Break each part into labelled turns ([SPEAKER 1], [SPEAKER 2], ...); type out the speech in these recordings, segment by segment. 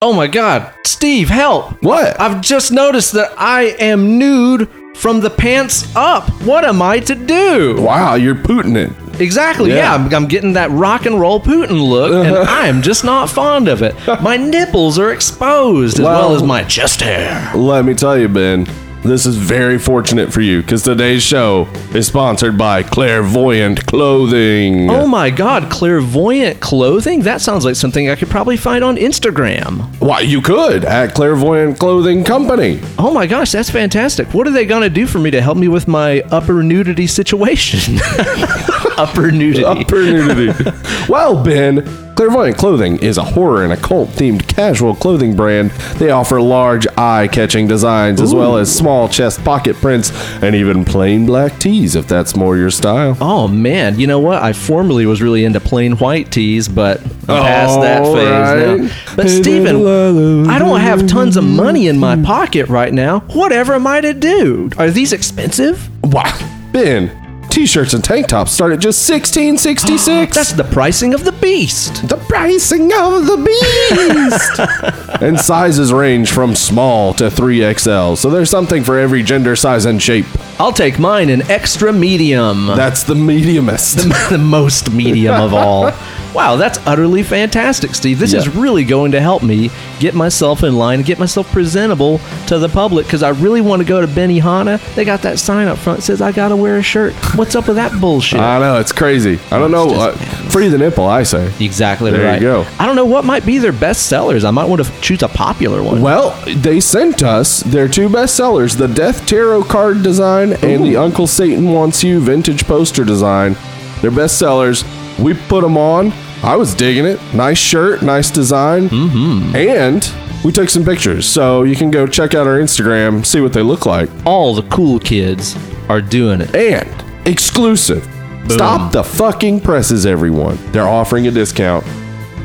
[SPEAKER 1] Oh my god. Steve, help.
[SPEAKER 2] What?
[SPEAKER 1] I've just noticed that I am nude from the pants up. What am I to do?
[SPEAKER 2] Wow, you're pooting it.
[SPEAKER 1] Exactly. Yeah,
[SPEAKER 2] Yeah.
[SPEAKER 1] I'm, I'm getting that rock and roll Putin look, and I am just not fond of it. My nipples are exposed as well,
[SPEAKER 2] Well-
[SPEAKER 1] as my chest hair.
[SPEAKER 2] Let me tell you, Ben, this is very fortunate for you because today's show is sponsored by Clairvoyant Clothing.
[SPEAKER 1] Oh my god, clairvoyant clothing? That sounds like something I could probably find on Instagram.
[SPEAKER 2] Why, you could at Clairvoyant Clothing Company.
[SPEAKER 1] Oh my gosh, that's fantastic. What are they going to do for me to help me with my upper nudity situation? upper nudity.
[SPEAKER 2] Upper nudity. well, Ben, Clairvoyant Clothing is a horror and occult themed casual clothing brand. They offer large eye catching designs as well as small chest pocket prints and even plain black tees if that's more your style.
[SPEAKER 1] Oh man, you know what? I formerly was really into plain white tees, but I'm past that
[SPEAKER 2] All
[SPEAKER 1] phase
[SPEAKER 2] right.
[SPEAKER 1] now. But Steven, I don't have tons of money in my pocket right now. Whatever am I to do? Are these expensive?
[SPEAKER 2] Wow. Ben, t shirts and tank tops start at just sixteen sixty six.
[SPEAKER 1] That's the pricing of the beast.
[SPEAKER 2] The pricing of the beast. and sizes range from small to 3XL, so there's something for every gender, size, and shape.
[SPEAKER 1] I'll take mine in extra medium.
[SPEAKER 2] That's the mediumest.
[SPEAKER 1] the most medium of all. Wow, that's utterly fantastic, Steve. This is
[SPEAKER 2] Yeah.
[SPEAKER 1] really going to help me get myself in line and get myself presentable to the public because I really want to go to Benihana. They got that sign up front that says I gotta wear a shirt. What's up with that bullshit?
[SPEAKER 2] I know, it's crazy. I don't know. Uh, free the nipple, I say.
[SPEAKER 1] exactly
[SPEAKER 2] there you
[SPEAKER 1] right.
[SPEAKER 2] go.
[SPEAKER 1] I don't know what might be their best sellers. I might want to choose a popular one.
[SPEAKER 2] Well, they sent us their two best sellers the Death Tarot card design and the Uncle Satan Wants You vintage poster design. They're best sellers. We put them on. I was digging it. Nice shirt, nice design. Mm-hmm. And we took some pictures. So you can go check out our Instagram, see what they look like.
[SPEAKER 1] All the cool kids are doing it.
[SPEAKER 2] And exclusive. Stop the fucking presses, everyone. They're offering a discount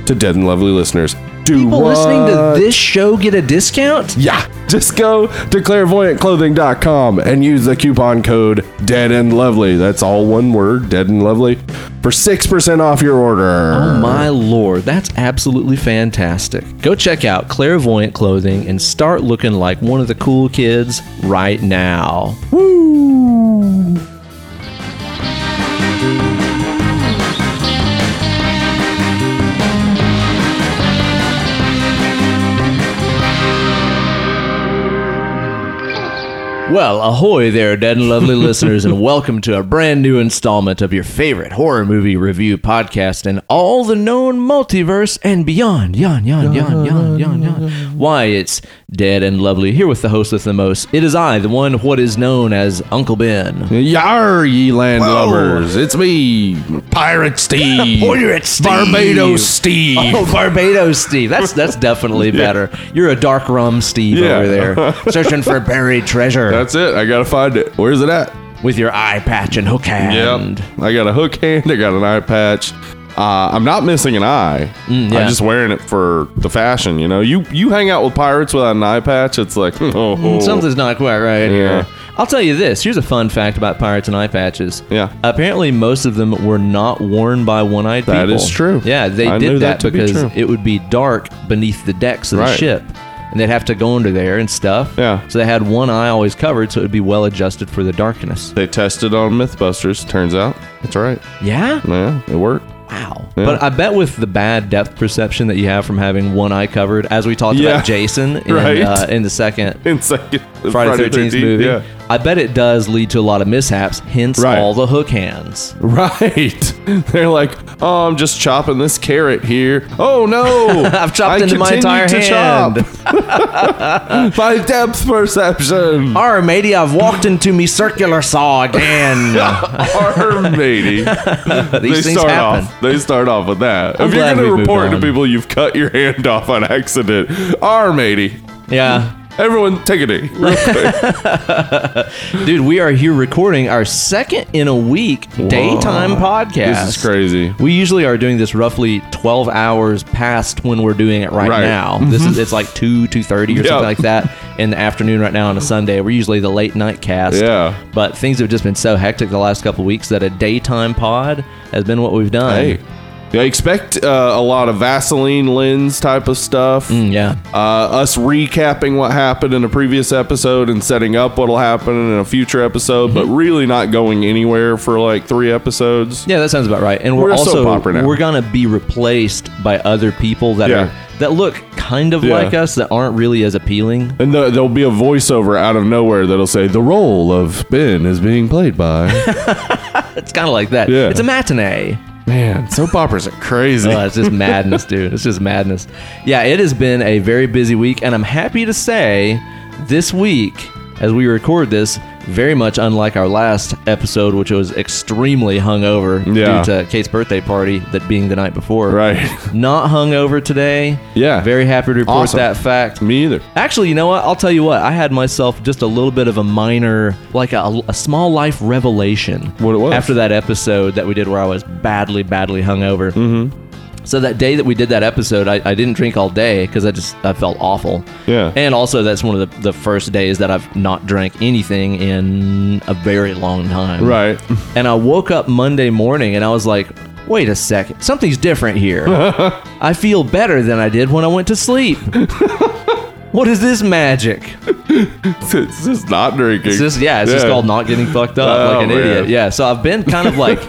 [SPEAKER 2] to Dead and Lovely listeners. Do
[SPEAKER 1] People listening to
[SPEAKER 2] what?
[SPEAKER 1] this show get a discount?
[SPEAKER 2] Yeah, just go to clairvoyantclothing.com and use the coupon code dead and lovely. That's all one word, dead and lovely, for 6% off your
[SPEAKER 1] Oh
[SPEAKER 2] order.
[SPEAKER 1] my lord, that's absolutely fantastic. Go check out Clairvoyant Clothing and start looking like one of the cool kids right now. Well, ahoy there, dead and lovely listeners, and welcome to a brand new installment of your favorite horror movie review podcast and all the known multiverse and beyond. Yon, yon, yon, yon, yon, yon. Why, it's dead and lovely here with the host with the most. It is I, the one what is known as Uncle Ben.
[SPEAKER 2] Yar, ye landlubbers. It's me, Pirate Steve.
[SPEAKER 1] Pirate Steve.
[SPEAKER 2] Barbados Steve.
[SPEAKER 1] Oh, Barbados Steve. That's that's definitely better. You're a dark rum Steve
[SPEAKER 2] Yeah.
[SPEAKER 1] over there, searching for buried treasure
[SPEAKER 2] That's it. I got to find it. Where's it at?
[SPEAKER 1] with your eye patch and hook hand.
[SPEAKER 2] Yep. I got a hook hand. I got an eye patch. Uh, I'm not missing an eye.
[SPEAKER 1] Mm, yeah.
[SPEAKER 2] I'm just wearing it for the fashion. You know, you you hang out with pirates without an eye patch. It's like oh,
[SPEAKER 1] Something's not quite right
[SPEAKER 2] Yeah.
[SPEAKER 1] here. I'll tell you this. Here's a fun fact about pirates and eye patches.
[SPEAKER 2] Yeah.
[SPEAKER 1] Apparently, most of them were not worn by one-eyed
[SPEAKER 2] That
[SPEAKER 1] people.
[SPEAKER 2] is true.
[SPEAKER 1] Yeah, they
[SPEAKER 2] I knew
[SPEAKER 1] did that,
[SPEAKER 2] that to be
[SPEAKER 1] because
[SPEAKER 2] true.
[SPEAKER 1] it would be dark beneath the decks of the
[SPEAKER 2] Right.
[SPEAKER 1] ship, and they'd have to go under there and stuff.
[SPEAKER 2] Yeah.
[SPEAKER 1] So they had one eye always covered, so it would be well adjusted for the darkness.
[SPEAKER 2] They tested on MythBusters. Turns out it's right.
[SPEAKER 1] Yeah.
[SPEAKER 2] Yeah, it worked.
[SPEAKER 1] Wow. But I bet with the bad depth perception that you have from having one eye covered, as we talked
[SPEAKER 2] Yeah.
[SPEAKER 1] about Jason in,
[SPEAKER 2] Right.
[SPEAKER 1] uh, in the second
[SPEAKER 2] In second Friday,
[SPEAKER 1] Friday the 13th,
[SPEAKER 2] 13th,
[SPEAKER 1] movie.
[SPEAKER 2] Yeah.
[SPEAKER 1] I bet it does lead to a lot of mishaps, hence
[SPEAKER 2] Right.
[SPEAKER 1] all the hook hands.
[SPEAKER 2] Right. They're like, oh, I'm just chopping this carrot here. Oh no,
[SPEAKER 1] I've chopped into my
[SPEAKER 2] continue
[SPEAKER 1] entire
[SPEAKER 2] to
[SPEAKER 1] hand.
[SPEAKER 2] chop. my depth perception.
[SPEAKER 1] Or matey, I've walked into me circular saw again. These
[SPEAKER 2] Armady. they
[SPEAKER 1] things
[SPEAKER 2] start
[SPEAKER 1] happen.
[SPEAKER 2] off. They start off with that.
[SPEAKER 1] glad
[SPEAKER 2] if you're
[SPEAKER 1] we
[SPEAKER 2] gonna
[SPEAKER 1] moved
[SPEAKER 2] report to
[SPEAKER 1] on.
[SPEAKER 2] people you've cut your hand off on accident, Armady.
[SPEAKER 1] Yeah.
[SPEAKER 2] Everyone, take a knee. Real quick.
[SPEAKER 1] Dude, we are here recording our second in a week daytime podcast.
[SPEAKER 2] This is crazy.
[SPEAKER 1] We usually are doing this roughly 12 hours past when we're doing it right,
[SPEAKER 2] Right. Mm-hmm.
[SPEAKER 1] now. This is it's like 2 2:30 or
[SPEAKER 2] Yeah.
[SPEAKER 1] something like that in the afternoon right now on a Sunday. We're usually the late night cast.
[SPEAKER 2] Yeah.
[SPEAKER 1] But things have just been so hectic the last couple weeks that a daytime pod has been what we've done.
[SPEAKER 2] Hey, Yeah, expect uh, a lot of Vaseline lens type of stuff.
[SPEAKER 1] Mm, Yeah.
[SPEAKER 2] Uh, us recapping what happened in a previous episode and setting up what'll happen in a future episode, but really not going anywhere for like three episodes.
[SPEAKER 1] Mm-hmm. Yeah, that sounds about right. And we're,
[SPEAKER 2] We're a soap
[SPEAKER 1] also
[SPEAKER 2] opera now.
[SPEAKER 1] we're gonna be replaced by other people that
[SPEAKER 2] Yeah.
[SPEAKER 1] are that look kind of
[SPEAKER 2] Yeah.
[SPEAKER 1] like us that aren't really as appealing.
[SPEAKER 2] And the, there'll be a voiceover out of nowhere that'll say, The role of Ben is being played by.
[SPEAKER 1] It's kind of like that.
[SPEAKER 2] Yeah.
[SPEAKER 1] It's a matinee.
[SPEAKER 2] Man, soap operas are crazy.
[SPEAKER 1] Oh, it's just madness, dude. It's just madness. Yeah, it has been a very busy week, and I'm happy to say this week, as we record this, very much unlike our last episode, which was extremely hungover
[SPEAKER 2] Yeah.
[SPEAKER 1] due to Kate's birthday party, that being the night before.
[SPEAKER 2] Right.
[SPEAKER 1] Not hungover today.
[SPEAKER 2] Yeah.
[SPEAKER 1] Very happy to report
[SPEAKER 2] Awesome.
[SPEAKER 1] that fact.
[SPEAKER 2] Me either.
[SPEAKER 1] Actually, you know what? I'll tell you what. I had myself just a little bit of a minor, like a, a small life revelation.
[SPEAKER 2] What it was?
[SPEAKER 1] after that episode that we did where I was badly, badly hungover. Mm-hmm. So that day that we did that episode, I, I didn't drink all day because I just I felt awful.
[SPEAKER 2] Yeah.
[SPEAKER 1] And also, that's one of the, the first days that I've not drank anything in a very long time.
[SPEAKER 2] Right.
[SPEAKER 1] And I woke up Monday morning and I was like, wait a second, something's different here. I feel better than I did when I went to sleep. what is this magic?
[SPEAKER 2] it's just not drinking.
[SPEAKER 1] It's just yeah, it's just
[SPEAKER 2] Yeah.
[SPEAKER 1] called not getting fucked up
[SPEAKER 2] Oh,
[SPEAKER 1] like an
[SPEAKER 2] man.
[SPEAKER 1] idiot. Yeah, so I've been kind of like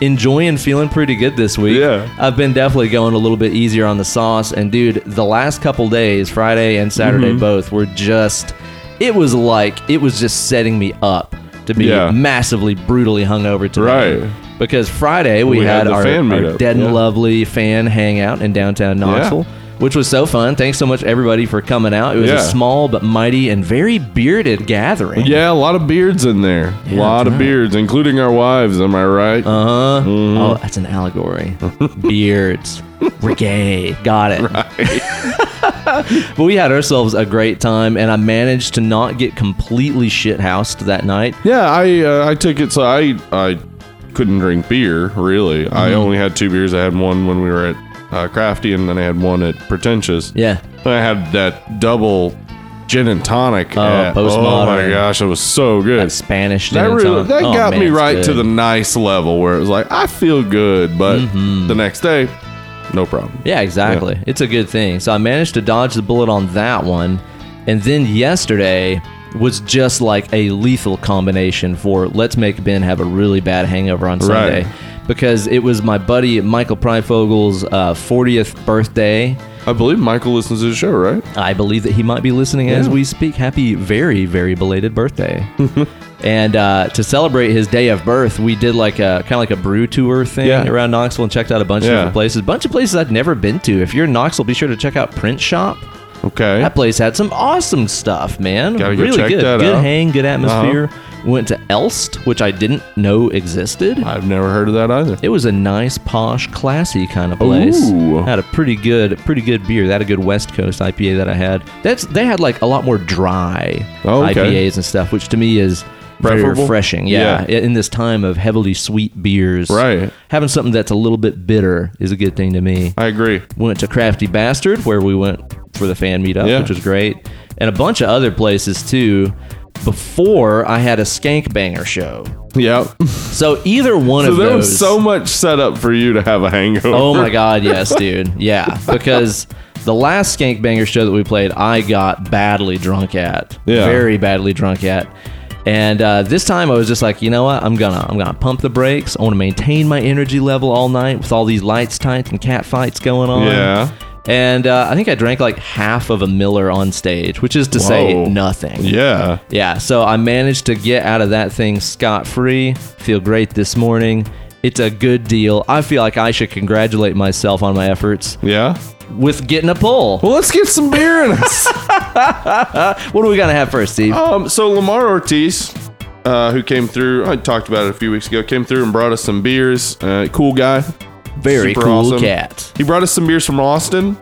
[SPEAKER 1] enjoying feeling pretty good this week.
[SPEAKER 2] Yeah.
[SPEAKER 1] I've been definitely going a little bit easier on the sauce, and dude, the last couple days, Friday and Saturday
[SPEAKER 2] Mm-hmm.
[SPEAKER 1] both, were just it was like it was just setting me up to be
[SPEAKER 2] Yeah.
[SPEAKER 1] massively brutally hungover today.
[SPEAKER 2] Right.
[SPEAKER 1] Because Friday we,
[SPEAKER 2] We had
[SPEAKER 1] had,
[SPEAKER 2] the
[SPEAKER 1] our,
[SPEAKER 2] fan
[SPEAKER 1] our
[SPEAKER 2] meetup,
[SPEAKER 1] dead and
[SPEAKER 2] yeah.
[SPEAKER 1] lovely fan hangout in downtown Knoxville. Which was so fun. Thanks so much, everybody, for coming out. It was
[SPEAKER 2] Yeah.
[SPEAKER 1] a small but mighty and very bearded gathering.
[SPEAKER 2] Yeah, a lot of beards in there. a
[SPEAKER 1] Yeah,
[SPEAKER 2] lot
[SPEAKER 1] that's
[SPEAKER 2] of
[SPEAKER 1] right.
[SPEAKER 2] beards, including our wives. Am I right?
[SPEAKER 1] Uh huh.
[SPEAKER 2] Mm-hmm.
[SPEAKER 1] Oh, that's an allegory. Beards. We're gay. Got it. but we had ourselves a great time, and I managed to not get completely shithoused that night.
[SPEAKER 2] yeah, I uh, I took it. So I I couldn't drink beer really. I
[SPEAKER 1] Mm-hmm.
[SPEAKER 2] only had two beers. I had one when we were at uh, Crafty, and then I had one at Pretentious.
[SPEAKER 1] Yeah.
[SPEAKER 2] And I had that double gin and tonic. at- oh
[SPEAKER 1] Postmodern.
[SPEAKER 2] my gosh, it was so good.
[SPEAKER 1] That Spanish
[SPEAKER 2] that
[SPEAKER 1] gin and
[SPEAKER 2] really
[SPEAKER 1] tonic.
[SPEAKER 2] that
[SPEAKER 1] Oh,
[SPEAKER 2] got
[SPEAKER 1] man,
[SPEAKER 2] me
[SPEAKER 1] it's
[SPEAKER 2] right to
[SPEAKER 1] good.
[SPEAKER 2] the nice level where it was like I feel good, but the next day, no problem.
[SPEAKER 1] Mm-hmm. Yeah, exactly. It's a good thing. So I managed to dodge the bullet on that one. And then yesterday was just like a lethal combination for let's make Ben have a really bad hangover on Sunday.
[SPEAKER 2] Right.
[SPEAKER 1] Because it was my buddy Michael Pryfogel's uh, 40th birthday.
[SPEAKER 2] I believe Michael listens to the show, right?
[SPEAKER 1] I believe that he might be listening as
[SPEAKER 2] Yeah.
[SPEAKER 1] we speak. Happy, very, very belated birthday. and uh, to celebrate his day of birth, we did like a kind of like a brew tour thing
[SPEAKER 2] Yeah.
[SPEAKER 1] around Knoxville and checked out a bunch of
[SPEAKER 2] Yeah.
[SPEAKER 1] different places. bunch of places I'd never been to. If you're in Knoxville, be sure to check out Print Shop.
[SPEAKER 2] Okay.
[SPEAKER 1] That place had some awesome stuff, man.
[SPEAKER 2] Gotta go
[SPEAKER 1] really
[SPEAKER 2] check
[SPEAKER 1] good.
[SPEAKER 2] that
[SPEAKER 1] good
[SPEAKER 2] out. Uh-huh.
[SPEAKER 1] hang, good atmosphere. Went to Elst, which I didn't know existed.
[SPEAKER 2] I've never heard of that either.
[SPEAKER 1] It was a nice, posh, classy kind of place.
[SPEAKER 2] Ooh.
[SPEAKER 1] Had a pretty good, pretty good beer. They had a good West Coast IPA that I had. That's they had like a lot more dry
[SPEAKER 2] Oh, okay.
[SPEAKER 1] IPAs and stuff, which to me is very
[SPEAKER 2] Preferable?
[SPEAKER 1] refreshing. Yeah, in this time of heavily sweet beers,
[SPEAKER 2] Right.
[SPEAKER 1] Having something that's a little bit bitter is a good thing to me.
[SPEAKER 2] I agree.
[SPEAKER 1] Went to Crafty Bastard where we went for the fan meetup,
[SPEAKER 2] Yeah.
[SPEAKER 1] which was great, and a bunch of other places too. Before I had a Skank Banger show,
[SPEAKER 2] Yep.
[SPEAKER 1] so either one
[SPEAKER 2] So
[SPEAKER 1] of
[SPEAKER 2] there
[SPEAKER 1] those.
[SPEAKER 2] was so much setup for you to have a hangover.
[SPEAKER 1] Oh my god, yes, dude. Yeah, because the last Skank Banger show that we played, I got badly drunk at.
[SPEAKER 2] Yeah.
[SPEAKER 1] Very badly drunk at. And uh, this time I was just like, you know what? I'm gonna I'm gonna pump the brakes. I want to maintain my energy level all night with all these lights tight and cat fights going on.
[SPEAKER 2] Yeah.
[SPEAKER 1] And uh, I think I drank like half of a Miller on stage, which is to say
[SPEAKER 2] Whoa.
[SPEAKER 1] nothing.
[SPEAKER 2] Yeah.
[SPEAKER 1] Yeah, so I managed to get out of that thing scot free. Feel great this morning. It's a good deal. I feel like I should congratulate myself on my efforts
[SPEAKER 2] Yeah.
[SPEAKER 1] with getting a pull.
[SPEAKER 2] Well, let's get some beer in us.
[SPEAKER 1] What are we gonna have first, Steve?
[SPEAKER 2] um, so Lamar Ortiz, uh, who came through, I talked about it a few weeks ago, came through and brought us some beers. Uh, cool guy.
[SPEAKER 1] Very
[SPEAKER 2] super
[SPEAKER 1] cool
[SPEAKER 2] awesome.
[SPEAKER 1] cat.
[SPEAKER 2] He brought us some beers from Austin.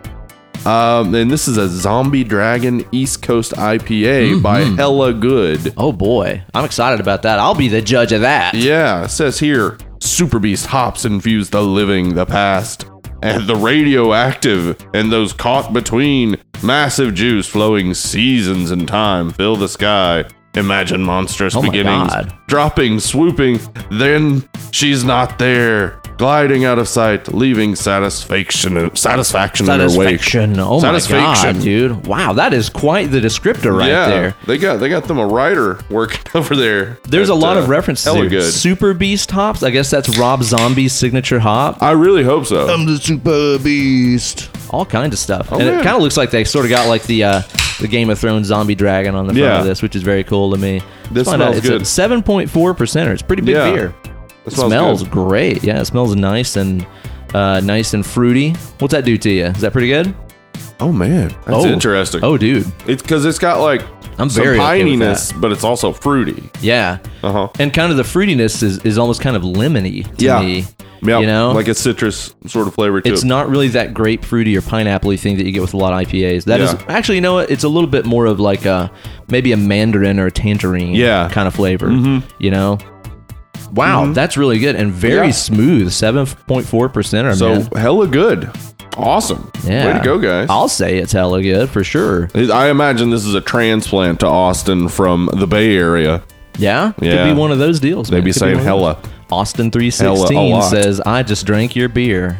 [SPEAKER 2] Um, and this is a Zombie Dragon East Coast IPA by
[SPEAKER 1] Mm-hmm.
[SPEAKER 2] Ella Good.
[SPEAKER 1] Oh boy, I'm excited about that. I'll be the judge of that.
[SPEAKER 2] Yeah, it says here Super Beast hops infuse the living, the past, and the radioactive, and those caught between. Massive juice flowing seasons and time fill the sky. Imagine monstrous
[SPEAKER 1] Oh my
[SPEAKER 2] beginnings.
[SPEAKER 1] God.
[SPEAKER 2] Dropping, swooping, then she's not there. Gliding out of sight, leaving satisfaction satisfaction, in her wake.
[SPEAKER 1] Satisfaction. Oh my
[SPEAKER 2] Satisfaction.
[SPEAKER 1] god, dude! Wow, that is quite the descriptor right
[SPEAKER 2] yeah,
[SPEAKER 1] there.
[SPEAKER 2] They got they got them a writer working over there.
[SPEAKER 1] There's
[SPEAKER 2] at,
[SPEAKER 1] a lot
[SPEAKER 2] uh,
[SPEAKER 1] of references.
[SPEAKER 2] hella
[SPEAKER 1] There.
[SPEAKER 2] good.
[SPEAKER 1] Super Beast hops. I guess that's Rob Zombie's signature hop.
[SPEAKER 2] I really hope so.
[SPEAKER 1] the Super Beast. All kinds of stuff, and
[SPEAKER 2] yeah.
[SPEAKER 1] it kind of looks like they sort of got like the uh, the Game of Thrones zombie dragon on the front
[SPEAKER 2] Yeah.
[SPEAKER 1] of this, which is very cool to me. Let's
[SPEAKER 2] This
[SPEAKER 1] find out.
[SPEAKER 2] smells
[SPEAKER 1] It's
[SPEAKER 2] good.
[SPEAKER 1] a seven point four percenter. It's a pretty big
[SPEAKER 2] Yeah.
[SPEAKER 1] beer.
[SPEAKER 2] It
[SPEAKER 1] It smells
[SPEAKER 2] good.
[SPEAKER 1] great. Yeah, it smells nice and uh, nice and fruity. What's that do to you? Is that pretty good?
[SPEAKER 2] Oh man, that's
[SPEAKER 1] oh,
[SPEAKER 2] interesting.
[SPEAKER 1] Oh, dude.
[SPEAKER 2] It's because it's got like
[SPEAKER 1] I'm
[SPEAKER 2] some
[SPEAKER 1] very okay with
[SPEAKER 2] pininess, but it's also fruity.
[SPEAKER 1] Yeah.
[SPEAKER 2] Uh huh.
[SPEAKER 1] And kind of the fruitiness is, is almost kind of lemony to
[SPEAKER 2] Yeah.
[SPEAKER 1] me.
[SPEAKER 2] Yeah,
[SPEAKER 1] You know?
[SPEAKER 2] like a citrus sort of flavor to
[SPEAKER 1] It's
[SPEAKER 2] it.
[SPEAKER 1] not really that grapefruity or pineapple thing that you get with a lot of IPAs. That is
[SPEAKER 2] Yeah.
[SPEAKER 1] actually, you know what? It's a little bit more of like a maybe a mandarin or a tangerine
[SPEAKER 2] Yeah. Mm-hmm.
[SPEAKER 1] kind of flavor. You know? Wow, that's really good and very
[SPEAKER 2] Yeah.
[SPEAKER 1] smooth. Seven point four percent.
[SPEAKER 2] so hella good. Awesome.
[SPEAKER 1] yeah,
[SPEAKER 2] Way to go, guys.
[SPEAKER 1] I'll say it's hella good for sure.
[SPEAKER 2] I imagine this is a transplant to Austin from the Bay Area.
[SPEAKER 1] Yeah,
[SPEAKER 2] Yeah.
[SPEAKER 1] could be one of those deals.
[SPEAKER 2] They'd
[SPEAKER 1] man.
[SPEAKER 2] be
[SPEAKER 1] Could
[SPEAKER 2] saying
[SPEAKER 1] one of
[SPEAKER 2] hella.
[SPEAKER 1] those. Austin three
[SPEAKER 2] Hella a
[SPEAKER 1] sixteen
[SPEAKER 2] lot.
[SPEAKER 1] says, "I just drank your beer."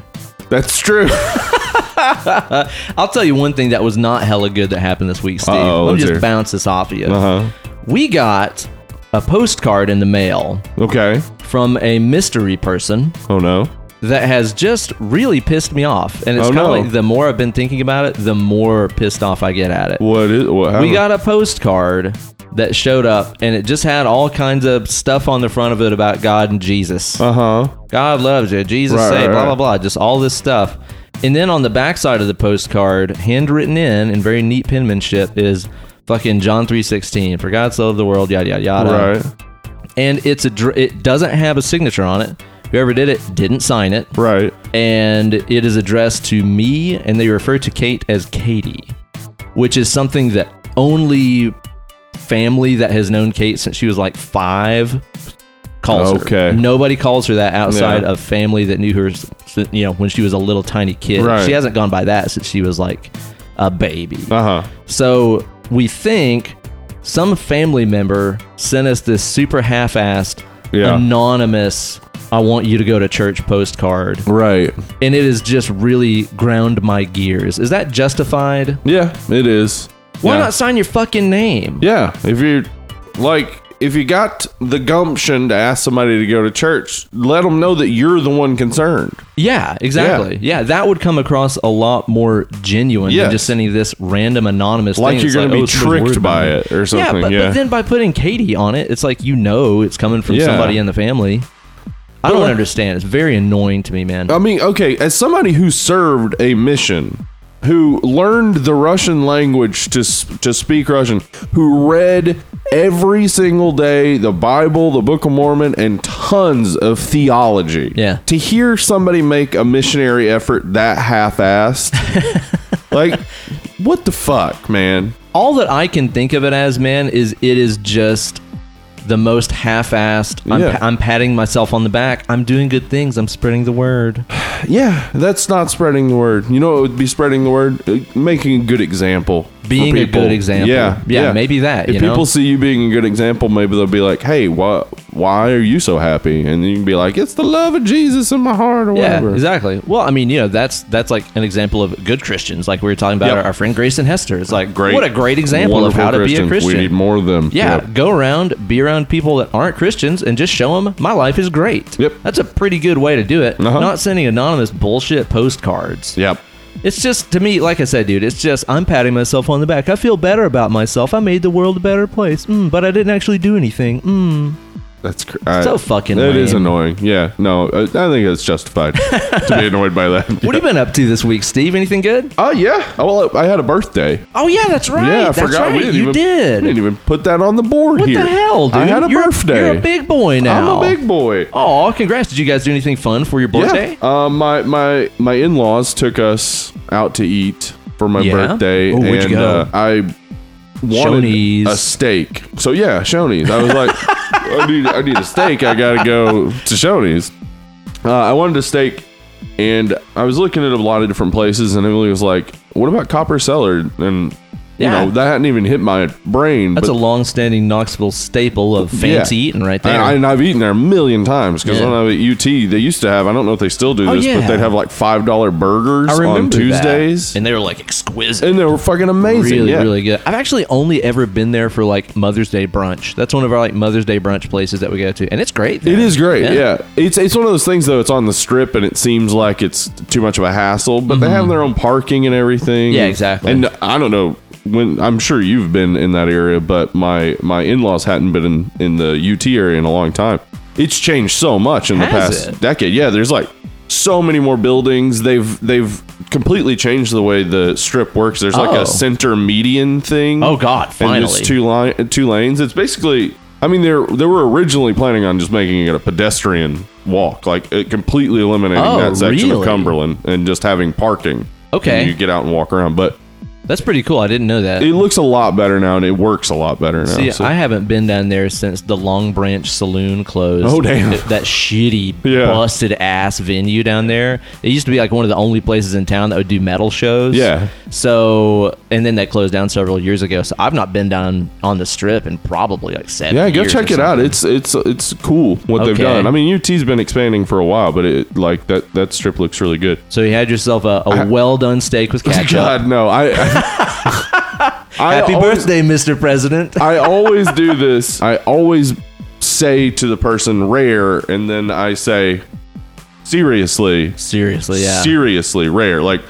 [SPEAKER 2] That's true.
[SPEAKER 1] I'll tell you one thing that was not hella good that happened this week, Steve.
[SPEAKER 2] Uh-oh,
[SPEAKER 1] Let me
[SPEAKER 2] let's
[SPEAKER 1] just
[SPEAKER 2] hear.
[SPEAKER 1] bounce this off of you.
[SPEAKER 2] uh huh.
[SPEAKER 1] We got a postcard in the mail
[SPEAKER 2] Okay.
[SPEAKER 1] from a mystery person
[SPEAKER 2] Oh no.
[SPEAKER 1] that has just really pissed me off. And it's
[SPEAKER 2] Oh,
[SPEAKER 1] kind of
[SPEAKER 2] no.
[SPEAKER 1] like the more I've been thinking about it, the more pissed off I get at it.
[SPEAKER 2] What is? What
[SPEAKER 1] We
[SPEAKER 2] happened?
[SPEAKER 1] got a postcard that showed up and it just had all kinds of stuff on the front of it about God and Jesus.
[SPEAKER 2] Uh huh.
[SPEAKER 1] God loves you. Jesus
[SPEAKER 2] Right,
[SPEAKER 1] say,
[SPEAKER 2] right,
[SPEAKER 1] blah, blah,
[SPEAKER 2] right.
[SPEAKER 1] blah. Just all this stuff. And then on the backside of the postcard, handwritten in in very neat penmanship is fucking John 3.16. For God so loved the world, yada, yada, yada.
[SPEAKER 2] Right.
[SPEAKER 1] And it's a, dr- it doesn't have a signature on it. Whoever did it didn't sign it.
[SPEAKER 2] Right.
[SPEAKER 1] And it is addressed to me, and they refer to Kate as Katie, which is something that only family that has known Kate since she was like five calls her.
[SPEAKER 2] Okay.
[SPEAKER 1] Nobody calls her that outside
[SPEAKER 2] Yeah.
[SPEAKER 1] of family that knew her, s- s- you know, when she was a little tiny kid.
[SPEAKER 2] Right.
[SPEAKER 1] She hasn't gone by that since she was like a baby.
[SPEAKER 2] Uh huh.
[SPEAKER 1] So we think some family member sent us this super half-assed,
[SPEAKER 2] Yeah.
[SPEAKER 1] anonymous. I want you to go to church postcard,
[SPEAKER 2] Right.
[SPEAKER 1] and it is just really ground my gears. Is that justified?
[SPEAKER 2] Yeah. It is.
[SPEAKER 1] Why
[SPEAKER 2] yeah.
[SPEAKER 1] not sign your fucking name?
[SPEAKER 2] Yeah, if you like, if you got the gumption to ask somebody to go to church, let them know that you're the one concerned.
[SPEAKER 1] Yeah, exactly. Yeah. that would come across a lot more genuine
[SPEAKER 2] Yes.
[SPEAKER 1] than just sending this random anonymous
[SPEAKER 2] Like
[SPEAKER 1] thing.
[SPEAKER 2] you're
[SPEAKER 1] It's
[SPEAKER 2] going to
[SPEAKER 1] oh,
[SPEAKER 2] be
[SPEAKER 1] someone's worried
[SPEAKER 2] tricked
[SPEAKER 1] about
[SPEAKER 2] by
[SPEAKER 1] me.
[SPEAKER 2] it or
[SPEAKER 1] Yeah,
[SPEAKER 2] something.
[SPEAKER 1] but, but then by putting Katie on it, it's like you know it's coming from
[SPEAKER 2] Yeah.
[SPEAKER 1] somebody in the family. I
[SPEAKER 2] But
[SPEAKER 1] don't
[SPEAKER 2] like-
[SPEAKER 1] understand. It's very annoying to me, man.
[SPEAKER 2] I mean, okay, as somebody who served a mission, who learned the Russian language to s- to speak Russian, who read every single day the Bible, the Book of Mormon, and tons of theology.
[SPEAKER 1] Yeah.
[SPEAKER 2] To hear somebody make a missionary effort that half-assed, like, what the fuck, man?
[SPEAKER 1] all that I can think of it as, man, is it is just the most half-assed. I'm,
[SPEAKER 2] Yeah.
[SPEAKER 1] pa- I'm patting myself on the back. I'm doing good things. I'm spreading the word.
[SPEAKER 2] Yeah, that's not spreading the word. You know what would be spreading the word? Uh, Making a good example. for
[SPEAKER 1] Being a
[SPEAKER 2] people.
[SPEAKER 1] good example.
[SPEAKER 2] Yeah,
[SPEAKER 1] Yeah, maybe that,
[SPEAKER 2] If
[SPEAKER 1] you know?
[SPEAKER 2] people see you being a good example, maybe they'll be like, "Hey, why why are you so happy?" And then you can be like, "It's the love of Jesus in my heart," or
[SPEAKER 1] Yeah,
[SPEAKER 2] whatever.
[SPEAKER 1] exactly. Well, I mean, you know, that's that's like an example of good Christians. Like we were talking about
[SPEAKER 2] Yep.
[SPEAKER 1] our, our friend Grayson Hester. It's like
[SPEAKER 2] Great,
[SPEAKER 1] what a great example of
[SPEAKER 2] wonderful
[SPEAKER 1] how to be a
[SPEAKER 2] Christians.
[SPEAKER 1] Christian.
[SPEAKER 2] We need more of them.
[SPEAKER 1] yeah,
[SPEAKER 2] Yep.
[SPEAKER 1] go around, be around people that aren't Christians, and just show them my life is great.
[SPEAKER 2] Yep.
[SPEAKER 1] that's a pretty good way to do it.
[SPEAKER 2] Uh-huh.
[SPEAKER 1] Not sending anonymous bullshit postcards.
[SPEAKER 2] Yep.
[SPEAKER 1] It's just to me, like I said, dude. It's just I'm patting myself on the back. I feel better about myself. I made the world a better place, mm, but I didn't actually do anything. Mm.
[SPEAKER 2] That's cr- I-
[SPEAKER 1] So fucking
[SPEAKER 2] That is
[SPEAKER 1] lame.
[SPEAKER 2] annoying. Yeah. No, uh, I I think it's justified to be annoyed by that.
[SPEAKER 1] What have you been up to this week, Steve? Anything good?
[SPEAKER 2] Oh yeah. Well, I had a birthday.
[SPEAKER 1] Oh yeah, that's right.
[SPEAKER 2] yeah, I
[SPEAKER 1] that's
[SPEAKER 2] forgot
[SPEAKER 1] right.
[SPEAKER 2] we didn't
[SPEAKER 1] you
[SPEAKER 2] even
[SPEAKER 1] did.
[SPEAKER 2] We didn't even put that on the board
[SPEAKER 1] What
[SPEAKER 2] here.
[SPEAKER 1] the hell, dude?
[SPEAKER 2] I had a
[SPEAKER 1] you're,
[SPEAKER 2] birthday.
[SPEAKER 1] You're a big boy now.
[SPEAKER 2] I'm a big boy.
[SPEAKER 1] Oh, congrats! Did you guys do anything fun for your birthday?
[SPEAKER 2] Yeah. Uh, my my my in laws took us out to eat for my
[SPEAKER 1] Yeah?
[SPEAKER 2] birthday,
[SPEAKER 1] Oh, where'd you
[SPEAKER 2] and
[SPEAKER 1] go?
[SPEAKER 2] Uh, I wanted
[SPEAKER 1] Shoney's.
[SPEAKER 2] a steak. So yeah, Shoney's. I was like, I need I need a steak. I gotta go to Shoney's. Uh, I wanted a steak, and I was looking at a lot of different places, and Emily was like, "What about Copper Cellar?" And you
[SPEAKER 1] Yeah.
[SPEAKER 2] know that hadn't even hit my brain.
[SPEAKER 1] That's
[SPEAKER 2] but
[SPEAKER 1] a long-standing Knoxville staple of fancy
[SPEAKER 2] Yeah.
[SPEAKER 1] eating right there.
[SPEAKER 2] I, and I've eaten there a million times because
[SPEAKER 1] Yeah.
[SPEAKER 2] when I was at UT, they used to have, I don't know if they still do
[SPEAKER 1] Oh,
[SPEAKER 2] this,
[SPEAKER 1] yeah.
[SPEAKER 2] but they'd have like $5 burgers
[SPEAKER 1] I
[SPEAKER 2] on
[SPEAKER 1] remember that.
[SPEAKER 2] Tuesdays. And,
[SPEAKER 1] and they were like exquisite.
[SPEAKER 2] they were fucking amazing.
[SPEAKER 1] really,
[SPEAKER 2] yeah.
[SPEAKER 1] really good. I've actually only ever been there for like Mother's Day brunch. That's one of our like Mother's Day brunch places that we go to, and it's great.
[SPEAKER 2] It
[SPEAKER 1] man.
[SPEAKER 2] is great,
[SPEAKER 1] Yeah.
[SPEAKER 2] yeah. It's it's one of those things though. It's on the strip, and it seems like it's too much of a hassle. But they have their own parking and everything.
[SPEAKER 1] Mm-hmm. Yeah, exactly.
[SPEAKER 2] And I don't know when. I'm sure you've been in that area, but my my in laws hadn't been in in the UT area in a long time. It's changed so much in the
[SPEAKER 1] Has
[SPEAKER 2] past
[SPEAKER 1] it?
[SPEAKER 2] decade. Yeah, there's like so many more buildings. They've they've completely changed the way the strip works. There's like
[SPEAKER 1] Oh.
[SPEAKER 2] a center median thing.
[SPEAKER 1] Oh, God,
[SPEAKER 2] And
[SPEAKER 1] finally.
[SPEAKER 2] just two line, two lanes. It's basically. I mean, they are they were originally planning on just making it a pedestrian walk, like it completely eliminating
[SPEAKER 1] Oh,
[SPEAKER 2] that section
[SPEAKER 1] really?
[SPEAKER 2] of Cumberland and just having parking.
[SPEAKER 1] Okay.
[SPEAKER 2] And you get out and walk around, but
[SPEAKER 1] That's pretty cool. I didn't know that.
[SPEAKER 2] it looks a lot better now, and it works a lot better now.
[SPEAKER 1] See,
[SPEAKER 2] Oh, so-
[SPEAKER 1] I haven't been down there since the Long Branch Saloon closed.
[SPEAKER 2] Oh, damn.
[SPEAKER 1] That, that shitty,
[SPEAKER 2] Yeah.
[SPEAKER 1] busted ass venue down there. It used to be like one of the only places in town that would do metal shows.
[SPEAKER 2] Yeah.
[SPEAKER 1] So, and then that closed down several years ago. So I've not been down on the strip in probably like seven.
[SPEAKER 2] yeah, go
[SPEAKER 1] years
[SPEAKER 2] check
[SPEAKER 1] or
[SPEAKER 2] it out.
[SPEAKER 1] something.
[SPEAKER 2] It's it's it's cool what they've
[SPEAKER 1] Okay.
[SPEAKER 2] done. I mean, UT's been expanding for a while, but it like that that strip looks really good.
[SPEAKER 1] so you had yourself a, a well done steak with ketchup.
[SPEAKER 2] Oh God, no, I. I I
[SPEAKER 1] Happy
[SPEAKER 2] always-
[SPEAKER 1] birthday, Mr. President.
[SPEAKER 2] I always do this. I always say to the person rare, and then I say seriously,
[SPEAKER 1] Seriously, yeah.
[SPEAKER 2] seriously rare. Like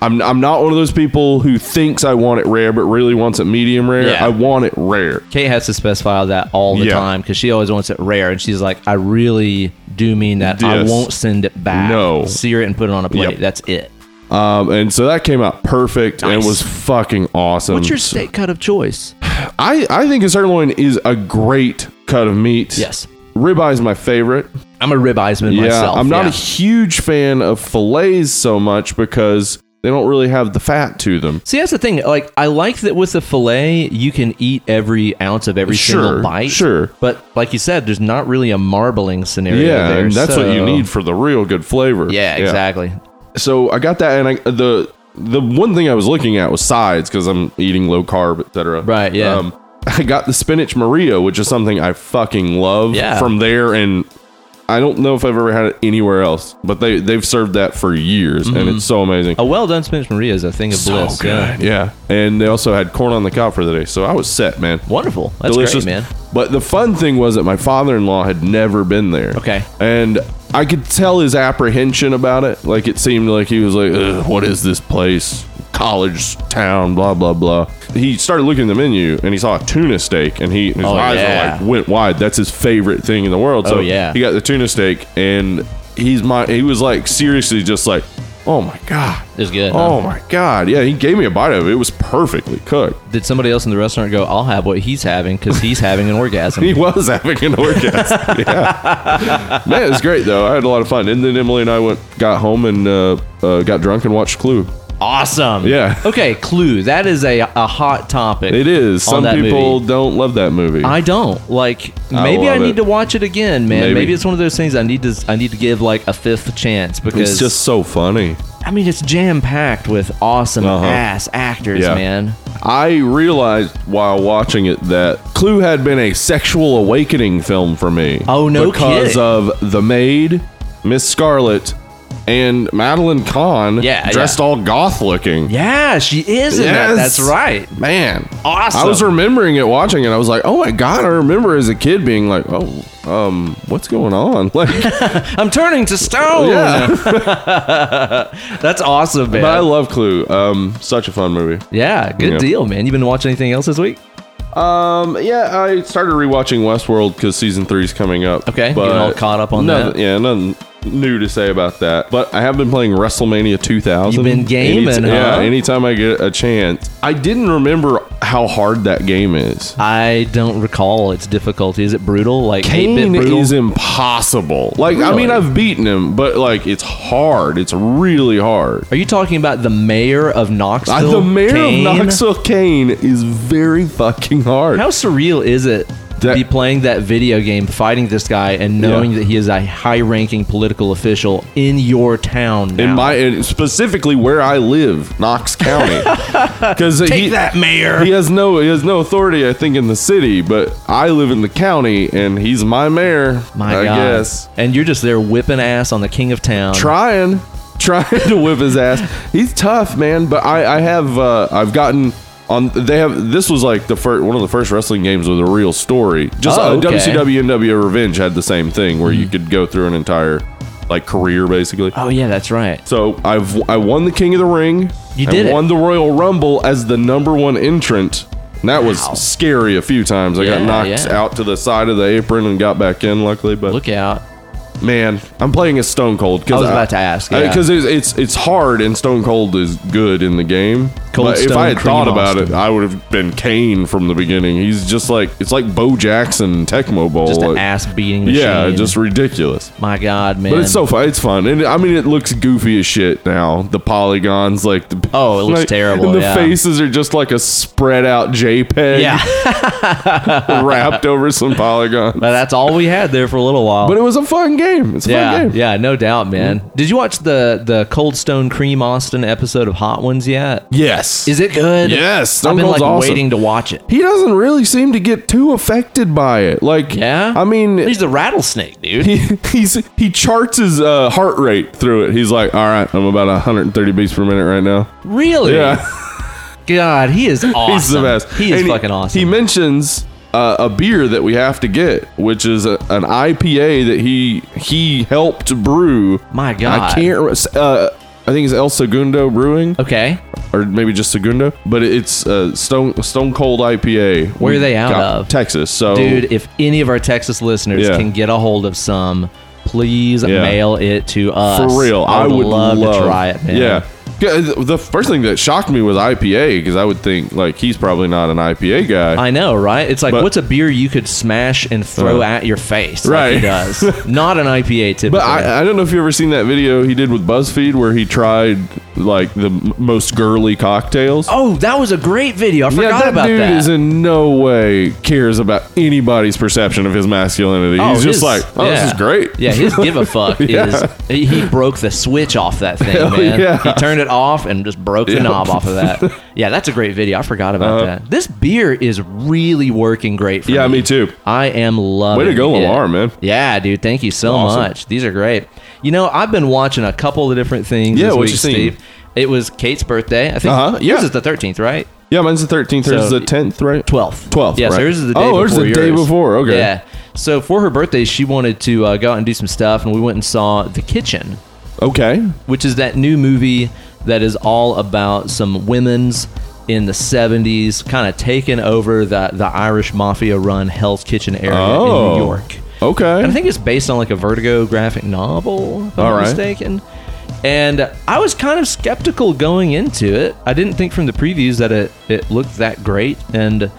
[SPEAKER 2] I'm I'm not one of those people who thinks I want it rare, but really wants it medium rare.
[SPEAKER 1] Yeah.
[SPEAKER 2] I want it rare.
[SPEAKER 1] Kate has to specify that all the
[SPEAKER 2] Yeah.
[SPEAKER 1] time because she always wants it rare, and she's like, "I really do mean that. I
[SPEAKER 2] Yes.
[SPEAKER 1] won't send it back.
[SPEAKER 2] No.
[SPEAKER 1] sear it and put it on a plate.
[SPEAKER 2] Yep.
[SPEAKER 1] That's it.
[SPEAKER 2] Um, and so that came out perfect and
[SPEAKER 1] Nice.
[SPEAKER 2] it was fucking awesome.
[SPEAKER 1] What's your steak cut of choice?
[SPEAKER 2] I I think a sirloin is a great cut of meat.
[SPEAKER 1] Yes,
[SPEAKER 2] Ribeye is my favorite.
[SPEAKER 1] I'm a ribeyesman
[SPEAKER 2] Yeah,
[SPEAKER 1] myself.
[SPEAKER 2] I'm not
[SPEAKER 1] yeah.
[SPEAKER 2] a huge fan of fillets so much because they don't really have the fat to them.
[SPEAKER 1] See, that's the thing. Like, I like that with the fillet, you can eat every ounce of every single
[SPEAKER 2] Sure,
[SPEAKER 1] bite.
[SPEAKER 2] sure.
[SPEAKER 1] But like you said, there's not really a marbling scenario.
[SPEAKER 2] Yeah,
[SPEAKER 1] there,
[SPEAKER 2] and that's what you
[SPEAKER 1] so-
[SPEAKER 2] need for the real good flavor.
[SPEAKER 1] Yeah, exactly.
[SPEAKER 2] So I got that, and I the the one thing I was looking at was sides because I'm eating low carb, etc.
[SPEAKER 1] Right, yeah.
[SPEAKER 2] I got the spinach Maria, which is something I fucking love.
[SPEAKER 1] Yeah.
[SPEAKER 2] From there, and I don't know if I've ever had it anywhere else, but they they've served that for years,
[SPEAKER 1] Mm-hmm.
[SPEAKER 2] and it's so amazing.
[SPEAKER 1] A well done spinach Maria is a thing of bliss. yeah.
[SPEAKER 2] Yeah. And they also had corn on the cob for the day, so I was set, man.
[SPEAKER 1] Wonderful. That's
[SPEAKER 2] delicious,
[SPEAKER 1] great, man.
[SPEAKER 2] But the fun thing was that my father-in-law had never been there.
[SPEAKER 1] Okay.
[SPEAKER 2] and I could tell his apprehension about it. Like it seemed like he was like, Ugh, "What is this place? College town? Blah blah blah." He started looking at the menu and he saw a tuna steak, and he his
[SPEAKER 1] Oh,
[SPEAKER 2] eyes
[SPEAKER 1] yeah.
[SPEAKER 2] were like went wide. That's his favorite thing in the world. So
[SPEAKER 1] Oh, yeah.
[SPEAKER 2] he got the tuna steak, and he's my he was like seriously just like, "Oh my god."
[SPEAKER 1] It's good. huh?
[SPEAKER 2] Oh my god! Yeah, he gave me a bite of it. It was perfectly cooked.
[SPEAKER 1] Did somebody else in the restaurant go, I'll have what he's having because he's having an orgasm?
[SPEAKER 2] He was having an orgasm. yeah. Man, it was great though. I had a lot of fun. And then Emily and I went, got home and uh, uh, got drunk and watched Clue.
[SPEAKER 1] Awesome.
[SPEAKER 2] Yeah.
[SPEAKER 1] Okay, Clue. That is a, a hot topic.
[SPEAKER 2] It is.
[SPEAKER 1] on
[SPEAKER 2] Some
[SPEAKER 1] that
[SPEAKER 2] people
[SPEAKER 1] movie.
[SPEAKER 2] don't love that movie.
[SPEAKER 1] I don't like. Maybe I,
[SPEAKER 2] love
[SPEAKER 1] need
[SPEAKER 2] it.
[SPEAKER 1] to watch it again, man. Maybe.
[SPEAKER 2] Maybe.
[SPEAKER 1] it's one of those things I need to. I need to give like a fifth chance because
[SPEAKER 2] it's just so funny.
[SPEAKER 1] I mean, it's jam packed with awesome
[SPEAKER 2] Uh-huh.
[SPEAKER 1] ass actors,
[SPEAKER 2] Yeah.
[SPEAKER 1] man.
[SPEAKER 2] I realized while watching it that Clue had been a sexual awakening film for me.
[SPEAKER 1] Oh, no
[SPEAKER 2] Because
[SPEAKER 1] kidding.
[SPEAKER 2] of The Maid, Miss Scarlet, and Madeline Kahn
[SPEAKER 1] Yeah,
[SPEAKER 2] dressed
[SPEAKER 1] yeah.
[SPEAKER 2] all goth looking.
[SPEAKER 1] Yeah, she is. In that.
[SPEAKER 2] Yes.
[SPEAKER 1] That's right.
[SPEAKER 2] Man.
[SPEAKER 1] Awesome.
[SPEAKER 2] I was remembering it watching it. I was like, "Oh my god!" I remember as a kid being like, "Oh, um, what's going on?" Like,
[SPEAKER 1] I'm turning to stone.
[SPEAKER 2] Oh, yeah.
[SPEAKER 1] That's awesome, man.
[SPEAKER 2] but I love Clue. Um, such a fun movie.
[SPEAKER 1] yeah, good
[SPEAKER 2] Yeah.
[SPEAKER 1] deal, man. You been watching anything else this week?
[SPEAKER 2] Um, yeah, I started rewatching Westworld because season three's coming up.
[SPEAKER 1] Okay, getting all caught up on
[SPEAKER 2] nothing,
[SPEAKER 1] that.
[SPEAKER 2] Yeah, nothing new to say about that. But I have been playing WrestleMania 2000.
[SPEAKER 1] You've been gaming,
[SPEAKER 2] Anytime-
[SPEAKER 1] huh?
[SPEAKER 2] Yeah, anytime I get a chance. I didn't remember how hard that game is.
[SPEAKER 1] I don't recall its difficulty. Is it brutal? Like
[SPEAKER 2] Kane
[SPEAKER 1] 8-bit brutal?
[SPEAKER 2] is impossible. Like, I mean,
[SPEAKER 1] Really?
[SPEAKER 2] I've beaten him, but like, it's hard. It's really hard.
[SPEAKER 1] Are you talking about the mayor of Knoxville?
[SPEAKER 2] Uh, the mayor
[SPEAKER 1] Kane?
[SPEAKER 2] of Knoxville, Kane, is very fucking hard.
[SPEAKER 1] How surreal is it
[SPEAKER 2] That-
[SPEAKER 1] be playing that video game, fighting this guy, and knowing that he is a high-ranking political official in your town. Now.
[SPEAKER 2] in my in specifically where I live, Knox County, because
[SPEAKER 1] take
[SPEAKER 2] he,
[SPEAKER 1] that, mayor.
[SPEAKER 2] he has no he has no authority, I think, in the city. But I live in the county, and he's my mayor.
[SPEAKER 1] my
[SPEAKER 2] I
[SPEAKER 1] God.
[SPEAKER 2] guess
[SPEAKER 1] And you're just there whipping ass on the king of town.
[SPEAKER 2] trying trying to whip his ass. He's tough, man. But I I have uh, I've gotten. On, they have this was like the first one of the first wrestling games with a real story. Just
[SPEAKER 1] Oh, okay. Mm.
[SPEAKER 2] uh, WCW NWO Revenge had the same thing where you could go through an entire like career basically.
[SPEAKER 1] oh yeah, that's right.
[SPEAKER 2] So I've I won the King of the Ring.
[SPEAKER 1] You
[SPEAKER 2] I
[SPEAKER 1] did it.
[SPEAKER 2] won the Royal Rumble as the number one entrant. And that
[SPEAKER 1] Wow.
[SPEAKER 2] was scary a few times. I
[SPEAKER 1] Yeah,
[SPEAKER 2] got knocked
[SPEAKER 1] yeah.
[SPEAKER 2] out to the side of the apron and got back in, luckily. But
[SPEAKER 1] Look out.
[SPEAKER 2] man, I'm playing as Stone Cold. Cause
[SPEAKER 1] I was about to ask, yeah.
[SPEAKER 2] Because it's, it's it's hard and Stone Cold is good in the game.
[SPEAKER 1] Cold
[SPEAKER 2] but if
[SPEAKER 1] Stone
[SPEAKER 2] I had
[SPEAKER 1] Cream
[SPEAKER 2] thought about
[SPEAKER 1] Austin.
[SPEAKER 2] it, I would have been Kane from the beginning. He's just like it's like Bo Jackson Tecmo Bowl.
[SPEAKER 1] Just an
[SPEAKER 2] Like,
[SPEAKER 1] ass beating machine.
[SPEAKER 2] yeah, just ridiculous.
[SPEAKER 1] my God, man.
[SPEAKER 2] But it's so fun. It's fun, and I mean, it looks goofy as shit now. The polygons, like the
[SPEAKER 1] Oh, it looks
[SPEAKER 2] like-
[SPEAKER 1] terrible,
[SPEAKER 2] And the
[SPEAKER 1] yeah.
[SPEAKER 2] faces are just like a spread out JPEG
[SPEAKER 1] yeah.
[SPEAKER 2] wrapped over some polygons.
[SPEAKER 1] But that's all we had there for a little while.
[SPEAKER 2] But it was a fun game. It's a
[SPEAKER 1] yeah,
[SPEAKER 2] fun game.
[SPEAKER 1] yeah, no doubt, man. Did you watch the the Cold Stone Cream Austin episode of Hot Ones yet?
[SPEAKER 2] Yes.
[SPEAKER 1] Is it good?
[SPEAKER 2] Yes, Stone
[SPEAKER 1] I've been
[SPEAKER 2] Cold's
[SPEAKER 1] like
[SPEAKER 2] awesome.
[SPEAKER 1] waiting to watch it.
[SPEAKER 2] he doesn't really seem to get too affected by it. Like,
[SPEAKER 1] Yeah,
[SPEAKER 2] I mean,
[SPEAKER 1] he's the rattlesnake, dude.
[SPEAKER 2] he he's he charts his uh, heart rate through it. He's like, all right, I'm about 130 beats per minute right now.
[SPEAKER 1] really?
[SPEAKER 2] Yeah.
[SPEAKER 1] God, he is awesome.
[SPEAKER 2] He's the best.
[SPEAKER 1] He is
[SPEAKER 2] And
[SPEAKER 1] fucking awesome.
[SPEAKER 2] He mentions uh, a beer that we have to get, which is a, an IPA that he he helped brew.
[SPEAKER 1] My God.
[SPEAKER 2] I can't. re- Uh, I think it's El Segundo Brewing,
[SPEAKER 1] okay,
[SPEAKER 2] or maybe just Segundo, but it's uh, Stone Stone Cold IPA.
[SPEAKER 1] Where are they
[SPEAKER 2] We
[SPEAKER 1] out
[SPEAKER 2] got
[SPEAKER 1] of?
[SPEAKER 2] Texas. So
[SPEAKER 1] dude. If any of our Texas listeners
[SPEAKER 2] Oh. Yeah.
[SPEAKER 1] can get a hold of some, please
[SPEAKER 2] Yeah.
[SPEAKER 1] mail it to us.
[SPEAKER 2] for real, I, would love,
[SPEAKER 1] to try it, man.
[SPEAKER 2] Yeah. Yeah, uh, th- The first thing that shocked me was IPA because I would think like he's probably not an IPA guy.
[SPEAKER 1] I know, right? It's like,
[SPEAKER 2] But-
[SPEAKER 1] what's a beer you could smash and throw
[SPEAKER 2] Uh,
[SPEAKER 1] at your face? Like he
[SPEAKER 2] right.
[SPEAKER 1] does. Not an IPA typically.
[SPEAKER 2] But I, I don't know if you've ever seen that video he did with BuzzFeed where he tried like the m- most girly cocktails.
[SPEAKER 1] oh, that was a great video. I forgot
[SPEAKER 2] that
[SPEAKER 1] about
[SPEAKER 2] dude
[SPEAKER 1] that.
[SPEAKER 2] is in no way cares about anybody's perception of his masculinity.
[SPEAKER 1] Oh,
[SPEAKER 2] He's just
[SPEAKER 1] his-
[SPEAKER 2] like, oh,
[SPEAKER 1] yeah.
[SPEAKER 2] this is great.
[SPEAKER 1] Yeah, his give a fuck is he, he broke the switch off that thing,
[SPEAKER 2] Hell
[SPEAKER 1] man.
[SPEAKER 2] yeah.
[SPEAKER 1] He turned it off and just broke the
[SPEAKER 2] Yeah. Uh,
[SPEAKER 1] knob off of that. Yeah, that's a great video. I forgot about that. This beer is really working great for
[SPEAKER 2] Yeah, me too.
[SPEAKER 1] I am loving
[SPEAKER 2] Way to go,
[SPEAKER 1] it.
[SPEAKER 2] Lamar, man.
[SPEAKER 1] Yeah, dude. Thank you so
[SPEAKER 2] Awesome.
[SPEAKER 1] much. These are great. You know, I've been watching a couple of different things.
[SPEAKER 2] Yeah,
[SPEAKER 1] this
[SPEAKER 2] what
[SPEAKER 1] week,
[SPEAKER 2] you seen?
[SPEAKER 1] Steve. It was Kate's birthday. I think
[SPEAKER 2] Uh-huh, yeah.
[SPEAKER 1] yours is the thirteenth, right?
[SPEAKER 2] Yeah, mine's the 13th. Hers is
[SPEAKER 1] So-
[SPEAKER 2] the 10th, right?
[SPEAKER 1] 12th.
[SPEAKER 2] 12th,
[SPEAKER 1] Yeah, so
[SPEAKER 2] right.
[SPEAKER 1] hers is the day
[SPEAKER 2] Oh,
[SPEAKER 1] before.
[SPEAKER 2] hers is the day
[SPEAKER 1] yours.
[SPEAKER 2] before, okay.
[SPEAKER 1] Yeah. So for her birthday, she wanted to uh, go out and do some stuff, and we went and saw The Kitchen,
[SPEAKER 2] Okay.
[SPEAKER 1] which is that new movie that is all about some women's in the 70s kind of taking over the, the Irish mafia run Hell's Kitchen area in
[SPEAKER 2] Oh.
[SPEAKER 1] New York.
[SPEAKER 2] Okay.
[SPEAKER 1] And I think it's based on like a Vertigo graphic novel, if
[SPEAKER 2] All
[SPEAKER 1] I'm not
[SPEAKER 2] right.
[SPEAKER 1] mistaken. And I was kind of skeptical going into it. I didn't think from the previews that it, it looked that great. And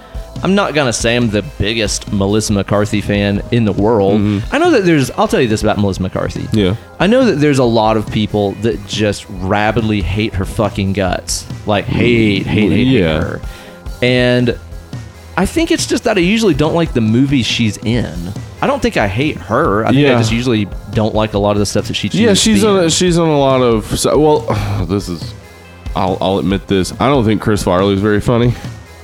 [SPEAKER 1] I'm not going to say I'm the biggest Melissa McCarthy fan in the world. I know that there's, I'll tell you this about Melissa McCarthy.
[SPEAKER 2] Mm-hmm. Yeah.
[SPEAKER 1] I know that there's a lot of people that just rabidly hate her fucking guts. Like, hate, hate, hate, hate
[SPEAKER 2] Yeah.
[SPEAKER 1] her. And I think it's just that I usually don't like the movies she's in. I don't think I hate her. I think I
[SPEAKER 2] Yeah.
[SPEAKER 1] just usually don't like a lot of the stuff that she chooses.
[SPEAKER 2] yeah,
[SPEAKER 1] to
[SPEAKER 2] she's
[SPEAKER 1] be
[SPEAKER 2] on
[SPEAKER 1] in.
[SPEAKER 2] a, she's on a lot of so- well, this is I'll, I'll admit this. I don't think Chris Farley's very funny,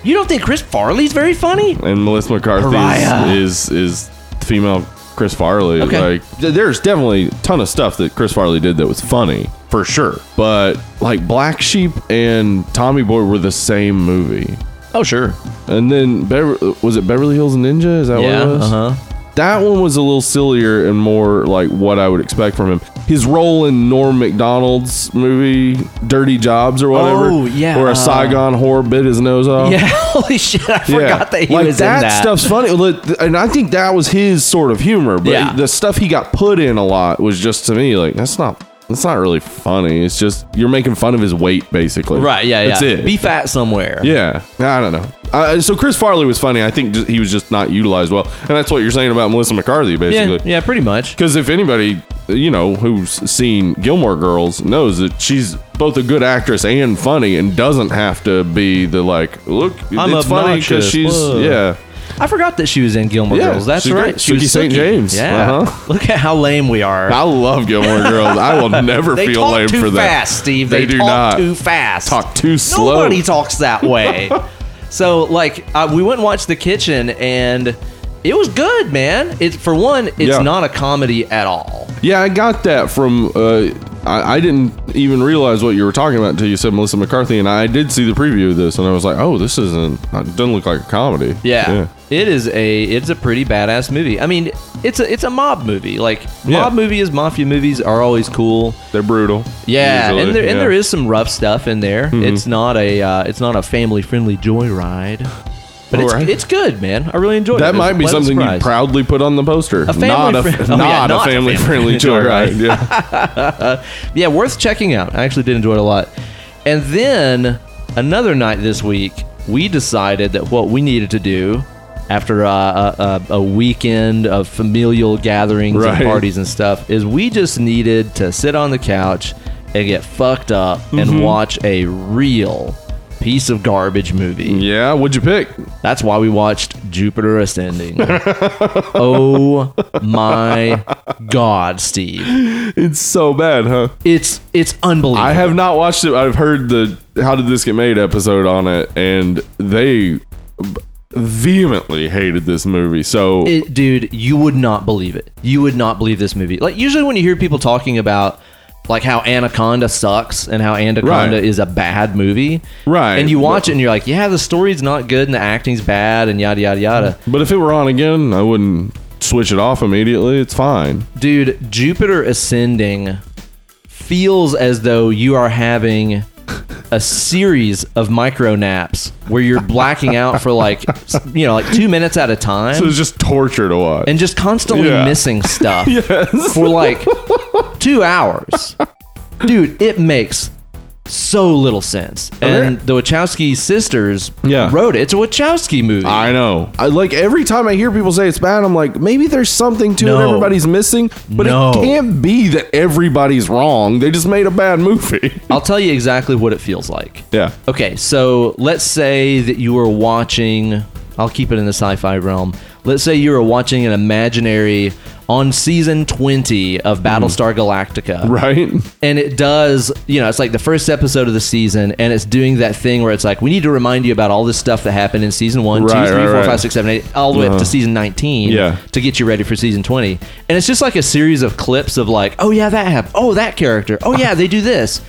[SPEAKER 1] You don't think Chris Farley's very funny?
[SPEAKER 2] and Melissa
[SPEAKER 1] Pariah.
[SPEAKER 2] McCarthy is, is is female Chris Farley.
[SPEAKER 1] Okay.
[SPEAKER 2] Like, th- there's definitely a ton of stuff that Chris Farley did that was funny for sure. But like Black Sheep and Tommy Boy were the same movie,
[SPEAKER 1] Oh sure.
[SPEAKER 2] and then Bever- was it Beverly Hills Ninja? Is that
[SPEAKER 1] Yeah.
[SPEAKER 2] what it was?
[SPEAKER 1] Uh huh.
[SPEAKER 2] That one was a little sillier and more like what I would expect from him. His role in Norm McDonald's movie Dirty Jobs or whatever,
[SPEAKER 1] Oh, yeah.
[SPEAKER 2] where a Saigon whore bit his nose off.
[SPEAKER 1] Yeah. Holy shit! I
[SPEAKER 2] Oh. Yeah.
[SPEAKER 1] forgot that he
[SPEAKER 2] like
[SPEAKER 1] was
[SPEAKER 2] that
[SPEAKER 1] in that.
[SPEAKER 2] stuff's funny, Look, th- and I think that was his sort of humor. But
[SPEAKER 1] Yeah.
[SPEAKER 2] the stuff he got put in a lot was just to me like that's not that's not really funny. It's just you're making fun of his weight basically.
[SPEAKER 1] Right. Yeah. Yeah.
[SPEAKER 2] That's it.
[SPEAKER 1] Be fat somewhere.
[SPEAKER 2] Yeah, I don't know. Uh, so Chris Farley was funny. I think just, he was just not utilized well, and that's what you're saying about Melissa McCarthy,
[SPEAKER 1] Yeah.
[SPEAKER 2] basically.
[SPEAKER 1] Yeah. Pretty much.
[SPEAKER 2] Because if anybody, you know, who's seen Gilmore Girls knows that she's both a good actress and funny and doesn't have to be the like, look,
[SPEAKER 1] I'm
[SPEAKER 2] it's funny
[SPEAKER 1] obnoxious,
[SPEAKER 2] she's,
[SPEAKER 1] whoa.
[SPEAKER 2] yeah.
[SPEAKER 1] I forgot that she was in Gilmore
[SPEAKER 2] Yeah,
[SPEAKER 1] Girls. That's
[SPEAKER 2] she's
[SPEAKER 1] right.
[SPEAKER 2] great.
[SPEAKER 1] She was
[SPEAKER 2] Sookie St.
[SPEAKER 1] Sookie.
[SPEAKER 2] James.
[SPEAKER 1] Yeah.
[SPEAKER 2] Uh-huh.
[SPEAKER 1] Look at how lame we are.
[SPEAKER 2] I love Gilmore Girls. I will never
[SPEAKER 1] they
[SPEAKER 2] feel
[SPEAKER 1] talk
[SPEAKER 2] lame
[SPEAKER 1] too
[SPEAKER 2] for that.
[SPEAKER 1] fast, Steve.
[SPEAKER 2] They
[SPEAKER 1] They,
[SPEAKER 2] do
[SPEAKER 1] talk
[SPEAKER 2] not.
[SPEAKER 1] too fast.
[SPEAKER 2] Talk too slow.
[SPEAKER 1] Nobody talks that way. so, like, uh, we went and watched The Kitchen, and it was good, man. It's for one, it's
[SPEAKER 2] Yeah.
[SPEAKER 1] not a comedy at all.
[SPEAKER 2] Yeah, I got that from. Uh, I, I didn't even realize what you were talking about until you said Melissa McCarthy, and I did see the preview of this, and I was like, "Oh, this isn't. It doesn't look like a comedy."
[SPEAKER 1] Yeah. It is a it's a pretty badass movie. I mean, it's a it's a mob movie. Like
[SPEAKER 2] Yeah.
[SPEAKER 1] mob movies, mafia movies are always cool.
[SPEAKER 2] they're brutal.
[SPEAKER 1] Yeah,
[SPEAKER 2] usually.
[SPEAKER 1] and there and
[SPEAKER 2] Yeah. Mm-hmm.
[SPEAKER 1] there is some rough stuff in there. It's not a uh, it's not a family friendly joyride, but it's,
[SPEAKER 2] Alright.
[SPEAKER 1] it's good, man. I really enjoyed it.
[SPEAKER 2] That
[SPEAKER 1] It was
[SPEAKER 2] might be
[SPEAKER 1] quite a
[SPEAKER 2] something you
[SPEAKER 1] surprise.
[SPEAKER 2] proudly put on the poster.
[SPEAKER 1] family
[SPEAKER 2] not a,
[SPEAKER 1] friend-
[SPEAKER 2] f-
[SPEAKER 1] oh, yeah,
[SPEAKER 2] not a
[SPEAKER 1] not a
[SPEAKER 2] family friendly
[SPEAKER 1] family- Right.
[SPEAKER 2] joyride. Yeah.
[SPEAKER 1] Yeah, worth checking out. I actually did enjoy it a lot. And then another night this week, we decided that what we needed to do after uh, a, a, a weekend of familial gatherings
[SPEAKER 2] Right.
[SPEAKER 1] and parties and stuff is we just needed to sit on the couch and get fucked up
[SPEAKER 2] Mm-hmm.
[SPEAKER 1] and watch a real piece of garbage movie.
[SPEAKER 2] yeah. What'd you pick?
[SPEAKER 1] That's why we watched Jupiter Ascending. oh my god, Steve.
[SPEAKER 2] It's so bad, huh?
[SPEAKER 1] It's it's unbelievable.
[SPEAKER 2] I have not watched it. I've heard the "How did this get made?" episode on it, and they vehemently hated this movie. So
[SPEAKER 1] it, dude, you would not believe it. You would not believe this movie. Like usually when you hear people talking about like how Anaconda sucks and how Anaconda
[SPEAKER 2] Right.
[SPEAKER 1] is a bad movie.
[SPEAKER 2] Right.
[SPEAKER 1] And you watch it and you're like, yeah, the story's not good and the acting's bad and yada yada yada.
[SPEAKER 2] But if it were on again, I wouldn't switch it off immediately. It's fine.
[SPEAKER 1] Dude, Jupiter ascending feels as though you are having a series of micro naps where you're blacking out for like s- you know, like 2 minutes at a time.
[SPEAKER 2] It was just torture to watch.
[SPEAKER 1] and just constantly
[SPEAKER 2] Yeah.
[SPEAKER 1] missing stuff for like two hours. Dude, it makes so little sense. And the Wachowski sisters
[SPEAKER 2] Oh, Yeah.
[SPEAKER 1] wrote it. It's a Wachowski movie.
[SPEAKER 2] I know. I, like every time I hear people say it's bad, I'm like, maybe there's something to
[SPEAKER 1] No.
[SPEAKER 2] it everybody's missing, but
[SPEAKER 1] No.
[SPEAKER 2] it can't be that everybody's wrong. They just made a bad movie.
[SPEAKER 1] I'll tell you exactly what it feels like.
[SPEAKER 2] Yeah.
[SPEAKER 1] Okay, so let's say that you were watching, I'll keep it in the sci fi realm. Let's say you were watching an imaginary on season 20 of
[SPEAKER 2] Mm-hmm.
[SPEAKER 1] Battlestar Galactica.
[SPEAKER 2] Right?
[SPEAKER 1] and it does you know it's like the first episode of the season and it's doing that thing where it's like we need to remind you about all this stuff that happened in season one, two, three,
[SPEAKER 2] Right,
[SPEAKER 1] four, five, six, seven, eight,
[SPEAKER 2] right, right.
[SPEAKER 1] all the way up
[SPEAKER 2] Uh-huh.
[SPEAKER 1] to season 19
[SPEAKER 2] Yeah.
[SPEAKER 1] to get you ready for season 20 and it's just like a series of clips of like oh yeah that happened oh that character oh yeah they do this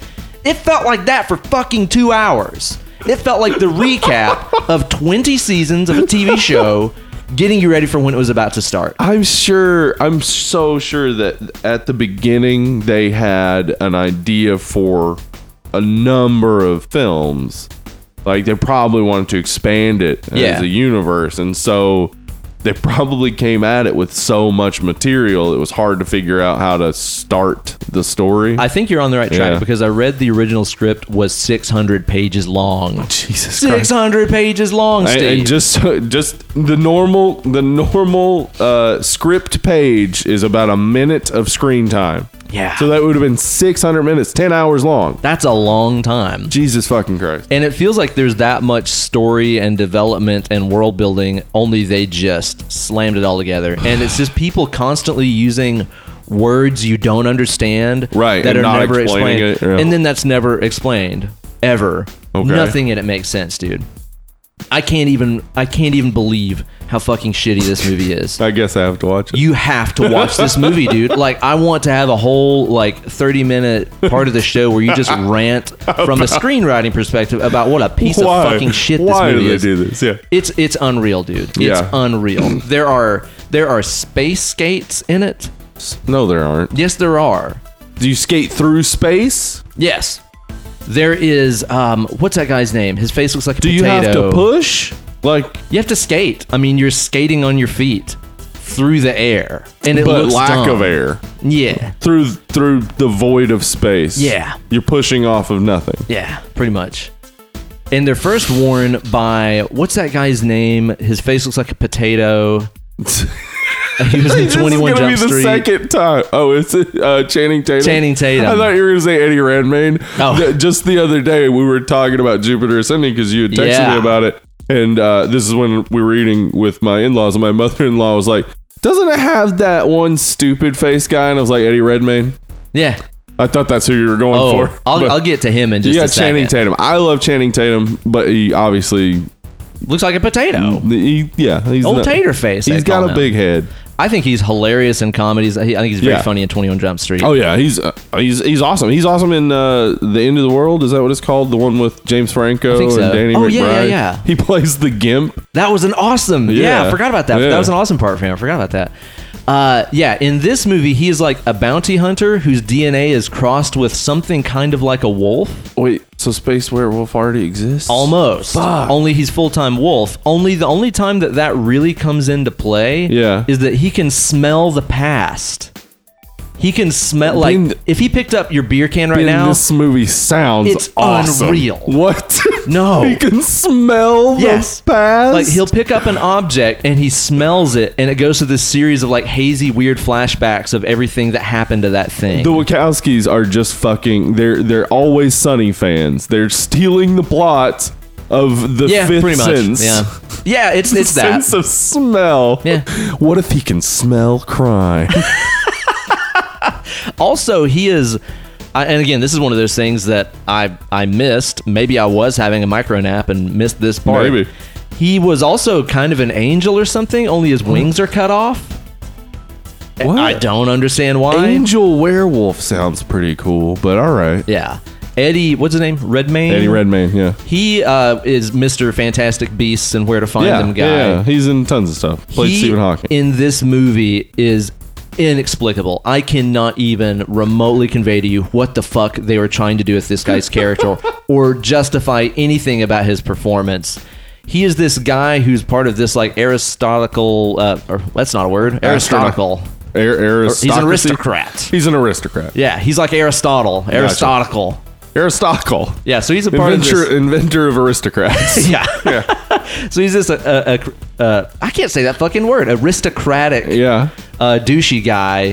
[SPEAKER 1] it felt like that for fucking two hours it felt like the recap of 20 seasons of a tv show getting you ready for when it was about to start
[SPEAKER 2] I'm sure, I'm so sure that at the beginning they had an idea for a number of films. Like they probably wanted to expand it
[SPEAKER 1] Yeah.
[SPEAKER 2] as a universe. And so they probably came at it with so much material, it was hard to figure out how to start the story.
[SPEAKER 1] I think you're on the right track
[SPEAKER 2] Yeah.
[SPEAKER 1] because I read the original script was 600 pages long.
[SPEAKER 2] Jesus
[SPEAKER 1] 600 pages long,
[SPEAKER 2] And,
[SPEAKER 1] Steve.
[SPEAKER 2] and just just the normal the normal uh, script page is about a minute of screen time.
[SPEAKER 1] Yeah.
[SPEAKER 2] So that would have been 600 minutes, 10 hours long.
[SPEAKER 1] That's a long time.
[SPEAKER 2] Jesus fucking Christ.
[SPEAKER 1] And it feels like there's that much story and development and world building, only they just slammed it all together. And it's just people constantly using words you don't understand
[SPEAKER 2] Right,
[SPEAKER 1] that
[SPEAKER 2] and
[SPEAKER 1] are
[SPEAKER 2] not
[SPEAKER 1] never
[SPEAKER 2] explaining
[SPEAKER 1] explained.
[SPEAKER 2] it, yeah.
[SPEAKER 1] And then that's never explained. Ever.
[SPEAKER 2] Okay.
[SPEAKER 1] Nothing in it makes sense, dude. I can't even I can't even believe how fucking shitty this movie is.
[SPEAKER 2] I guess I have to watch it.
[SPEAKER 1] you have to watch this movie, dude. Like, I want to have a whole like thirty minute part of the show where you just rant from a screenwriting perspective about what a piece
[SPEAKER 2] Why?
[SPEAKER 1] of fucking shit this
[SPEAKER 2] Why
[SPEAKER 1] movie
[SPEAKER 2] do they
[SPEAKER 1] is.
[SPEAKER 2] do this? Yeah.
[SPEAKER 1] It's it's unreal, dude. It's
[SPEAKER 2] Yeah.
[SPEAKER 1] unreal. There are there are space skates in it.
[SPEAKER 2] No, there aren't.
[SPEAKER 1] Yes, there are.
[SPEAKER 2] Do you skate through space?
[SPEAKER 1] Yes, there is. Um, what's that guy's name? His face looks like a
[SPEAKER 2] Do you
[SPEAKER 1] potato.
[SPEAKER 2] have to push? Like,
[SPEAKER 1] You have to skate. I mean, you're skating on your feet through the air, and it
[SPEAKER 2] but
[SPEAKER 1] looks
[SPEAKER 2] lack
[SPEAKER 1] dumb.
[SPEAKER 2] of air.
[SPEAKER 1] Yeah.
[SPEAKER 2] Through through the void of space.
[SPEAKER 1] Yeah.
[SPEAKER 2] You're pushing off of nothing.
[SPEAKER 1] Yeah, pretty much. And they're first worn by what's that guy's name? His face looks like a potato. He was in
[SPEAKER 2] This is
[SPEAKER 1] Twenty One
[SPEAKER 2] gonna
[SPEAKER 1] Jump
[SPEAKER 2] be the
[SPEAKER 1] Street.
[SPEAKER 2] second time. Oh, it's uh, Channing Tatum.
[SPEAKER 1] Channing Tatum.
[SPEAKER 2] I thought you were going to say Eddie Redmayne.
[SPEAKER 1] Oh.
[SPEAKER 2] Th- just the other day, we were talking about Jupiter Ascending because you had texted
[SPEAKER 1] Yeah.
[SPEAKER 2] me about it, And uh, this is when we were eating with my in laws, and my mother in law was like, Doesn't it have that one stupid face guy? And I was like, Eddie Redmayne?
[SPEAKER 1] Yeah.
[SPEAKER 2] I thought that's who you were going
[SPEAKER 1] Oh,
[SPEAKER 2] for.
[SPEAKER 1] I'll,
[SPEAKER 2] But
[SPEAKER 1] I'll get to him in
[SPEAKER 2] you
[SPEAKER 1] just
[SPEAKER 2] got
[SPEAKER 1] a second.
[SPEAKER 2] Channing Tatum. I love Channing Tatum, but he obviously,
[SPEAKER 1] Looks like a potato.
[SPEAKER 2] he, yeah, he's
[SPEAKER 1] Oh. Old
[SPEAKER 2] not-
[SPEAKER 1] tater face.
[SPEAKER 2] Mm. He's
[SPEAKER 1] they
[SPEAKER 2] got
[SPEAKER 1] call
[SPEAKER 2] a
[SPEAKER 1] him.
[SPEAKER 2] big head.
[SPEAKER 1] I think he's hilarious in comedies. I I think he's very
[SPEAKER 2] Yeah.
[SPEAKER 1] funny in Twenty One Jump Street.
[SPEAKER 2] Oh yeah, he's uh, he's he's awesome. He's awesome in uh, the end of the world. Is that what it's called? The one with James Franco
[SPEAKER 1] think so.
[SPEAKER 2] and Danny
[SPEAKER 1] Oh,
[SPEAKER 2] McBride.
[SPEAKER 1] yeah, yeah, yeah.
[SPEAKER 2] He plays the gimp.
[SPEAKER 1] That was an awesome. Yeah,
[SPEAKER 2] Yeah.
[SPEAKER 1] I forgot about that.
[SPEAKER 2] Yeah.
[SPEAKER 1] That was an awesome part for him. I forgot about that. Uh, yeah, in this movie, he is like a bounty hunter whose DNA is crossed with something kind of like a wolf,
[SPEAKER 2] Wait, so Space Werewolf already exists?
[SPEAKER 1] almost.
[SPEAKER 2] Fuck.
[SPEAKER 1] Only he's full time wolf. Only the only time that that really comes into play
[SPEAKER 2] Yeah.
[SPEAKER 1] is that he can smell the past. He can smell like
[SPEAKER 2] Being-
[SPEAKER 1] if he picked up your beer can right
[SPEAKER 2] And
[SPEAKER 1] now.
[SPEAKER 2] this movie sounds
[SPEAKER 1] It's
[SPEAKER 2] awesome.
[SPEAKER 1] unreal.
[SPEAKER 2] What?
[SPEAKER 1] No.
[SPEAKER 2] he can smell
[SPEAKER 1] Yes.
[SPEAKER 2] the past.
[SPEAKER 1] Like he'll pick up an object and he smells it, and it goes to this series of like hazy, weird flashbacks of everything that happened to that thing.
[SPEAKER 2] The Wachowskis are just fucking. They're they're always Sunny fans. They're stealing the plot of the
[SPEAKER 1] yeah,
[SPEAKER 2] fifth
[SPEAKER 1] pretty much.
[SPEAKER 2] sense.
[SPEAKER 1] Yeah, yeah, it's it's that.
[SPEAKER 2] sense of smell.
[SPEAKER 1] Yeah.
[SPEAKER 2] What if he can smell crime?
[SPEAKER 1] Also, he is, I, and again, this is one of those things that I I missed. Maybe I was having a micro nap and missed this part.
[SPEAKER 2] Maybe.
[SPEAKER 1] he was also kind of an angel or something. Only his
[SPEAKER 2] Mm-hmm.
[SPEAKER 1] wings are cut off.
[SPEAKER 2] What?
[SPEAKER 1] I don't understand why.
[SPEAKER 2] Angel werewolf sounds pretty cool, but all right.
[SPEAKER 1] Yeah, Eddie, what's his name? Redmayne.
[SPEAKER 2] Eddie Redmayne, yeah.
[SPEAKER 1] He uh, is Mr. Fantastic Beasts and Where to Find
[SPEAKER 2] Yeah,
[SPEAKER 1] Them guy.
[SPEAKER 2] yeah, he's in tons of stuff. Played
[SPEAKER 1] He,
[SPEAKER 2] Stephen Hawking.
[SPEAKER 1] in this movie is inexplicable. I cannot even remotely convey to you what the fuck they were trying to do with this guy's character or justify anything about his performance. He is this guy who's part of this like aristocratical, uh, or that's not a word, aristocratical.
[SPEAKER 2] Ar- aristocracy?
[SPEAKER 1] He's an aristocrat.
[SPEAKER 2] He's an aristocrat.
[SPEAKER 1] Yeah, he's like Aristotle, aristocratical.
[SPEAKER 2] Aristotle.
[SPEAKER 1] Yeah, so he's a part
[SPEAKER 2] Inventor,
[SPEAKER 1] of this.
[SPEAKER 2] inventor of aristocrats.
[SPEAKER 1] Yeah. so he's this, uh, uh, uh, I can't say that fucking word, aristocratic
[SPEAKER 2] yeah.
[SPEAKER 1] uh, douchey guy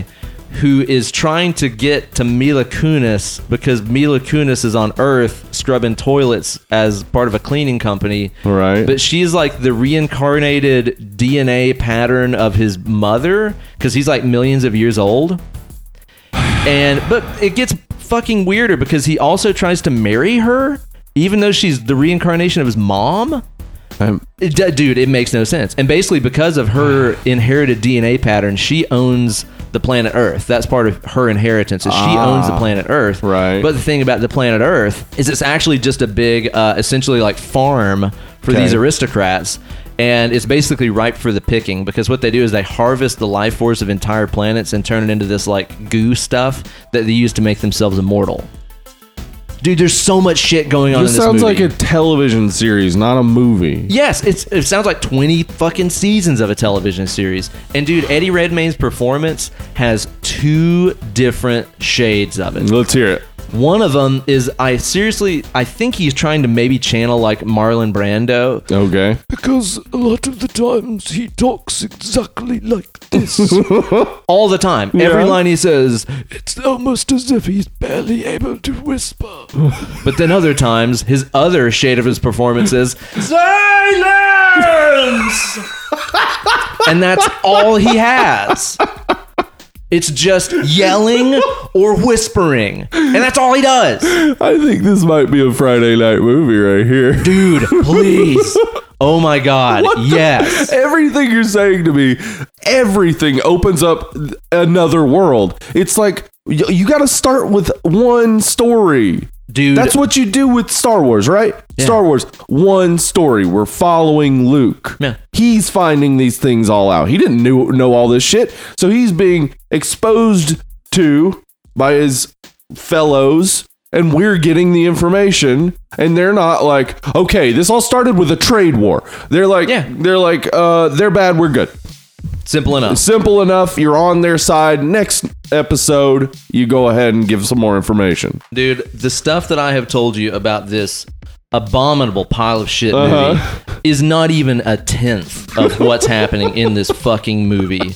[SPEAKER 1] who is trying to get to Mila Kunis because Mila Kunis is on Earth scrubbing toilets as part of a cleaning company.
[SPEAKER 2] Right.
[SPEAKER 1] But she's like the reincarnated DNA pattern of his mother because he's like millions of years old. And but it gets fucking weirder because he also tries to marry her even though she's the reincarnation of his mom.
[SPEAKER 2] I'm-
[SPEAKER 1] It, d- dude, it makes no sense. And basically, because of her inherited DNA pattern, she owns the planet Earth. That's part of her inheritance. Is she owns the planet Earth.
[SPEAKER 2] Ah, right.
[SPEAKER 1] But the thing about the planet Earth is it's actually just a big, uh, essentially like farm for
[SPEAKER 2] Okay.
[SPEAKER 1] these aristocrats. And it's basically ripe for the picking because what they do is they harvest the life force of entire planets and turn it into this like goo stuff that they use to make themselves immortal. Dude, there's so much shit going on
[SPEAKER 2] this
[SPEAKER 1] in this
[SPEAKER 2] sounds
[SPEAKER 1] movie.
[SPEAKER 2] like a television series, not a movie.
[SPEAKER 1] Yes, it's, it sounds like 20 fucking seasons of a television series. And dude, Eddie Redmayne's performance has two different shades of it.
[SPEAKER 2] Let's hear it.
[SPEAKER 1] One of them is I seriously I think he's trying to maybe channel like Marlon Brando.
[SPEAKER 2] Okay.
[SPEAKER 3] because a lot of the times he talks exactly like this.
[SPEAKER 1] All the time. Every
[SPEAKER 2] Yeah.
[SPEAKER 1] line he says,
[SPEAKER 3] it's almost as if he's barely able to whisper.
[SPEAKER 1] but then other times his other shade of his performance is silence. and that's all he has. It's just yelling or whispering. And that's all he does.
[SPEAKER 2] I think this might be a Friday night movie right here.
[SPEAKER 1] Dude, please. Oh my god.
[SPEAKER 2] What the-
[SPEAKER 1] yes.
[SPEAKER 2] Everything you're saying to me, everything opens up another world. It's like you, you got to start with one story.
[SPEAKER 1] Dude.
[SPEAKER 2] That's what you do with Star Wars, right? Star Wars, one story. We're following Luke.
[SPEAKER 1] Yeah.
[SPEAKER 2] He's finding these things all out. He didn't knew, know all this shit. So he's being exposed to by his fellows, and we're getting the information. And they're not like, okay, this all started with a trade war. They're like,
[SPEAKER 1] Yeah.
[SPEAKER 2] they're like, uh, they're bad, we're good.
[SPEAKER 1] simple enough.
[SPEAKER 2] Simple enough. You're on their side. Next episode, you go ahead and give some more information.
[SPEAKER 1] Dude, the stuff that I have told you about this abominable pile of shit
[SPEAKER 2] Uh-huh.
[SPEAKER 1] movie is not even a tenth of what's happening in this fucking movie.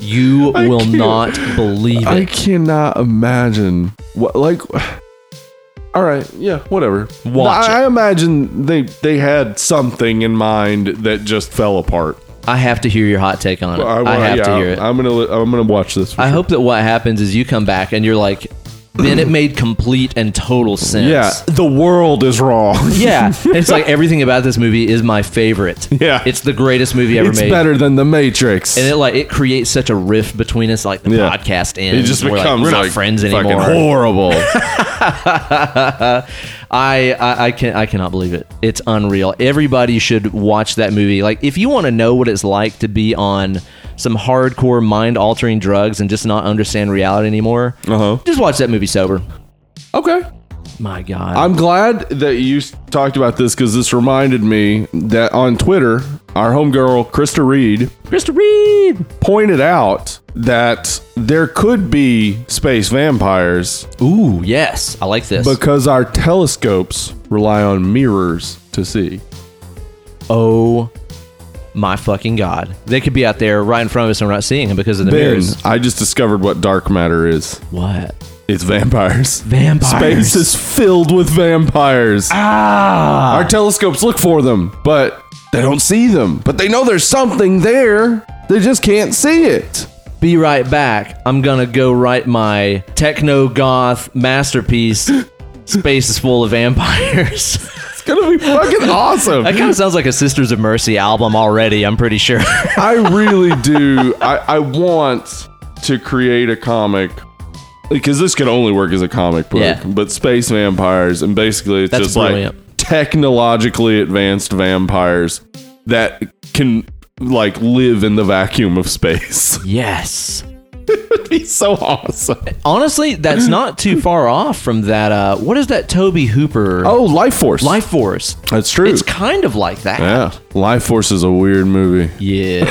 [SPEAKER 1] You will
[SPEAKER 2] can't-
[SPEAKER 1] not believe it.
[SPEAKER 2] I cannot imagine what like All right, yeah, whatever.
[SPEAKER 1] Watch
[SPEAKER 2] I, I imagine they they had something in mind that just fell apart.
[SPEAKER 1] I have to hear your hot take on it.
[SPEAKER 2] I,
[SPEAKER 1] I have to
[SPEAKER 2] yeah,
[SPEAKER 1] hear it.
[SPEAKER 2] I'm gonna li- I'm gonna watch this. for
[SPEAKER 1] I
[SPEAKER 2] sure.
[SPEAKER 1] hope that what happens is you come back and you're like, then it made complete and total sense.
[SPEAKER 2] Yeah, the world is wrong.
[SPEAKER 1] Yeah. it's like everything about this movie is my favorite.
[SPEAKER 2] Yeah.
[SPEAKER 1] It's the greatest movie ever
[SPEAKER 2] it's
[SPEAKER 1] made.
[SPEAKER 2] better than the Matrix.
[SPEAKER 1] And it like it creates such a rift between us, like the
[SPEAKER 2] Yeah.
[SPEAKER 1] podcast ends.
[SPEAKER 2] It just
[SPEAKER 1] we're
[SPEAKER 2] becomes
[SPEAKER 1] like, we're not
[SPEAKER 2] like,
[SPEAKER 1] friends
[SPEAKER 2] fucking
[SPEAKER 1] anymore.
[SPEAKER 2] Horrible.
[SPEAKER 1] I, I I can I cannot believe it. It's unreal. Everybody should watch that movie. Like if you want to know what it's like to be on some hardcore mind altering drugs and just not understand reality anymore,
[SPEAKER 2] Uh-huh.
[SPEAKER 1] just watch that movie sober.
[SPEAKER 2] okay,
[SPEAKER 1] My God.
[SPEAKER 2] I'm glad that you s- talked about this because this reminded me that on Twitter, our homegirl Krista Reed
[SPEAKER 1] Mr. Reed.
[SPEAKER 2] pointed out that there could be space vampires
[SPEAKER 1] Ooh, yes. I like this.
[SPEAKER 2] because our telescopes rely on mirrors to see.
[SPEAKER 1] oh my fucking God. They could be out there right in front of us and we're not seeing them because of the
[SPEAKER 2] Ben,
[SPEAKER 1] mirrors.
[SPEAKER 2] I just discovered what dark matter is.
[SPEAKER 1] What?
[SPEAKER 2] It's vampires.
[SPEAKER 1] Vampires.
[SPEAKER 2] Space is filled with vampires.
[SPEAKER 1] Ah.
[SPEAKER 2] Our telescopes look for them, but they don't see them. But they know there's something there. They just can't see it.
[SPEAKER 1] Be right back. I'm gonna go write my techno goth masterpiece. Space is full of vampires.
[SPEAKER 2] It's gonna be fucking awesome.
[SPEAKER 1] that kind of sounds like a Sisters of Mercy album already. I'm pretty sure.
[SPEAKER 2] I really do. I, I want to create a comic because this could only work as a comic book.
[SPEAKER 1] Yeah.
[SPEAKER 2] But space vampires, and basically it's
[SPEAKER 1] That's
[SPEAKER 2] just like
[SPEAKER 1] brilliant.
[SPEAKER 2] technologically advanced vampires that can like live in the vacuum of space.
[SPEAKER 1] yes.
[SPEAKER 2] It'd be so awesome.
[SPEAKER 1] Honestly, that's not too far off from that. Uh, what is that? Toby Hooper.
[SPEAKER 2] Oh, Life Force.
[SPEAKER 1] Life Force.
[SPEAKER 2] That's true.
[SPEAKER 1] It's kind of like that.
[SPEAKER 2] yeah, Life Force is a weird movie.
[SPEAKER 1] Yeah,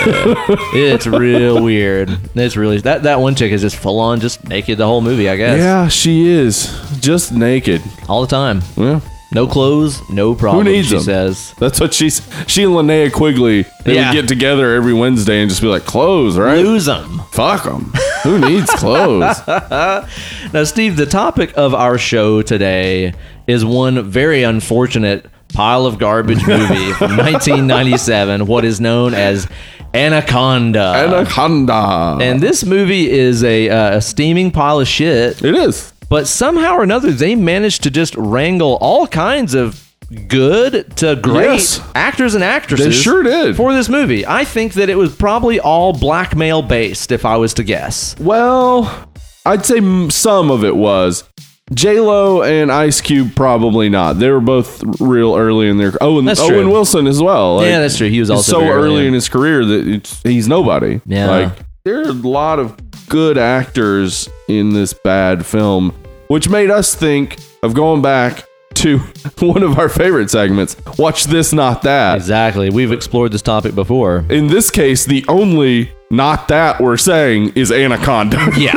[SPEAKER 1] it's real weird. It's really that that one chick is just full on, just naked the whole movie. I guess.
[SPEAKER 2] Yeah, she is just naked.
[SPEAKER 1] All the time.
[SPEAKER 2] Yeah.
[SPEAKER 1] No clothes, no problem.
[SPEAKER 2] needs
[SPEAKER 1] she
[SPEAKER 2] them?
[SPEAKER 1] says.
[SPEAKER 2] That's what she's. She and Linnea Quigley, they
[SPEAKER 1] Yeah.
[SPEAKER 2] would get together every Wednesday and just be like, clothes, right?
[SPEAKER 1] Lose them.
[SPEAKER 2] Fuck 'em. Who needs clothes?
[SPEAKER 1] Now, Steve, the topic of our show today is one very unfortunate pile of garbage movie from 1997, what is known as Anaconda.
[SPEAKER 2] Anaconda.
[SPEAKER 1] and this movie is a, uh, a steaming pile of shit,
[SPEAKER 2] it is.
[SPEAKER 1] but somehow or another, they managed to just wrangle all kinds of good to great
[SPEAKER 2] Yes.
[SPEAKER 1] actors and actresses.
[SPEAKER 2] They sure did.
[SPEAKER 1] For this movie, I think that it was probably all blackmail based, if I was to guess.
[SPEAKER 2] Well, I'd say m- some of it was. J Lo and Ice Cube probably not. They were both real early in their. Oh, and
[SPEAKER 1] That's
[SPEAKER 2] Owen
[SPEAKER 1] true.
[SPEAKER 2] Wilson as well. Like,
[SPEAKER 1] yeah, that's true. He was
[SPEAKER 2] He's
[SPEAKER 1] also
[SPEAKER 2] so
[SPEAKER 1] very
[SPEAKER 2] early
[SPEAKER 1] in.
[SPEAKER 2] in his career that it's, he's nobody.
[SPEAKER 1] Yeah.
[SPEAKER 2] Like there are a lot of good actors in this bad film, which made us think of going back to one of our favorite segments. Watch this, not that.
[SPEAKER 1] Exactly. We've explored this topic before.
[SPEAKER 2] In this case, the only not that we're saying is Anaconda.
[SPEAKER 1] Yeah.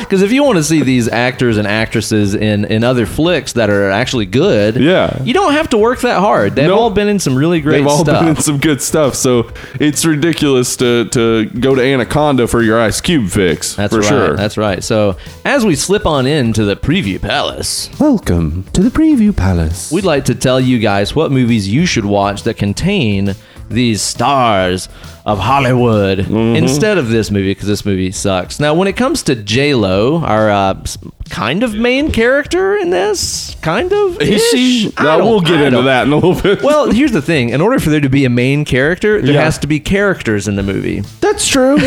[SPEAKER 1] Because if you want to see these actors and actresses in, in other flicks that are actually good,
[SPEAKER 2] Yeah.
[SPEAKER 1] you don't have to work that hard. They've
[SPEAKER 2] Nope.
[SPEAKER 1] all been in some really great
[SPEAKER 2] They've all
[SPEAKER 1] stuff.
[SPEAKER 2] been in some good stuff, so it's ridiculous to, to go to Anaconda for your Ice Cube fix.
[SPEAKER 1] That's
[SPEAKER 2] for
[SPEAKER 1] right.
[SPEAKER 2] sure.
[SPEAKER 1] That's right. So as we slip on into the preview palace,
[SPEAKER 2] Welcome to the Preview Palace.
[SPEAKER 1] we'd like to tell you guys what movies you should watch that contain these stars of Hollywood
[SPEAKER 2] Mm-hmm.
[SPEAKER 1] instead of this movie because this movie sucks. Now, when it comes to J Lo, our uh, s- kind of main character in this, kind of
[SPEAKER 2] Is she? Now, we'll get into that in a little bit.
[SPEAKER 1] Well, here's the thing. In order for there to be a main character, there
[SPEAKER 2] Yeah.
[SPEAKER 1] has to be characters in the movie.
[SPEAKER 2] that's true.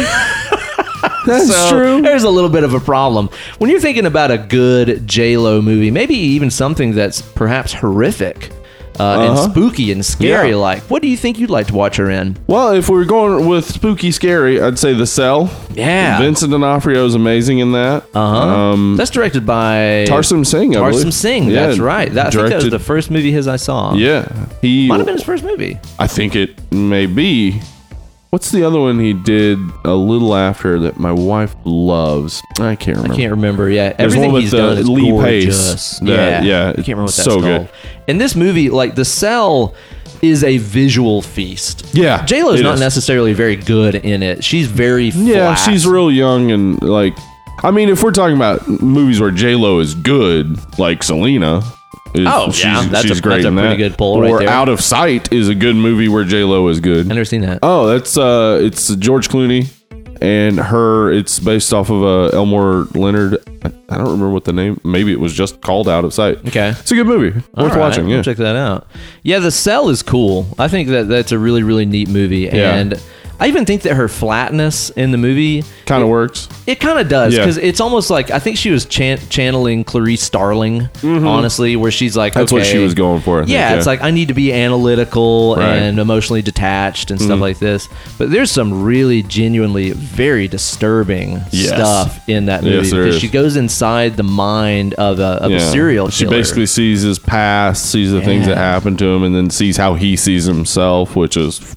[SPEAKER 2] that's
[SPEAKER 1] So there's a little bit of a problem. When you're thinking about a good J-Lo movie, maybe even something that's perhaps horrific uh, and spooky and scary
[SPEAKER 2] Uh-huh. Yeah.
[SPEAKER 1] like, what do you think you'd like to watch her in?
[SPEAKER 2] Well, if we're going with spooky scary, I'd say The Cell.
[SPEAKER 1] Yeah.
[SPEAKER 2] Vincent D'Onofrio is amazing in that.
[SPEAKER 1] Uh-huh. that's directed by
[SPEAKER 2] Mm. Tarsum Singh. I
[SPEAKER 1] Tarsum
[SPEAKER 2] believe.
[SPEAKER 1] Singh.
[SPEAKER 2] Yeah,
[SPEAKER 1] that's right. That, I think that was
[SPEAKER 2] directed-
[SPEAKER 1] the first movie his I saw.
[SPEAKER 2] Yeah, he.
[SPEAKER 1] Might have been his first movie.
[SPEAKER 2] I think it may be. What's the other one he did a little after that my wife loves? I can't remember.
[SPEAKER 1] Can't remember. Yeah,
[SPEAKER 2] There's
[SPEAKER 1] everything
[SPEAKER 2] one with
[SPEAKER 1] he's
[SPEAKER 2] the
[SPEAKER 1] done is
[SPEAKER 2] Lee Pace
[SPEAKER 1] gorgeous. yeah,
[SPEAKER 2] that- yeah,
[SPEAKER 1] I can't remember what that's
[SPEAKER 2] so
[SPEAKER 1] called.
[SPEAKER 2] good.
[SPEAKER 1] In this movie, like the cell is a visual feast.
[SPEAKER 2] Yeah,
[SPEAKER 1] J Lo's
[SPEAKER 2] it
[SPEAKER 1] not
[SPEAKER 2] is.
[SPEAKER 1] necessarily very good in it. She's very flat.
[SPEAKER 2] Yeah, she's real young and like I mean, if we're talking about movies where J Lo is good, like Selena, is,
[SPEAKER 1] Oh, yeah, that's a- that's a
[SPEAKER 2] in
[SPEAKER 1] pretty good pull
[SPEAKER 2] or
[SPEAKER 1] right there.
[SPEAKER 2] Out of Sight is a good movie where J Lo is good.
[SPEAKER 1] I've never seen that.
[SPEAKER 2] oh, that's uh, it's George Clooney and her. It's based off of uh, Elmore Leonard. I, I don't remember what the name. Maybe it was just called Out of Sight.
[SPEAKER 1] Okay.
[SPEAKER 2] it's a good movie, worth
[SPEAKER 1] All right,
[SPEAKER 2] watching.
[SPEAKER 1] I'll
[SPEAKER 2] Yeah,
[SPEAKER 1] check that out. Yeah, The Cell is cool. I think that that's a really really neat movie,
[SPEAKER 2] Yeah.
[SPEAKER 1] and I even think that her flatness in the movie
[SPEAKER 2] kind of works.
[SPEAKER 1] It kind of does
[SPEAKER 2] Yeah.
[SPEAKER 1] because it's almost like I think she was chan- channeling Clarice Starling, honestly, where she's like,
[SPEAKER 2] Mm-hmm. That's what
[SPEAKER 1] okay,
[SPEAKER 2] she was going for, I think,
[SPEAKER 1] yeah,
[SPEAKER 2] yeah.
[SPEAKER 1] it's like I need to be analytical
[SPEAKER 2] Right. Mm-hmm.
[SPEAKER 1] and emotionally detached and stuff like this. But there's some really genuinely very disturbing
[SPEAKER 2] Yes.
[SPEAKER 1] stuff in that movie
[SPEAKER 2] Yes, there
[SPEAKER 1] because
[SPEAKER 2] is.
[SPEAKER 1] she goes inside the mind of a, of a
[SPEAKER 2] Yeah.
[SPEAKER 1] serial
[SPEAKER 2] She
[SPEAKER 1] killer.
[SPEAKER 2] basically sees his past, sees the things
[SPEAKER 1] Yeah.
[SPEAKER 2] that happened to him, and then sees how he sees himself, which is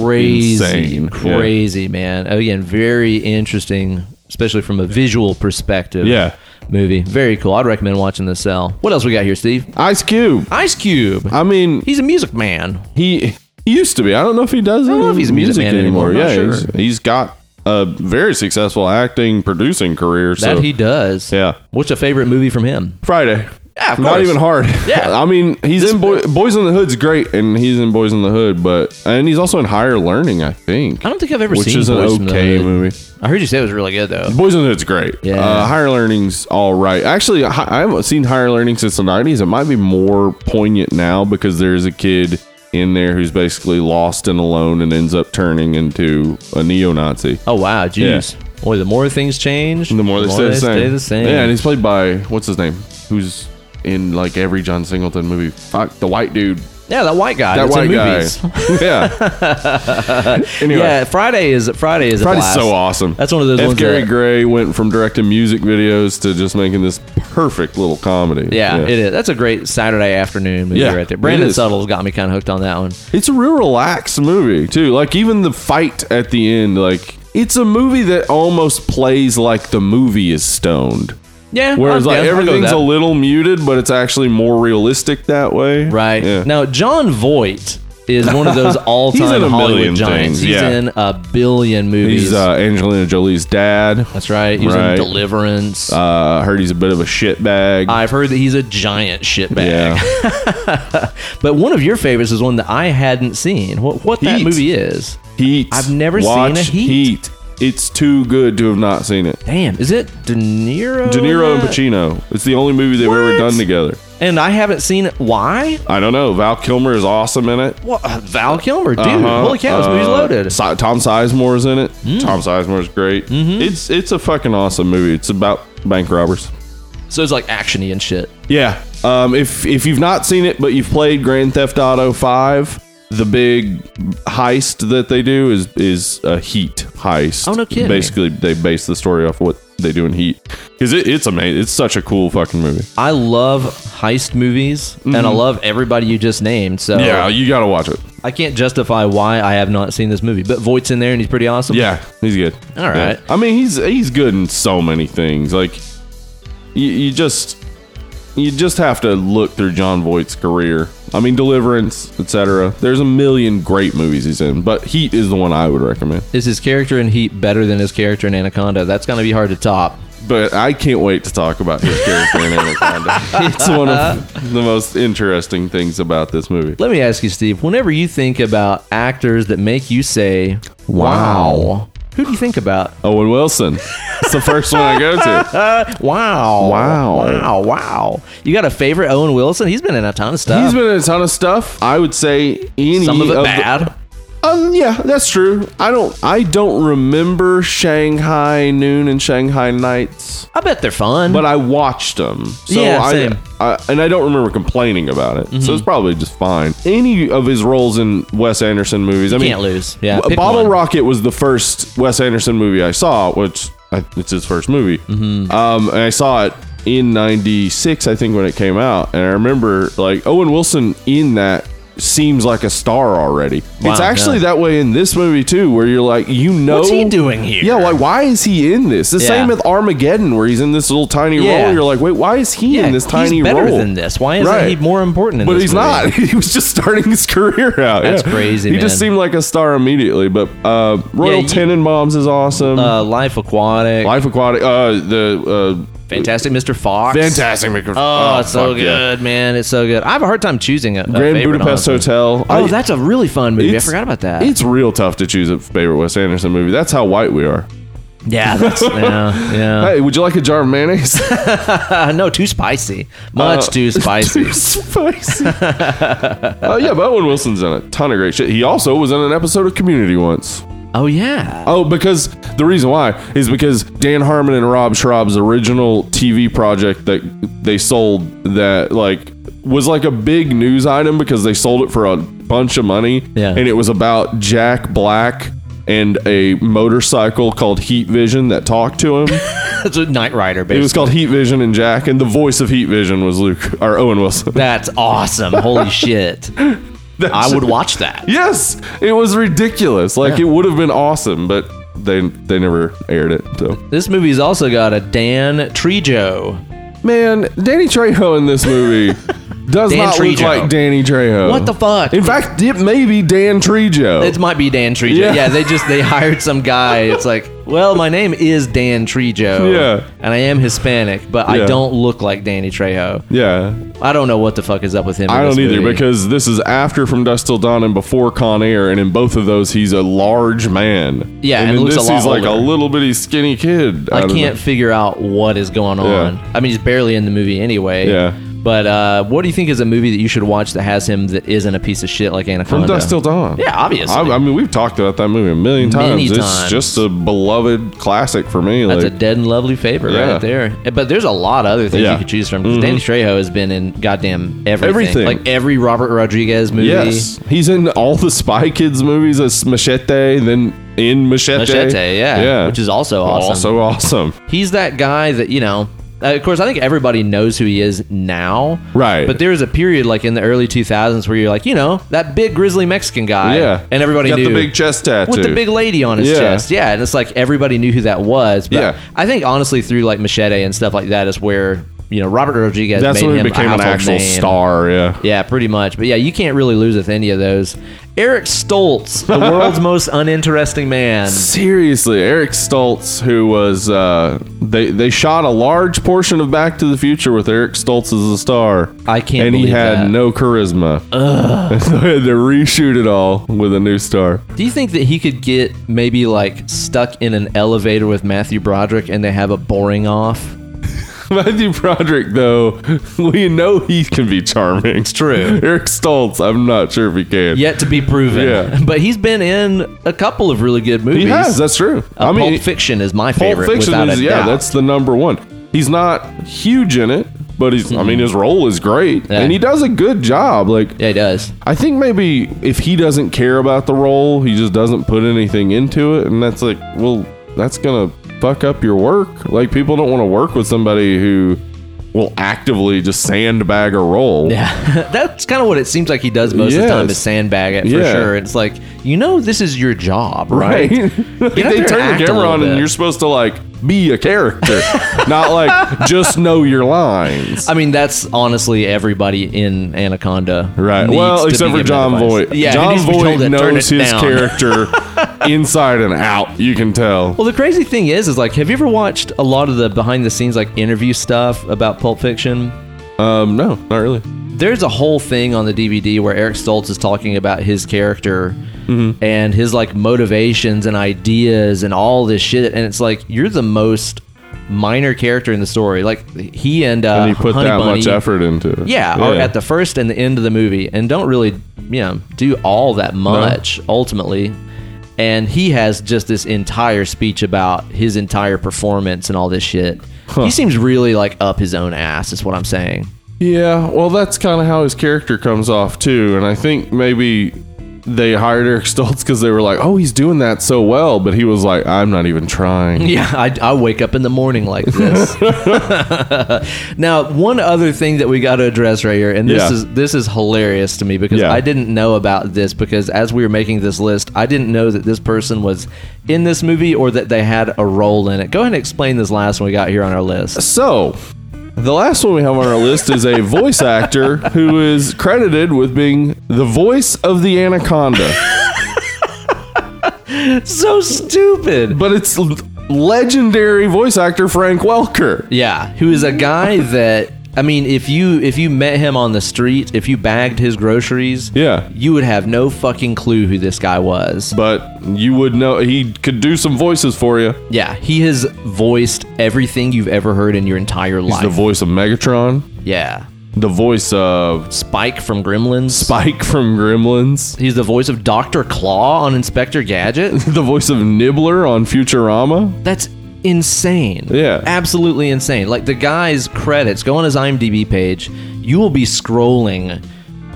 [SPEAKER 1] crazy,
[SPEAKER 2] insane. Yeah.
[SPEAKER 1] crazy man. Again, very interesting, especially from a visual perspective.
[SPEAKER 2] Yeah.
[SPEAKER 1] movie, very cool. I'd recommend watching The Cell. What else we got here, Steve?
[SPEAKER 2] Ice Cube.
[SPEAKER 1] Ice Cube.
[SPEAKER 2] I mean,
[SPEAKER 1] He's a music man.
[SPEAKER 2] he, he used to be. I don't know if he does. I
[SPEAKER 1] don't know if he's a music man anymore. I'm not
[SPEAKER 2] Yeah,
[SPEAKER 1] sure.
[SPEAKER 2] he's, he's got a very successful acting, producing career.
[SPEAKER 1] That
[SPEAKER 2] so
[SPEAKER 1] he does.
[SPEAKER 2] Yeah.
[SPEAKER 1] What's your favorite movie from him?
[SPEAKER 2] Friday.
[SPEAKER 1] Yeah, of
[SPEAKER 2] not
[SPEAKER 1] course.
[SPEAKER 2] even hard.
[SPEAKER 1] Yeah.
[SPEAKER 2] I mean, he's
[SPEAKER 1] This-
[SPEAKER 2] in Boy, Boys in the Hood's great, and he's in Boys in the Hood, but and he's also in Higher Learning, I think.
[SPEAKER 1] I don't think I've ever
[SPEAKER 2] which
[SPEAKER 1] seen
[SPEAKER 2] is an
[SPEAKER 1] Boys from the
[SPEAKER 2] okay
[SPEAKER 1] Hood.
[SPEAKER 2] movie.
[SPEAKER 1] I heard you say it was really good though.
[SPEAKER 2] Boys in the Hood's great.
[SPEAKER 1] Yeah.
[SPEAKER 2] Uh, higher Learning's all right. Actually, hi- I haven't seen Higher Learning since the 90s. It might be more poignant now because there is a kid in there who's basically lost and alone and ends up turning into a neo Nazi.
[SPEAKER 1] Oh wow, jeez. Boy, the more things change,
[SPEAKER 2] The more they, stay, the same.
[SPEAKER 1] stay the same.
[SPEAKER 2] Yeah, and he's played by, what's his name? Who's in like every John Singleton movie. Fuck, the white dude.
[SPEAKER 1] Yeah, that white guy.
[SPEAKER 2] That
[SPEAKER 1] that's
[SPEAKER 2] white
[SPEAKER 1] in
[SPEAKER 2] guy.
[SPEAKER 1] movies.
[SPEAKER 2] yeah. anyway.
[SPEAKER 1] Yeah, Friday is Friday is a
[SPEAKER 2] Friday's
[SPEAKER 1] blast.
[SPEAKER 2] so awesome.
[SPEAKER 1] That's one of those
[SPEAKER 2] F.
[SPEAKER 1] ones
[SPEAKER 2] Gary
[SPEAKER 1] that-
[SPEAKER 2] Gray went from directing music videos to just making this perfect little comedy.
[SPEAKER 1] Yeah, it is. That's a great Saturday afternoon movie
[SPEAKER 2] Yeah,
[SPEAKER 1] right there.
[SPEAKER 2] it
[SPEAKER 1] Brandon
[SPEAKER 2] is.
[SPEAKER 1] Suttles got me kind of hooked on that one.
[SPEAKER 2] It's a real relaxed movie too. Like even the fight at the end, like it's a movie that almost plays like the movie is stoned.
[SPEAKER 1] Yeah,
[SPEAKER 2] Whereas
[SPEAKER 1] I'll-
[SPEAKER 2] like
[SPEAKER 1] yeah, I'll go with
[SPEAKER 2] everything's
[SPEAKER 1] that.
[SPEAKER 2] a little muted, but it's actually more realistic that way.
[SPEAKER 1] right
[SPEAKER 2] Yeah.
[SPEAKER 1] now. John Voight is one of those
[SPEAKER 2] He's in
[SPEAKER 1] all-time
[SPEAKER 2] a
[SPEAKER 1] Hollywood
[SPEAKER 2] million
[SPEAKER 1] giants.
[SPEAKER 2] things,
[SPEAKER 1] He's
[SPEAKER 2] yeah.
[SPEAKER 1] in a billion movies.
[SPEAKER 2] He's uh, Angelina Jolie's dad.
[SPEAKER 1] That's right. He was
[SPEAKER 2] Right.
[SPEAKER 1] in Deliverance.
[SPEAKER 2] Uh, I heard he's a bit of a shitbag.
[SPEAKER 1] I've heard that he's a giant shitbag.
[SPEAKER 2] Yeah.
[SPEAKER 1] But one of your favorites is one that I hadn't seen. What what that
[SPEAKER 2] Heat.
[SPEAKER 1] movie is?
[SPEAKER 2] Heat.
[SPEAKER 1] I've never seen a
[SPEAKER 2] Watch
[SPEAKER 1] Heat.
[SPEAKER 2] Heat. It's too good to have not seen it.
[SPEAKER 1] Damn, is it De Niro?
[SPEAKER 2] De Niro and
[SPEAKER 1] in that?
[SPEAKER 2] Pacino. It's the only movie they've ever
[SPEAKER 1] Oh, What?
[SPEAKER 2] done together.
[SPEAKER 1] And I haven't seen it. Why?
[SPEAKER 2] I don't know. Val Kilmer is awesome in it.
[SPEAKER 1] What? Val Kilmer, dude.
[SPEAKER 2] Uh-huh.
[SPEAKER 1] Holy cow, this movie's
[SPEAKER 2] Uh,
[SPEAKER 1] loaded. Hmm.
[SPEAKER 2] Si- Tom Sizemore's in it. Tom Sizemore's great.
[SPEAKER 1] Mm-hmm.
[SPEAKER 2] It's it's a fucking awesome movie. It's about bank robbers.
[SPEAKER 1] So it's like actiony and shit.
[SPEAKER 2] Yeah. Um, if if you've not seen it, but you've played Grand Theft Auto Five, the big heist that they do is is a Heat heist.
[SPEAKER 1] Oh, no kidding.
[SPEAKER 2] Basically, they base the story off what they do in Heat because it, it's amazing. It's such a cool fucking movie.
[SPEAKER 1] I love heist movies and I love everybody you just named. So
[SPEAKER 2] Mm-hmm. Yeah, Uh, you gotta watch it.
[SPEAKER 1] I can't justify why I have not seen this movie. But Voight's in there and he's pretty awesome.
[SPEAKER 2] Yeah, he's good.
[SPEAKER 1] All right.
[SPEAKER 2] Yeah. I mean, he's he's good in so many things. Like you, you just you just have to look through John Voight's career. I mean, Deliverance, etc. There's a million great movies he's in, but Heat is the one I would recommend.
[SPEAKER 1] Is his character in Heat better than his character in Anaconda? That's going to be hard to top.
[SPEAKER 2] But I can't wait to talk about his character in Anaconda. It's one of the most interesting things about this movie.
[SPEAKER 1] Let me ask you, Steve, whenever you think about actors that make you say,
[SPEAKER 2] Wow.
[SPEAKER 1] who do you think about?
[SPEAKER 2] Owen Wilson. It's the first one I go to.
[SPEAKER 1] Wow.
[SPEAKER 2] Wow.
[SPEAKER 1] Wow. Wow. You got a favorite Owen Wilson? He's been in a ton of stuff.
[SPEAKER 2] He's been in a ton of stuff. I would say any
[SPEAKER 1] Some of it
[SPEAKER 2] the-
[SPEAKER 1] bad.
[SPEAKER 2] Um, yeah, that's true. I don't. I don't remember Shanghai Noon and Shanghai Nights,
[SPEAKER 1] I bet they're fun.
[SPEAKER 2] but I watched them. So
[SPEAKER 1] Yeah,
[SPEAKER 2] I,
[SPEAKER 1] same. Mm-hmm.
[SPEAKER 2] I, and I don't remember complaining about it. So it's probably just fine. Any of his roles in Wes Anderson movies, I mean,
[SPEAKER 1] can't lose. Yeah,
[SPEAKER 2] W-
[SPEAKER 1] pick
[SPEAKER 2] Bottle
[SPEAKER 1] one.
[SPEAKER 2] Rocket was the first Wes Anderson movie I saw, which I, it's his first movie.
[SPEAKER 1] Mm-hmm.
[SPEAKER 2] Um, and I saw it in '96, I think, when it came out. And I remember like Owen Wilson in that seems like a star already.
[SPEAKER 1] Wow,
[SPEAKER 2] it's actually
[SPEAKER 1] yeah.
[SPEAKER 2] that way in this movie too, where you're like, you know,
[SPEAKER 1] What's he doing here?
[SPEAKER 2] Yeah, like why is he in this? The
[SPEAKER 1] Yeah.
[SPEAKER 2] same with Armageddon, where he's in this little tiny
[SPEAKER 1] Yeah.
[SPEAKER 2] role. You're like, wait, why is he
[SPEAKER 1] yeah,
[SPEAKER 2] in this
[SPEAKER 1] he's
[SPEAKER 2] tiny
[SPEAKER 1] better
[SPEAKER 2] role?
[SPEAKER 1] than this. Why isn't
[SPEAKER 2] Right.
[SPEAKER 1] he more important? In
[SPEAKER 2] But
[SPEAKER 1] this
[SPEAKER 2] he's
[SPEAKER 1] movie?
[SPEAKER 2] not. He was just starting his career out.
[SPEAKER 1] That's
[SPEAKER 2] Yeah.
[SPEAKER 1] crazy,
[SPEAKER 2] He just
[SPEAKER 1] man.
[SPEAKER 2] seemed like a star immediately. But uh, Royal
[SPEAKER 1] Yeah, you-
[SPEAKER 2] Tenenbaums is awesome.
[SPEAKER 1] Uh, Life Aquatic,
[SPEAKER 2] Life Aquatic. Uh, the uh,
[SPEAKER 1] Fantastic Mr. Fox,
[SPEAKER 2] fantastic. Micro-
[SPEAKER 1] Oh, it's so
[SPEAKER 2] fuck yeah.
[SPEAKER 1] good, man! It's so good. I have a hard time choosing a, a
[SPEAKER 2] Grand
[SPEAKER 1] favorite,
[SPEAKER 2] Budapest
[SPEAKER 1] honestly.
[SPEAKER 2] Hotel.
[SPEAKER 1] Oh,
[SPEAKER 2] I-
[SPEAKER 1] that's a really fun movie. I
[SPEAKER 2] it's-
[SPEAKER 1] forgot about that.
[SPEAKER 2] It's real tough to choose a favorite Wes Anderson movie. That's how white we are.
[SPEAKER 1] Yeah, that's, yeah, yeah.
[SPEAKER 2] Hey, would you like a jar of mayonnaise?
[SPEAKER 1] Uh, no, too spicy. Much
[SPEAKER 2] Uh,
[SPEAKER 1] too spicy.
[SPEAKER 2] Too spicy. Oh yeah, but Owen Wilson's in a ton of great shit. He also was in an episode of Community once.
[SPEAKER 1] oh yeah.
[SPEAKER 2] Oh, because the reason why is because Dan Harmon and Rob Schraub's original TV project that they sold that like was like a big news item because they sold it for a bunch of money.
[SPEAKER 1] Yeah.
[SPEAKER 2] And it was about Jack Black and a motorcycle called Heat Vision that talked to him.
[SPEAKER 1] That's a Knight Rider,
[SPEAKER 2] it
[SPEAKER 1] basically.
[SPEAKER 2] was called Heat Vision and Jack, and the voice of Heat Vision was Luke or Owen Wilson.
[SPEAKER 1] That's awesome. Holy shit. I would watch that.
[SPEAKER 2] Yes, it was ridiculous. Like it would have been awesome, but they they never aired it. So
[SPEAKER 1] This movie's also got a Dan Trejo.
[SPEAKER 2] man, Danny Trejo in this movie does
[SPEAKER 1] Dan
[SPEAKER 2] not look
[SPEAKER 1] Trejo.
[SPEAKER 2] like Danny Trejo.
[SPEAKER 1] What the fuck?
[SPEAKER 2] In fact, it may be Dan Trejo.
[SPEAKER 1] It might be Dan Trejo.
[SPEAKER 2] Yeah.
[SPEAKER 1] Yeah. they just they hired some guy. It's like, well, my name is Dan Trejo.
[SPEAKER 2] Yeah.
[SPEAKER 1] And I am Hispanic, but
[SPEAKER 2] Yeah.
[SPEAKER 1] I don't look like Danny Trejo.
[SPEAKER 2] yeah,
[SPEAKER 1] I don't know what the fuck is up with him. in
[SPEAKER 2] I don't
[SPEAKER 1] this
[SPEAKER 2] either
[SPEAKER 1] movie.
[SPEAKER 2] because this is after From Dust Till Dawn and before Con Air, and in both of those he's a large man.
[SPEAKER 1] Yeah,
[SPEAKER 2] and,
[SPEAKER 1] and
[SPEAKER 2] in
[SPEAKER 1] looks a
[SPEAKER 2] this
[SPEAKER 1] lot
[SPEAKER 2] he's like a
[SPEAKER 1] older.
[SPEAKER 2] little bitty skinny kid.
[SPEAKER 1] I
[SPEAKER 2] don't know.
[SPEAKER 1] can't figure out what is going on. I mean, he's barely in the movie anyway.
[SPEAKER 2] Yeah.
[SPEAKER 1] But uh, what do you think is a movie that you should watch that has him that isn't a piece of shit like
[SPEAKER 2] From
[SPEAKER 1] Anaconda?
[SPEAKER 2] Dust Till Dawn.
[SPEAKER 1] Yeah, obviously.
[SPEAKER 2] I, I mean, we've talked about that movie a million times.
[SPEAKER 1] Many
[SPEAKER 2] it's
[SPEAKER 1] times.
[SPEAKER 2] just a beloved classic for me.
[SPEAKER 1] That's
[SPEAKER 2] like,
[SPEAKER 1] a dead and lovely favorite
[SPEAKER 2] Yeah.
[SPEAKER 1] right there. Eh, But there's a lot of other things
[SPEAKER 2] Yeah.
[SPEAKER 1] you
[SPEAKER 2] Mm-hmm.
[SPEAKER 1] could choose from. 'cause Danny Trejo has been in goddamn everything.
[SPEAKER 2] Everything.
[SPEAKER 1] Like every Robert Rodriguez movie.
[SPEAKER 2] yes, he's in all the Spy Kids movies as Machete, then in Machete.
[SPEAKER 1] Machete, yeah, Which is also awesome.
[SPEAKER 2] also awesome.
[SPEAKER 1] He's that guy that, you know, uh, of course, I think everybody knows who he is now.
[SPEAKER 2] Right.
[SPEAKER 1] But there was a period like in the early 2000s where you're like, you know, that big grizzly Mexican guy.
[SPEAKER 2] Yeah,
[SPEAKER 1] And everybody
[SPEAKER 2] got
[SPEAKER 1] knew.
[SPEAKER 2] the big chest tattoo
[SPEAKER 1] with the big lady on his
[SPEAKER 2] Yeah.
[SPEAKER 1] chest. Yeah, and it's like everybody knew who that was. But
[SPEAKER 2] Yeah.
[SPEAKER 1] I think honestly, through like Machete and stuff like that, is where you know Robert Rodriguez.
[SPEAKER 2] That's
[SPEAKER 1] made
[SPEAKER 2] when he
[SPEAKER 1] him a
[SPEAKER 2] became an
[SPEAKER 1] household
[SPEAKER 2] actual
[SPEAKER 1] name.
[SPEAKER 2] star. Yeah,
[SPEAKER 1] Yeah, pretty much. But yeah, you can't really lose with any of those. Eric Stoltz, the world's most uninteresting man.
[SPEAKER 2] Seriously, Eric Stoltz, who was uh, they they shot a large portion of Back to the Future with Eric Stoltz as the star.
[SPEAKER 1] I can't
[SPEAKER 2] And he
[SPEAKER 1] believe
[SPEAKER 2] had
[SPEAKER 1] that.
[SPEAKER 2] no charisma. Ugh. so they had to reshoot it all with a new star.
[SPEAKER 1] Do you think that he could get maybe like stuck in an elevator with Matthew Broderick and they have a boring off?
[SPEAKER 2] Matthew Broderick, though, we know he can be charming. It's
[SPEAKER 1] true.
[SPEAKER 2] Eric Stoltz, I'm not sure if he can.
[SPEAKER 1] Yet to be proven.
[SPEAKER 2] Yeah.
[SPEAKER 1] But he's been in a couple of really good movies.
[SPEAKER 2] he has. That's true.
[SPEAKER 1] Uh,
[SPEAKER 2] I mean,
[SPEAKER 1] Pulp Fiction is my
[SPEAKER 2] Pulp
[SPEAKER 1] favorite.
[SPEAKER 2] Fiction
[SPEAKER 1] without
[SPEAKER 2] is
[SPEAKER 1] a
[SPEAKER 2] yeah,
[SPEAKER 1] doubt.
[SPEAKER 2] that's the number one. He's not huge in it, but he's. I mean, his role is great,
[SPEAKER 1] Yeah.
[SPEAKER 2] and he does a good job. Like
[SPEAKER 1] yeah, he does.
[SPEAKER 2] I think maybe if he doesn't care about the role, he just doesn't put anything into it, and that's like, well, that's gonna fuck up your work. Like people don't want to work with somebody who will actively just sandbag a role.
[SPEAKER 1] Yeah, that's kind of what it seems like he does most of the time
[SPEAKER 2] Yes.
[SPEAKER 1] is sandbag it for
[SPEAKER 2] Yeah.
[SPEAKER 1] sure. It's like you know this is your job,
[SPEAKER 2] Right.
[SPEAKER 1] right?
[SPEAKER 2] if
[SPEAKER 1] You have
[SPEAKER 2] they
[SPEAKER 1] to
[SPEAKER 2] turn
[SPEAKER 1] act
[SPEAKER 2] the
[SPEAKER 1] a
[SPEAKER 2] camera
[SPEAKER 1] little
[SPEAKER 2] on and
[SPEAKER 1] bit.
[SPEAKER 2] you're supposed to like be a character, not like just know your lines.
[SPEAKER 1] I mean, that's honestly everybody in Anaconda,
[SPEAKER 2] Right.
[SPEAKER 1] needs
[SPEAKER 2] Well,
[SPEAKER 1] to
[SPEAKER 2] except
[SPEAKER 1] be
[SPEAKER 2] for
[SPEAKER 1] given
[SPEAKER 2] John
[SPEAKER 1] advice.
[SPEAKER 2] Voight.
[SPEAKER 1] Yeah, who
[SPEAKER 2] John
[SPEAKER 1] needs to be told
[SPEAKER 2] Voight
[SPEAKER 1] to turn
[SPEAKER 2] knows
[SPEAKER 1] it
[SPEAKER 2] his
[SPEAKER 1] down.
[SPEAKER 2] character inside and out. You can tell.
[SPEAKER 1] Well, the crazy thing is, is like, have you ever watched a lot of the behind the scenes like interview stuff about Pulp Fiction?
[SPEAKER 2] Um, no, not really.
[SPEAKER 1] there's a whole thing on the DVD where Eric Stoltz is talking about his character
[SPEAKER 2] Mm-hmm.
[SPEAKER 1] and his like motivations and ideas and all this shit, and it's like you're the most minor character in the story. Like he and uh,
[SPEAKER 2] And he put
[SPEAKER 1] Honey
[SPEAKER 2] that
[SPEAKER 1] Bunny,
[SPEAKER 2] much effort into it.
[SPEAKER 1] yeah, Are at the first and the end of the movie, and don't really you know do all that much ultimately. And he has just this entire speech about his entire performance and all this shit. He seems really like up his own ass, is what I'm saying.
[SPEAKER 2] Yeah, well, that's kind of how his character comes off too, and I think maybe they hired Eric Stoltz because they were like, "Oh, he's doing that so well," but he was like, "I'm not even trying."
[SPEAKER 1] Yeah, I, I wake up in the morning like this. now, one other thing that we got to address right here, and this
[SPEAKER 2] Yeah.
[SPEAKER 1] is this is hilarious to me because
[SPEAKER 2] Yeah.
[SPEAKER 1] I didn't know about this because as we were making this list, I didn't know that this person was in this movie or that they had a role in it. Go ahead and explain this last one we got here on our list.
[SPEAKER 2] So, the last one we have on our list is a voice actor who is credited with being the voice of the anaconda,
[SPEAKER 1] So stupid.
[SPEAKER 2] but it's l- legendary voice actor Frank Welker.
[SPEAKER 1] Yeah, who is a guy that I mean, if you if you met him on the street, if you bagged his groceries,
[SPEAKER 2] Yeah.
[SPEAKER 1] you would have no fucking clue who this guy was.
[SPEAKER 2] But you would know he could do some voices for you.
[SPEAKER 1] Yeah, he has voiced everything you've ever heard in your entire
[SPEAKER 2] He's
[SPEAKER 1] life.
[SPEAKER 2] the voice of Megatron,
[SPEAKER 1] yeah.
[SPEAKER 2] the voice of
[SPEAKER 1] Spike from Gremlins.
[SPEAKER 2] Spike from Gremlins,
[SPEAKER 1] He's the voice of Dr. Claw on Inspector Gadget.
[SPEAKER 2] the voice of Nibbler on Futurama.
[SPEAKER 1] That's insane.
[SPEAKER 2] Yeah.
[SPEAKER 1] Absolutely insane. Like the guy's credits, go on his IMDb page, you will be scrolling,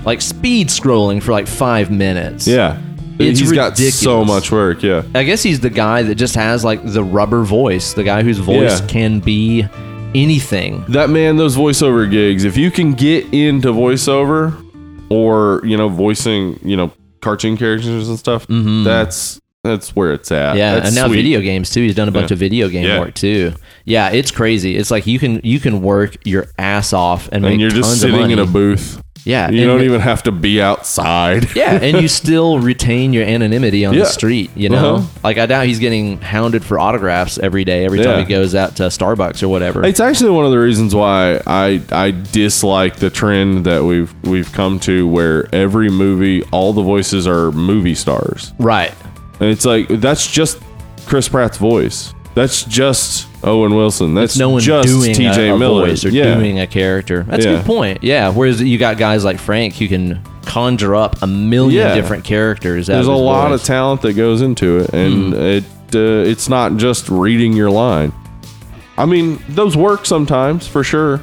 [SPEAKER 1] like speed scrolling for like five minutes.
[SPEAKER 2] Yeah.
[SPEAKER 1] It's
[SPEAKER 2] he's got so
[SPEAKER 1] ridiculous.
[SPEAKER 2] much work, yeah.
[SPEAKER 1] I guess he's the guy that just has like the rubber voice, the guy whose voice
[SPEAKER 2] Yeah.
[SPEAKER 1] can be anything.
[SPEAKER 2] that man those voiceover gigs if you can get into voiceover or you know voicing you know cartoon characters and stuff that's that's where it's at
[SPEAKER 1] Mm-hmm. Yeah,
[SPEAKER 2] That's
[SPEAKER 1] and now
[SPEAKER 2] sweet.
[SPEAKER 1] video games too. He's done a bunch
[SPEAKER 2] Yeah.
[SPEAKER 1] of video game
[SPEAKER 2] Yeah.
[SPEAKER 1] work too. Yeah, it's crazy. It's like you can you can work your ass off and, make
[SPEAKER 2] and you're just
[SPEAKER 1] tons
[SPEAKER 2] sitting
[SPEAKER 1] of money.
[SPEAKER 2] in a booth
[SPEAKER 1] yeah.
[SPEAKER 2] you
[SPEAKER 1] and-
[SPEAKER 2] don't even have to be outside
[SPEAKER 1] yeah, and you still retain your anonymity on
[SPEAKER 2] Yeah.
[SPEAKER 1] the street. You know,
[SPEAKER 2] Uh-huh.
[SPEAKER 1] like I doubt he's getting hounded for autographs every day, every
[SPEAKER 2] Yeah.
[SPEAKER 1] time he goes out to Starbucks or whatever.
[SPEAKER 2] It's actually one of the reasons why I I dislike the trend that we've we've come to where every movie all the voices are movie stars.
[SPEAKER 1] right.
[SPEAKER 2] And it's like that's just Chris Pratt's voice. That's just Owen Wilson. That's
[SPEAKER 1] No one
[SPEAKER 2] just
[SPEAKER 1] doing
[SPEAKER 2] TJ
[SPEAKER 1] a, a
[SPEAKER 2] Miller.
[SPEAKER 1] voice or
[SPEAKER 2] yeah.
[SPEAKER 1] doing a character. That's
[SPEAKER 2] Yeah.
[SPEAKER 1] a good point. Yeah. Whereas you got guys like Frank who can conjure up a million
[SPEAKER 2] Yeah.
[SPEAKER 1] different characters.
[SPEAKER 2] There's a lot
[SPEAKER 1] of
[SPEAKER 2] of talent that goes into it, and
[SPEAKER 1] Mm-hmm.
[SPEAKER 2] it uh, it's not just reading your line. I mean, those work sometimes for sure,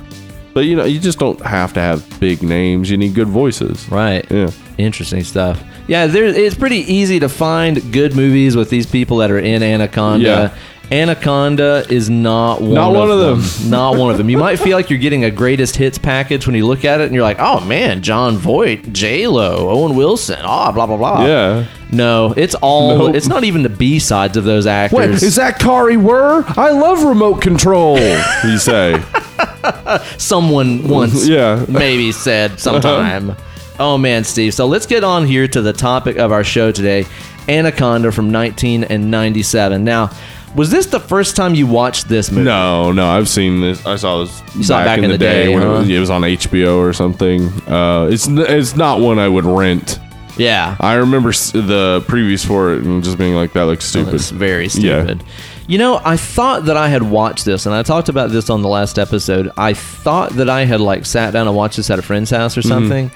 [SPEAKER 2] but you know, you just don't have to have big names. You need good voices.
[SPEAKER 1] Right.
[SPEAKER 2] Yeah.
[SPEAKER 1] Interesting stuff. Yeah, there, it's pretty easy to find good movies with these people that are in Anaconda. Anaconda is not one,
[SPEAKER 2] Not
[SPEAKER 1] of,
[SPEAKER 2] one of them.
[SPEAKER 1] Not one of them. You might feel like you're getting a greatest hits package when you look at it and you're like, oh man, John Voight, J Lo, Owen Wilson, ah, blah, blah, blah.
[SPEAKER 2] Yeah.
[SPEAKER 1] No, it's all,
[SPEAKER 2] Nope.
[SPEAKER 1] it's not even the B sides of those actors.
[SPEAKER 2] Wait, is that Kari Wurr? I love remote control. you say.
[SPEAKER 1] someone once
[SPEAKER 2] Yeah.
[SPEAKER 1] maybe
[SPEAKER 2] Uh-huh.
[SPEAKER 1] said sometime. oh man, Steve. So let's get on here to the topic of our show today, Anaconda from 1997. Now, was this the first time you watched this movie?
[SPEAKER 2] No, no, I've seen this. I saw this
[SPEAKER 1] saw it
[SPEAKER 2] back, in, the day, when it,
[SPEAKER 1] huh?
[SPEAKER 2] was, it was on HBO or something. Uh, it's n- it's not one I would rent.
[SPEAKER 1] Yeah.
[SPEAKER 2] I remember s- the previews for it and just being like, "That looks stupid."
[SPEAKER 1] It's very stupid. You know, I thought that I had watched this, and I talked about this on the last episode. I thought that I had like sat down and watched this at a friend's house
[SPEAKER 2] Mm-hmm.
[SPEAKER 1] or something.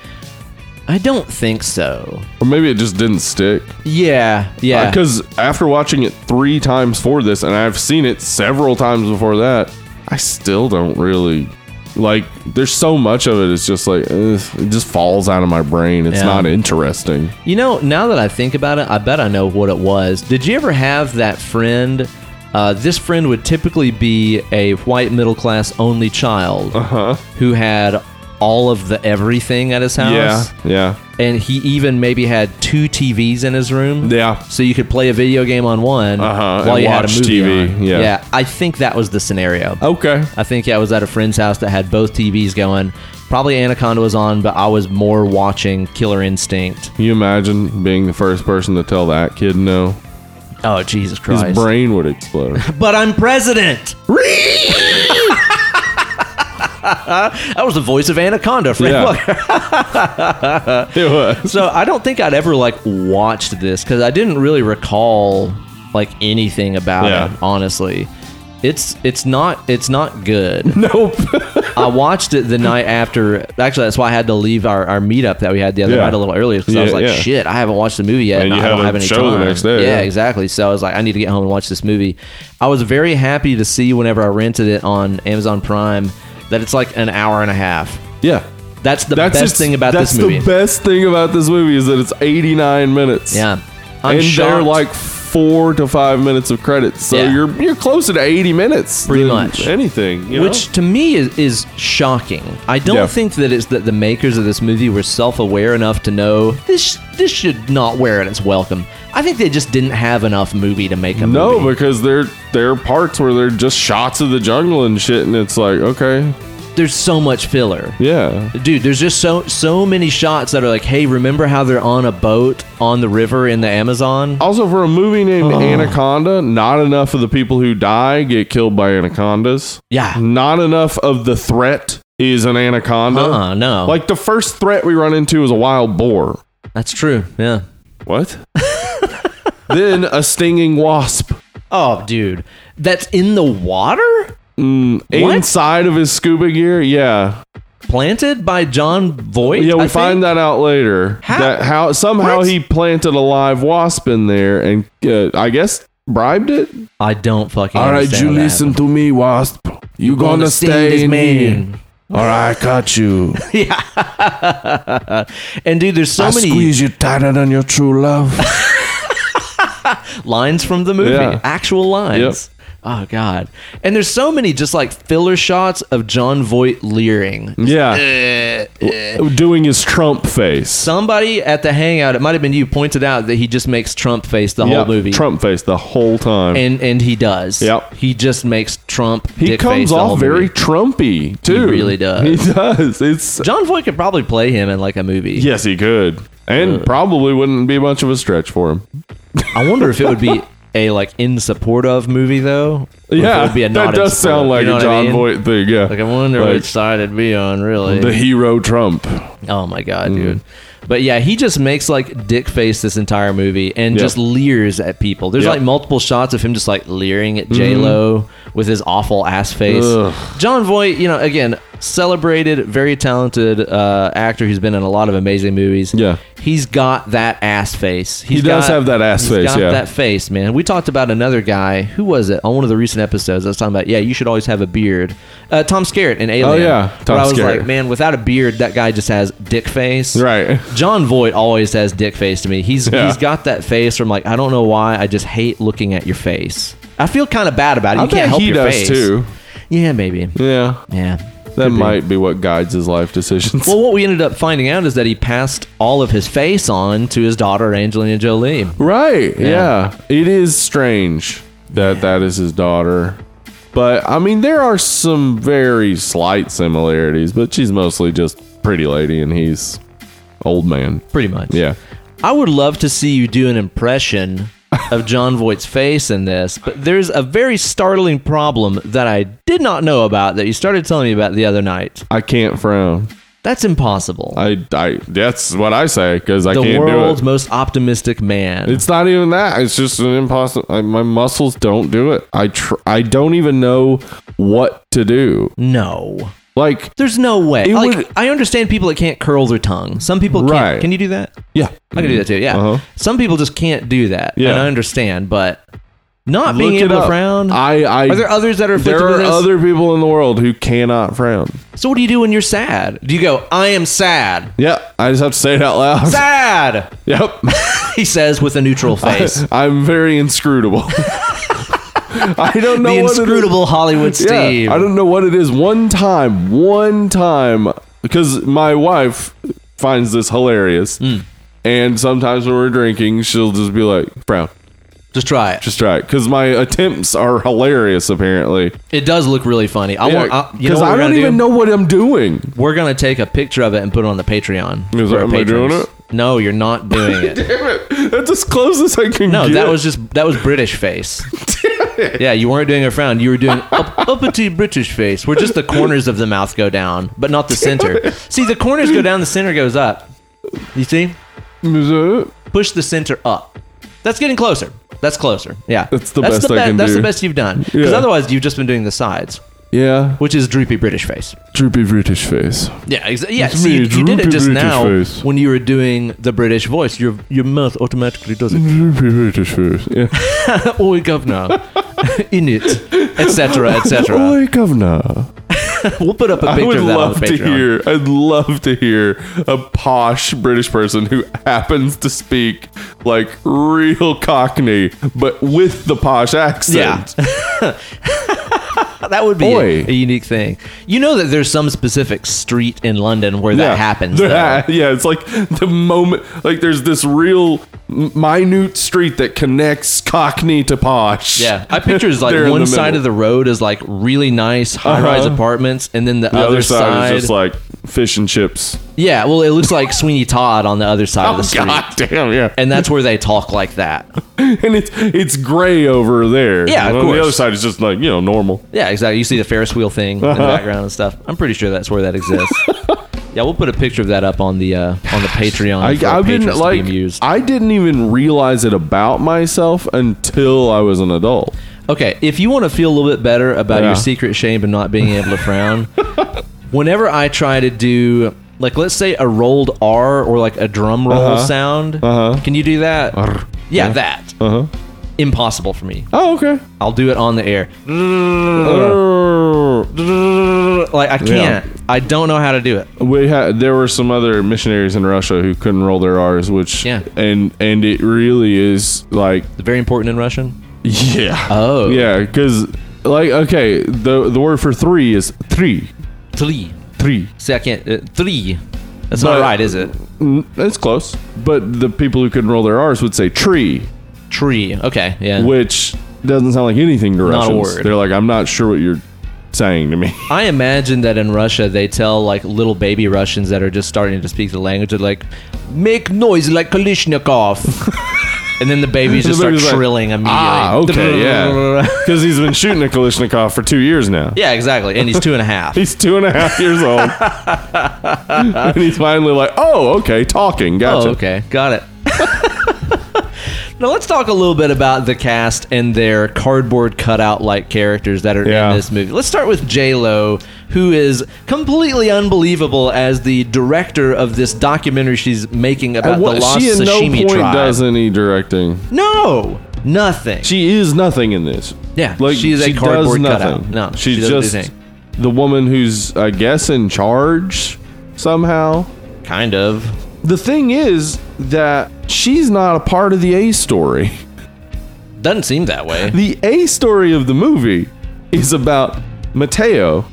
[SPEAKER 1] I don't think so.
[SPEAKER 2] Or maybe it just didn't stick.
[SPEAKER 1] Yeah, yeah.
[SPEAKER 2] Because after watching it three times for this, and I've seen it several times before that, I still don't really like. There's so much of it. It's just like eh, it just falls out of my brain. It's
[SPEAKER 1] Yeah.
[SPEAKER 2] not interesting.
[SPEAKER 1] You know, now that I think about it, I bet I know what it was. Did you ever have that friend? Uh, this friend would typically be a white middle class only child
[SPEAKER 2] Uh-huh.
[SPEAKER 1] who had all of the everything at his house.
[SPEAKER 2] Yeah, yeah,
[SPEAKER 1] And he even maybe had two TVs in his room.
[SPEAKER 2] yeah.
[SPEAKER 1] So you could play a video game on one
[SPEAKER 2] Uh-huh,
[SPEAKER 1] while
[SPEAKER 2] and
[SPEAKER 1] you had a
[SPEAKER 2] watch
[SPEAKER 1] movie
[SPEAKER 2] TV,
[SPEAKER 1] on.
[SPEAKER 2] yeah.
[SPEAKER 1] yeah, I think that was the scenario.
[SPEAKER 2] Okay.
[SPEAKER 1] I think I was at a friend's house that had both TVs going. Probably Anaconda was on, but I was more watching Killer Instinct.
[SPEAKER 2] Can you imagine being the first person to tell that kid no?
[SPEAKER 1] Oh Jesus
[SPEAKER 2] His
[SPEAKER 1] Christ!
[SPEAKER 2] brain would explode.
[SPEAKER 1] But I'm president. that was the voice of Anaconda, Frank
[SPEAKER 2] Yeah.
[SPEAKER 1] Welker.
[SPEAKER 2] it was.
[SPEAKER 1] So I don't think I'd ever like watched this because I didn't really recall like anything about
[SPEAKER 2] Yeah.
[SPEAKER 1] it. Honestly, it's it's not it's not good.
[SPEAKER 2] Nope.
[SPEAKER 1] I watched it the night after. Actually, that's why I had to leave our, our meetup that we had the other
[SPEAKER 2] Yeah.
[SPEAKER 1] night a little earlier because I was
[SPEAKER 2] Yeah,
[SPEAKER 1] like,
[SPEAKER 2] yeah.
[SPEAKER 1] shit, I haven't watched the movie yet.
[SPEAKER 2] And
[SPEAKER 1] And
[SPEAKER 2] you
[SPEAKER 1] I don't
[SPEAKER 2] had a
[SPEAKER 1] have any
[SPEAKER 2] show the
[SPEAKER 1] time.
[SPEAKER 2] next day, yeah.
[SPEAKER 1] exactly. So I was like, I need to get home and watch this movie. I was very happy to see whenever I rented it on Amazon Prime that it's like an hour and a half.
[SPEAKER 2] yeah.
[SPEAKER 1] That's the best
[SPEAKER 2] its-
[SPEAKER 1] thing about
[SPEAKER 2] that's
[SPEAKER 1] this movie.
[SPEAKER 2] the best thing about this movie is that it's 89 minutes.
[SPEAKER 1] yeah. I'm
[SPEAKER 2] and they're
[SPEAKER 1] shocked.
[SPEAKER 2] like four to five minutes of credits, so
[SPEAKER 1] Yeah.
[SPEAKER 2] you're you're closer to 80 minutes.
[SPEAKER 1] Pretty
[SPEAKER 2] than
[SPEAKER 1] much.
[SPEAKER 2] anything. you
[SPEAKER 1] Which to me is, is shocking. I don't
[SPEAKER 2] Yeah.
[SPEAKER 1] think that it's that the makers of this movie were self-aware enough to know this this should not wear its welcome. I think they just didn't have enough movie to make a
[SPEAKER 2] know?
[SPEAKER 1] movie.
[SPEAKER 2] no, because there there are parts where they're just shots of the jungle and shit, and it's like okay,
[SPEAKER 1] But there's so much filler.
[SPEAKER 2] yeah,
[SPEAKER 1] Dude, there's just so so many shots that are like, hey, remember how they're on a boat on the river in the Amazon?
[SPEAKER 2] Also, for a movie named
[SPEAKER 1] Uh-huh.
[SPEAKER 2] Anaconda, not enough of the people who die get killed by anacondas.
[SPEAKER 1] Yeah.
[SPEAKER 2] Not enough of the threat is an anaconda.
[SPEAKER 1] Uh-uh, no.
[SPEAKER 2] Oh. Like the first threat we run into is a wild boar.
[SPEAKER 1] That's true. Yeah.
[SPEAKER 2] What? then a stinging wasp
[SPEAKER 1] Oh, dude. That's in the water? What?
[SPEAKER 2] inside of his scuba gear. Yeah,
[SPEAKER 1] Planted by John Voight?
[SPEAKER 2] yeah. We
[SPEAKER 1] I
[SPEAKER 2] find
[SPEAKER 1] think?
[SPEAKER 2] that out later.
[SPEAKER 1] How-
[SPEAKER 2] That how somehow
[SPEAKER 1] What?
[SPEAKER 2] he planted a live wasp in there, and uh, I guess bribed it.
[SPEAKER 1] I don't fucking understand how that
[SPEAKER 2] to me, wasp. You
[SPEAKER 1] happened. Gonna sting this man.
[SPEAKER 2] Or I got you.
[SPEAKER 1] Yeah. and dude, there's so many
[SPEAKER 2] you tighter than your true love.
[SPEAKER 1] lines from the movie,
[SPEAKER 2] Yeah.
[SPEAKER 1] actual lines. Oh god. And there's so many just like filler shots of John Voight leering.
[SPEAKER 2] Mm. yeah. Doing his Trump face.
[SPEAKER 1] Somebody at the hangout, it might have been you, pointed out that he just makes Trump face the
[SPEAKER 2] yeah,
[SPEAKER 1] whole movie.
[SPEAKER 2] Trump face the whole time.
[SPEAKER 1] And and he does.
[SPEAKER 2] Yep.
[SPEAKER 1] He just makes Trump.
[SPEAKER 2] he
[SPEAKER 1] dick face
[SPEAKER 2] comes
[SPEAKER 1] the whole
[SPEAKER 2] off very
[SPEAKER 1] movie.
[SPEAKER 2] Trumpy, too.
[SPEAKER 1] really does.
[SPEAKER 2] He does. It's
[SPEAKER 1] John Voight could probably play him in like a movie.
[SPEAKER 2] yes, he could, and probably wouldn't be much of a stretch for him.
[SPEAKER 1] I wonder if it would be a like in support of movie though. Or if it
[SPEAKER 2] Yeah,
[SPEAKER 1] would be a not
[SPEAKER 2] that
[SPEAKER 1] in
[SPEAKER 2] does
[SPEAKER 1] support
[SPEAKER 2] sound
[SPEAKER 1] of.
[SPEAKER 2] like
[SPEAKER 1] You know
[SPEAKER 2] a
[SPEAKER 1] what I
[SPEAKER 2] John
[SPEAKER 1] mean?
[SPEAKER 2] Voight thing. Yeah,
[SPEAKER 1] Like I wonder
[SPEAKER 2] Like,
[SPEAKER 1] which side it'd be on, really.
[SPEAKER 2] the hero Trump.
[SPEAKER 1] oh my god,
[SPEAKER 2] Mm.
[SPEAKER 1] dude. But yeah, he just makes like dick face this entire movie and
[SPEAKER 2] Yeah.
[SPEAKER 1] just leers at people. There's
[SPEAKER 2] Yeah. Mm-hmm.
[SPEAKER 1] like multiple shots of him just like leering at J Lo with his awful ass face.
[SPEAKER 2] Ugh.
[SPEAKER 1] John Voight, you know, again, celebrated, very talented uh, actor who's been in a lot of amazing movies.
[SPEAKER 2] Yeah.
[SPEAKER 1] he's got that ass face. He's
[SPEAKER 2] does
[SPEAKER 1] got-
[SPEAKER 2] have that ass
[SPEAKER 1] he's
[SPEAKER 2] face,
[SPEAKER 1] got
[SPEAKER 2] yeah.
[SPEAKER 1] that face, man. We talked about another guy. Who was it on one of the recent episodes? I was talking about. Yeah, you should always have a beard. Uh, Tom Skerritt in Alien.
[SPEAKER 2] Oh, yeah,
[SPEAKER 1] but
[SPEAKER 2] Tom
[SPEAKER 1] I was
[SPEAKER 2] Skerritt.
[SPEAKER 1] like, man, without a beard, that guy just has dick face.
[SPEAKER 2] Right.
[SPEAKER 1] John Voight always has dick face to me. He's
[SPEAKER 2] Yeah.
[SPEAKER 1] he's got that face from like I don't know why. I just hate looking at your face. I feel kind of bad about it.
[SPEAKER 2] I
[SPEAKER 1] you
[SPEAKER 2] bet
[SPEAKER 1] can't help
[SPEAKER 2] he
[SPEAKER 1] your
[SPEAKER 2] does
[SPEAKER 1] face.
[SPEAKER 2] too.
[SPEAKER 1] Yeah, maybe.
[SPEAKER 2] Yeah,
[SPEAKER 1] Yeah.
[SPEAKER 2] that
[SPEAKER 1] Could be.
[SPEAKER 2] might be what guides his life decisions.
[SPEAKER 1] Well, what we ended up finding out is that he passed all of his face on to his daughter Angelina Jolie.
[SPEAKER 2] Right. Yeah. It is strange that that is his daughter. But I mean, there are some very slight similarities, but she's mostly just pretty lady and he's old man.
[SPEAKER 1] Pretty much.
[SPEAKER 2] Yeah.
[SPEAKER 1] I would love to see you do an impression of John Voight's face in this, but there's a very startling problem that I did not know about that you started telling me about the other night.
[SPEAKER 2] I can't frown.
[SPEAKER 1] That's impossible.
[SPEAKER 2] I, I that's what I say because I
[SPEAKER 1] the
[SPEAKER 2] can't do
[SPEAKER 1] world's
[SPEAKER 2] it.
[SPEAKER 1] most optimistic man.
[SPEAKER 2] It's not even that. It's just an impossible. I, my muscles don't do it. I tr- I don't even know what to do.
[SPEAKER 1] no.
[SPEAKER 2] Like,
[SPEAKER 1] There's no way.
[SPEAKER 2] It
[SPEAKER 1] Like,
[SPEAKER 2] would-
[SPEAKER 1] I understand people that can't curl their tongue. Some people can't.
[SPEAKER 2] Right.
[SPEAKER 1] Can you do that?
[SPEAKER 2] yeah,
[SPEAKER 1] I can do that too. Yeah.
[SPEAKER 2] Uh-huh.
[SPEAKER 1] Some people just can't do that.
[SPEAKER 2] Yeah.
[SPEAKER 1] And I understand, but not being
[SPEAKER 2] Look it
[SPEAKER 1] able to
[SPEAKER 2] up.
[SPEAKER 1] frown.
[SPEAKER 2] I, I
[SPEAKER 1] are there others that are afflicted
[SPEAKER 2] There
[SPEAKER 1] with
[SPEAKER 2] are
[SPEAKER 1] this?
[SPEAKER 2] other people in the world who cannot frown.
[SPEAKER 1] so what do you do when you're sad? Do you go, I am sad?
[SPEAKER 2] Yep, I just have to say it out loud.
[SPEAKER 1] Sad!
[SPEAKER 2] Yep,
[SPEAKER 1] He says with a neutral face.
[SPEAKER 2] I'm very inscrutable. I don't know
[SPEAKER 1] the
[SPEAKER 2] what
[SPEAKER 1] inscrutable Hollywood
[SPEAKER 2] It is. Yeah,
[SPEAKER 1] Steve.
[SPEAKER 2] I don't know what it is. One time, one time, because my wife finds this hilarious,
[SPEAKER 1] Hmm.
[SPEAKER 2] and sometimes when we're drinking, she'll just be like, "Frown,
[SPEAKER 1] just try it.
[SPEAKER 2] just try it," because my attempts are hilarious. Apparently,
[SPEAKER 1] It does look really funny. I want. I,
[SPEAKER 2] because
[SPEAKER 1] uh, you know what
[SPEAKER 2] I
[SPEAKER 1] we're
[SPEAKER 2] don't
[SPEAKER 1] gonna
[SPEAKER 2] even
[SPEAKER 1] do?
[SPEAKER 2] know what I'm doing.
[SPEAKER 1] We're gonna take a picture of it and put it on the Patreon.
[SPEAKER 2] Is
[SPEAKER 1] for
[SPEAKER 2] that-
[SPEAKER 1] our
[SPEAKER 2] am I doing
[SPEAKER 1] patrons. No, you're not doing it.
[SPEAKER 2] Damn it! That's as close as I can
[SPEAKER 1] No,
[SPEAKER 2] get.
[SPEAKER 1] that was just that was British face. yeah, you weren't doing a frown. You were doing up, uppity British face, where just the corners of the mouth go down, but not the center. See, the corners go down, the center goes up. You see? Push the center up. That's getting closer. That's closer. Yeah,
[SPEAKER 2] That's the best I can
[SPEAKER 1] That's
[SPEAKER 2] do.
[SPEAKER 1] the best you've done. Because
[SPEAKER 2] Yeah.
[SPEAKER 1] otherwise, you've just been doing the sides,
[SPEAKER 2] Yeah.
[SPEAKER 1] which is droopy British face.
[SPEAKER 2] Droopy British face.
[SPEAKER 1] Yeah, exa- yeah.
[SPEAKER 2] It's
[SPEAKER 1] see,
[SPEAKER 2] me,
[SPEAKER 1] you, you did it
[SPEAKER 2] droopy
[SPEAKER 1] just
[SPEAKER 2] British
[SPEAKER 1] now
[SPEAKER 2] face.
[SPEAKER 1] when you were doing the British voice. Your your mouth automatically does it.
[SPEAKER 2] Droopy British face. Yeah.
[SPEAKER 1] Oi, governor, in it, etc., etc.
[SPEAKER 2] Oi, governor.
[SPEAKER 1] we'll put up a
[SPEAKER 2] I
[SPEAKER 1] picture
[SPEAKER 2] would
[SPEAKER 1] of that on
[SPEAKER 2] love
[SPEAKER 1] the
[SPEAKER 2] to
[SPEAKER 1] Patreon.
[SPEAKER 2] hear. I'd love to hear a posh British person who happens to speak like real Cockney, but with the posh
[SPEAKER 1] Yeah.
[SPEAKER 2] accent.
[SPEAKER 1] That would be
[SPEAKER 2] Boy.
[SPEAKER 1] a, a unique thing. You know that there's some specific street in London where that happens.
[SPEAKER 2] There-
[SPEAKER 1] though.
[SPEAKER 2] yeah, it's like the moment. Like there's this real m- minute street that connects Cockney to posh.
[SPEAKER 1] Yeah, I picture is like
[SPEAKER 2] They're in
[SPEAKER 1] one
[SPEAKER 2] the
[SPEAKER 1] side
[SPEAKER 2] middle.
[SPEAKER 1] of the road is like really nice high-rise
[SPEAKER 2] Uh-huh.
[SPEAKER 1] apartments, and then the,
[SPEAKER 2] The
[SPEAKER 1] other,
[SPEAKER 2] other
[SPEAKER 1] side,
[SPEAKER 2] side is just like fish and chips.
[SPEAKER 1] yeah. Well, it looks like Sweeney Todd on the other side of the street,
[SPEAKER 2] Oh, God damn, yeah.
[SPEAKER 1] and that's where they talk like that.
[SPEAKER 2] and it's it's gray over there.
[SPEAKER 1] Yeah, of
[SPEAKER 2] and on
[SPEAKER 1] course.
[SPEAKER 2] the other side is just like you know normal.
[SPEAKER 1] Yeah, exactly. You see the Ferris wheel thing
[SPEAKER 2] Uh-huh.
[SPEAKER 1] in the background and stuff. I'm pretty sure that's where that exists. yeah, we'll put a picture of that up on the uh, on the Patreon.
[SPEAKER 2] I,
[SPEAKER 1] for
[SPEAKER 2] I've been
[SPEAKER 1] patrons to be
[SPEAKER 2] like
[SPEAKER 1] amused.
[SPEAKER 2] I didn't even realize it about myself until I was an adult.
[SPEAKER 1] Okay, if you want to feel a little bit better about
[SPEAKER 2] Yeah.
[SPEAKER 1] your secret shame and not being able to frown, whenever I try to do like let's say a rolled R or like a drum roll
[SPEAKER 2] Uh-huh.
[SPEAKER 1] sound,
[SPEAKER 2] Uh-huh.
[SPEAKER 1] can you do that? Yeah,
[SPEAKER 2] Yeah.
[SPEAKER 1] that.
[SPEAKER 2] Uh huh.
[SPEAKER 1] Impossible for me.
[SPEAKER 2] Oh okay.
[SPEAKER 1] I'll do it on the air.
[SPEAKER 2] Uh,
[SPEAKER 1] Like I can't. I don't know how to do it.
[SPEAKER 2] We had there were some other missionaries in Russia who couldn't roll their R's, which
[SPEAKER 1] Yeah.
[SPEAKER 2] and and it really is like
[SPEAKER 1] Very important in Russian.
[SPEAKER 2] yeah
[SPEAKER 1] Oh.
[SPEAKER 2] yeah because like okay the the word for three is three
[SPEAKER 1] Three.
[SPEAKER 2] three
[SPEAKER 1] See, I can't. Uh, three. That's
[SPEAKER 2] But-
[SPEAKER 1] not right, is it?
[SPEAKER 2] Mm, it's close but the people who couldn't roll their R's would say tree
[SPEAKER 1] Tree. Okay. Yeah.
[SPEAKER 2] which doesn't sound like anything to
[SPEAKER 1] Not a
[SPEAKER 2] Russians.
[SPEAKER 1] word.
[SPEAKER 2] They're like, I'm not sure what you're saying to me.
[SPEAKER 1] I imagine that in Russia they tell like little baby Russians that are just starting to speak the language they're like make noise like Kalishnikov. and then the babies just
[SPEAKER 2] The
[SPEAKER 1] start
[SPEAKER 2] baby's like,
[SPEAKER 1] trilling immediately.
[SPEAKER 2] ah, okay, yeah, because he's been shooting a Kalishnikov for two years now.
[SPEAKER 1] Yeah, exactly. And he's two and a half.
[SPEAKER 2] He's two and a half years old, and he's finally like, "Oh, okay, talking, gotcha."
[SPEAKER 1] Oh, okay. Got it. now let's talk a little bit about the cast and their cardboard cutout like characters that are
[SPEAKER 2] Yeah.
[SPEAKER 1] in this movie. Let's start with J Lo, who is completely unbelievable as the director of this documentary she's making about
[SPEAKER 2] At what-
[SPEAKER 1] the lost
[SPEAKER 2] she at no
[SPEAKER 1] sashimi
[SPEAKER 2] point
[SPEAKER 1] tribe.
[SPEAKER 2] does any directing.
[SPEAKER 1] No, nothing.
[SPEAKER 2] She is nothing in this.
[SPEAKER 1] Yeah, she is a cardboard cutout. No, she
[SPEAKER 2] she's
[SPEAKER 1] doesn't do
[SPEAKER 2] just
[SPEAKER 1] anything.
[SPEAKER 2] the woman who's, I guess, in charge somehow.
[SPEAKER 1] kind of.
[SPEAKER 2] The thing is that she's not a part of the A story.
[SPEAKER 1] Doesn't seem that way.
[SPEAKER 2] The A story of the movie is about Mateo,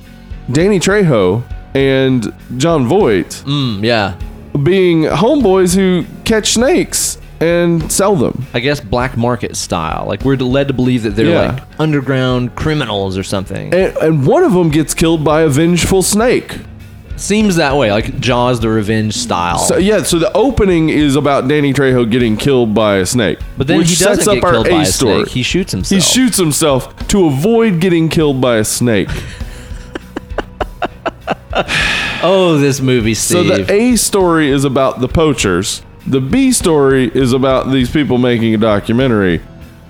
[SPEAKER 2] Danny Trejo, and John Voight
[SPEAKER 1] Mm, yeah.
[SPEAKER 2] being homeboys who catch snakes and sell them.
[SPEAKER 1] I guess black market style. Like we're led to believe that they're
[SPEAKER 2] Yeah.
[SPEAKER 1] like underground criminals or something.
[SPEAKER 2] And, and one of them gets killed by a vengeful snake.
[SPEAKER 1] Seems that way. Like Jaws the Revenge style.
[SPEAKER 2] So yeah, so the opening is about Danny Trejo getting killed by a snake.
[SPEAKER 1] but then
[SPEAKER 2] which
[SPEAKER 1] he
[SPEAKER 2] sets
[SPEAKER 1] doesn't
[SPEAKER 2] up
[SPEAKER 1] get
[SPEAKER 2] our
[SPEAKER 1] killed
[SPEAKER 2] A
[SPEAKER 1] by a
[SPEAKER 2] story.
[SPEAKER 1] snake. He shoots
[SPEAKER 2] He
[SPEAKER 1] himself.
[SPEAKER 2] shoots himself to avoid getting killed by a snake.
[SPEAKER 1] oh, this movie, Steve.
[SPEAKER 2] So the A story is about the poachers. The B story is about these people making a documentary,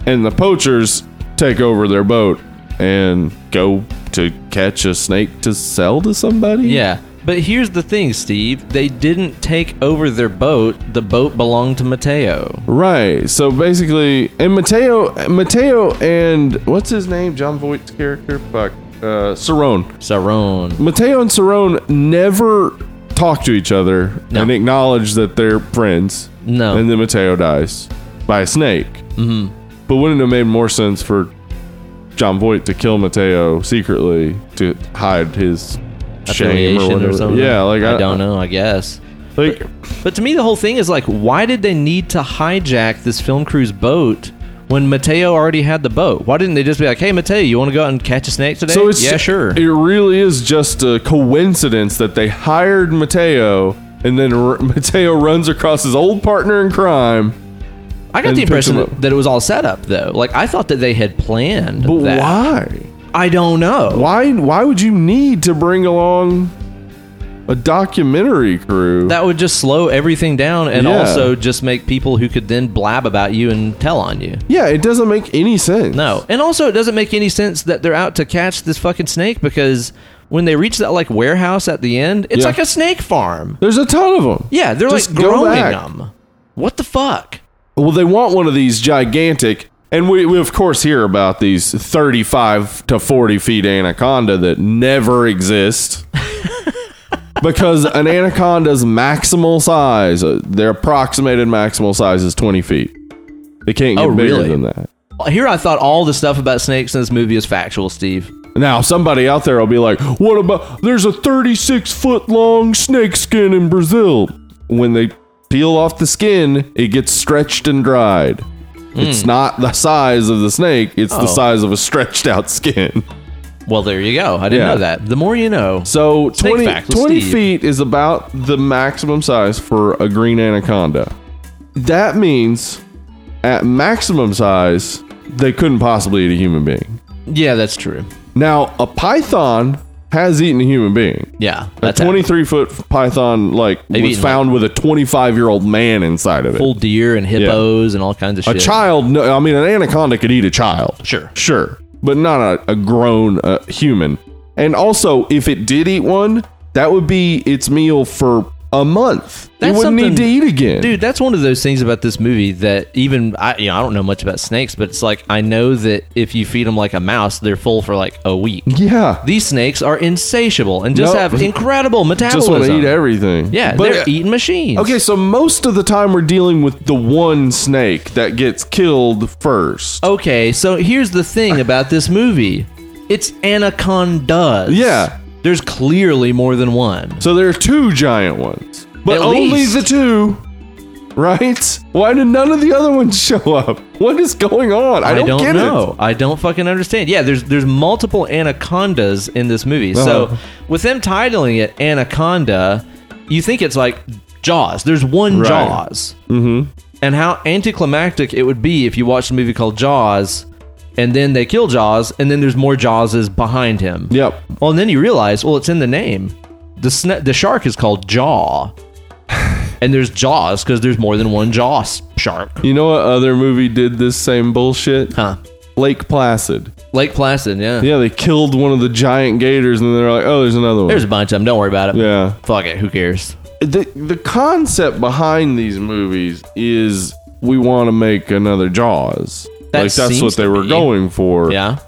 [SPEAKER 2] and the poachers take over their boat and go to catch a snake to sell to somebody.
[SPEAKER 1] yeah. But here's the thing, Steve. They didn't take over their boat. The boat belonged to Mateo.
[SPEAKER 2] Right. So basically, and Mateo, Mateo, and what's his name? John Voight's character. Fuck. Uh, Cerrone.
[SPEAKER 1] Saron.
[SPEAKER 2] Mateo and Cerrone never talk to each other
[SPEAKER 1] No.
[SPEAKER 2] and acknowledge that they're friends.
[SPEAKER 1] No.
[SPEAKER 2] And then Mateo dies by a snake. Mm-hmm. But wouldn't it have made more sense for John Voight to kill Mateo secretly to hide his shame or
[SPEAKER 1] Affiliation
[SPEAKER 2] whatever?
[SPEAKER 1] or something.
[SPEAKER 2] Yeah, like I,
[SPEAKER 1] I don't know. I guess.
[SPEAKER 2] Like,
[SPEAKER 1] But to me, the whole thing is like, why did they need to hijack this film crew's boat when Mateo already had the boat? Why didn't they just be like, hey, Mateo, you want to go out and catch a snake today?
[SPEAKER 2] so it's
[SPEAKER 1] yeah, sure.
[SPEAKER 2] It really is just a coincidence that they hired Mateo and then R- Mateo runs across his old partner in crime.
[SPEAKER 1] I got
[SPEAKER 2] and
[SPEAKER 1] the
[SPEAKER 2] picks
[SPEAKER 1] impression
[SPEAKER 2] him
[SPEAKER 1] that,
[SPEAKER 2] up.
[SPEAKER 1] that it was all set up, though. Like, I thought that they had planned
[SPEAKER 2] But
[SPEAKER 1] that.
[SPEAKER 2] why?
[SPEAKER 1] I don't know.
[SPEAKER 2] Why why would you need to bring along a documentary crew?
[SPEAKER 1] That would just slow everything down and
[SPEAKER 2] Yeah.
[SPEAKER 1] also just make people who could then blab about you and tell on you.
[SPEAKER 2] yeah, it doesn't make any sense.
[SPEAKER 1] No. And also, it doesn't make any sense that they're out to catch this fucking snake because when they reach that, like, warehouse at the end, it's
[SPEAKER 2] Yeah.
[SPEAKER 1] like a snake farm.
[SPEAKER 2] There's a ton of them.
[SPEAKER 1] Yeah, they're
[SPEAKER 2] Just
[SPEAKER 1] like
[SPEAKER 2] go
[SPEAKER 1] growing
[SPEAKER 2] back.
[SPEAKER 1] them. What the fuck?
[SPEAKER 2] Well, they want one of these gigantic And we, we of course hear about these 35 to 40 feet anaconda that never exist. because an anaconda's maximal size, uh, their approximated maximal size is 20 feet. They can't get
[SPEAKER 1] Oh,
[SPEAKER 2] bigger
[SPEAKER 1] really?
[SPEAKER 2] than that.
[SPEAKER 1] Here I thought all the stuff about snakes in this movie is factual, Steve.
[SPEAKER 2] Now, somebody out there will be like, what about there's a 36 foot long snake skin in Brazil? When they peel off the skin, it gets stretched and dried. It's not the size of the snake, it's
[SPEAKER 1] Hmm. Oh.
[SPEAKER 2] the size of a stretched out skin.
[SPEAKER 1] Well, there you go. I didn't
[SPEAKER 2] Yeah.
[SPEAKER 1] know that. The more you know.
[SPEAKER 2] So
[SPEAKER 1] Snake
[SPEAKER 2] 20,
[SPEAKER 1] facts with
[SPEAKER 2] 20
[SPEAKER 1] Steve.
[SPEAKER 2] feet is about the maximum size for a green anaconda. That means at maximum size, they couldn't possibly eat a human being.
[SPEAKER 1] Yeah, that's true.
[SPEAKER 2] Now, a python has eaten a human being.
[SPEAKER 1] Yeah, that's
[SPEAKER 2] a
[SPEAKER 1] happened.
[SPEAKER 2] 23 foot python like
[SPEAKER 1] They've
[SPEAKER 2] was
[SPEAKER 1] eaten,
[SPEAKER 2] found with a 25 year old man inside of it.
[SPEAKER 1] full deer and hippos and all kinds of
[SPEAKER 2] a
[SPEAKER 1] shit.
[SPEAKER 2] child, no, I mean, an anaconda could eat a child.
[SPEAKER 1] Sure.
[SPEAKER 2] Sure. But not a, a grown uh, human. And also, if it did eat one, that would be its meal for a month.
[SPEAKER 1] That's
[SPEAKER 2] it wouldn't need to
[SPEAKER 1] something-
[SPEAKER 2] eat again.
[SPEAKER 1] Dude, that's one of those things about this movie that even I, you know, I don't know much about snakes, but it's like I know that if you feed them like a mouse, they're full for like a week.
[SPEAKER 2] Yeah.
[SPEAKER 1] These snakes are insatiable and just
[SPEAKER 2] No.
[SPEAKER 1] have incredible
[SPEAKER 2] Just want
[SPEAKER 1] metabolism.
[SPEAKER 2] to eat everything.
[SPEAKER 1] yeah,
[SPEAKER 2] But- uh,
[SPEAKER 1] they're eating machines.
[SPEAKER 2] Okay, so most of the time we're dealing with the one snake that gets killed first.
[SPEAKER 1] Okay, so here's the thing about this movie. It's anacondas.
[SPEAKER 2] Yeah.
[SPEAKER 1] There's clearly more than one.
[SPEAKER 2] So there are two giant ones, but
[SPEAKER 1] At
[SPEAKER 2] only
[SPEAKER 1] least.
[SPEAKER 2] the two, right? Why did none of the other ones show up? What is going on? I
[SPEAKER 1] I
[SPEAKER 2] don't,
[SPEAKER 1] don't
[SPEAKER 2] get
[SPEAKER 1] know. I don't fucking understand. Yeah, there's there's multiple anacondas in this movie.
[SPEAKER 2] Uh-huh.
[SPEAKER 1] So with them titling it Anaconda, you think it's like Jaws. There's one
[SPEAKER 2] Right.
[SPEAKER 1] Jaws. Mm-hmm. And how anticlimactic it would be if you watched a movie called Jaws, and then they kill Jaws, and then there's more Jawses behind him.
[SPEAKER 2] it. Yep.
[SPEAKER 1] Well, and then you realize, well, it's in the name. The sna- the shark is called Jaw, and there's Jaws because there's more than one Jaw s- shark.
[SPEAKER 2] You know what other movie did this same bullshit?
[SPEAKER 1] Huh.
[SPEAKER 2] Lake Placid.
[SPEAKER 1] Lake Placid, yeah.
[SPEAKER 2] Yeah, they killed one of the giant gators, and they're like, "Oh, there's another one."
[SPEAKER 1] There's a bunch of them. Don't worry about it.
[SPEAKER 2] yeah.
[SPEAKER 1] Fuck it. Who cares?
[SPEAKER 2] The the concept behind these movies is we want to make another Jaws.
[SPEAKER 1] That
[SPEAKER 2] like that's
[SPEAKER 1] seems
[SPEAKER 2] what they
[SPEAKER 1] to
[SPEAKER 2] were
[SPEAKER 1] be.
[SPEAKER 2] going for.
[SPEAKER 1] Yeah.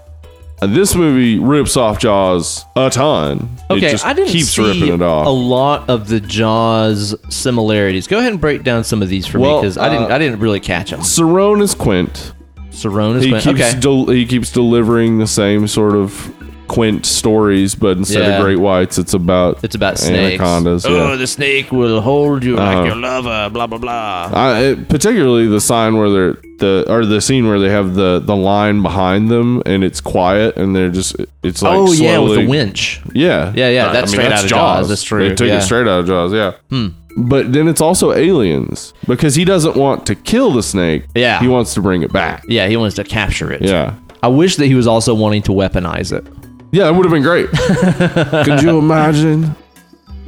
[SPEAKER 2] And this movie rips off Jaws a ton.
[SPEAKER 1] Okay.
[SPEAKER 2] it just
[SPEAKER 1] I didn't
[SPEAKER 2] keeps
[SPEAKER 1] see
[SPEAKER 2] ripping it off.
[SPEAKER 1] a lot of the Jaws similarities. Go ahead and break down some of these for me
[SPEAKER 2] Well, uh,
[SPEAKER 1] because I didn't. I didn't really catch them.
[SPEAKER 2] Cerrone is Quint.
[SPEAKER 1] Sarona's
[SPEAKER 2] He
[SPEAKER 1] Quint.
[SPEAKER 2] keeps
[SPEAKER 1] Okay.
[SPEAKER 2] del- he keeps delivering the same sort of Quint stories, but instead
[SPEAKER 1] Yeah.
[SPEAKER 2] of great whites, it's about
[SPEAKER 1] it's about snakes.
[SPEAKER 2] anacondas,
[SPEAKER 1] oh,
[SPEAKER 2] yeah.
[SPEAKER 1] the snake will hold you
[SPEAKER 2] Uh-huh.
[SPEAKER 1] like your lover. Blah blah blah.
[SPEAKER 2] I, it- particularly the sign where they're the or the scene where they have the the line behind them and it's quiet and they're just it's like
[SPEAKER 1] oh
[SPEAKER 2] slowly,
[SPEAKER 1] yeah, with the winch.
[SPEAKER 2] yeah
[SPEAKER 1] Yeah, yeah, that's straight out of Jaws, that's true,
[SPEAKER 2] they took
[SPEAKER 1] yeah. Hmm.
[SPEAKER 2] it straight out of Jaws yeah but then it's also aliens because he doesn't want to kill the snake
[SPEAKER 1] Yeah.
[SPEAKER 2] he wants to bring it back
[SPEAKER 1] Yeah, he wants to capture it.
[SPEAKER 2] yeah
[SPEAKER 1] I wish that he was also wanting to weaponize it.
[SPEAKER 2] Yeah, it would have been great. Could you imagine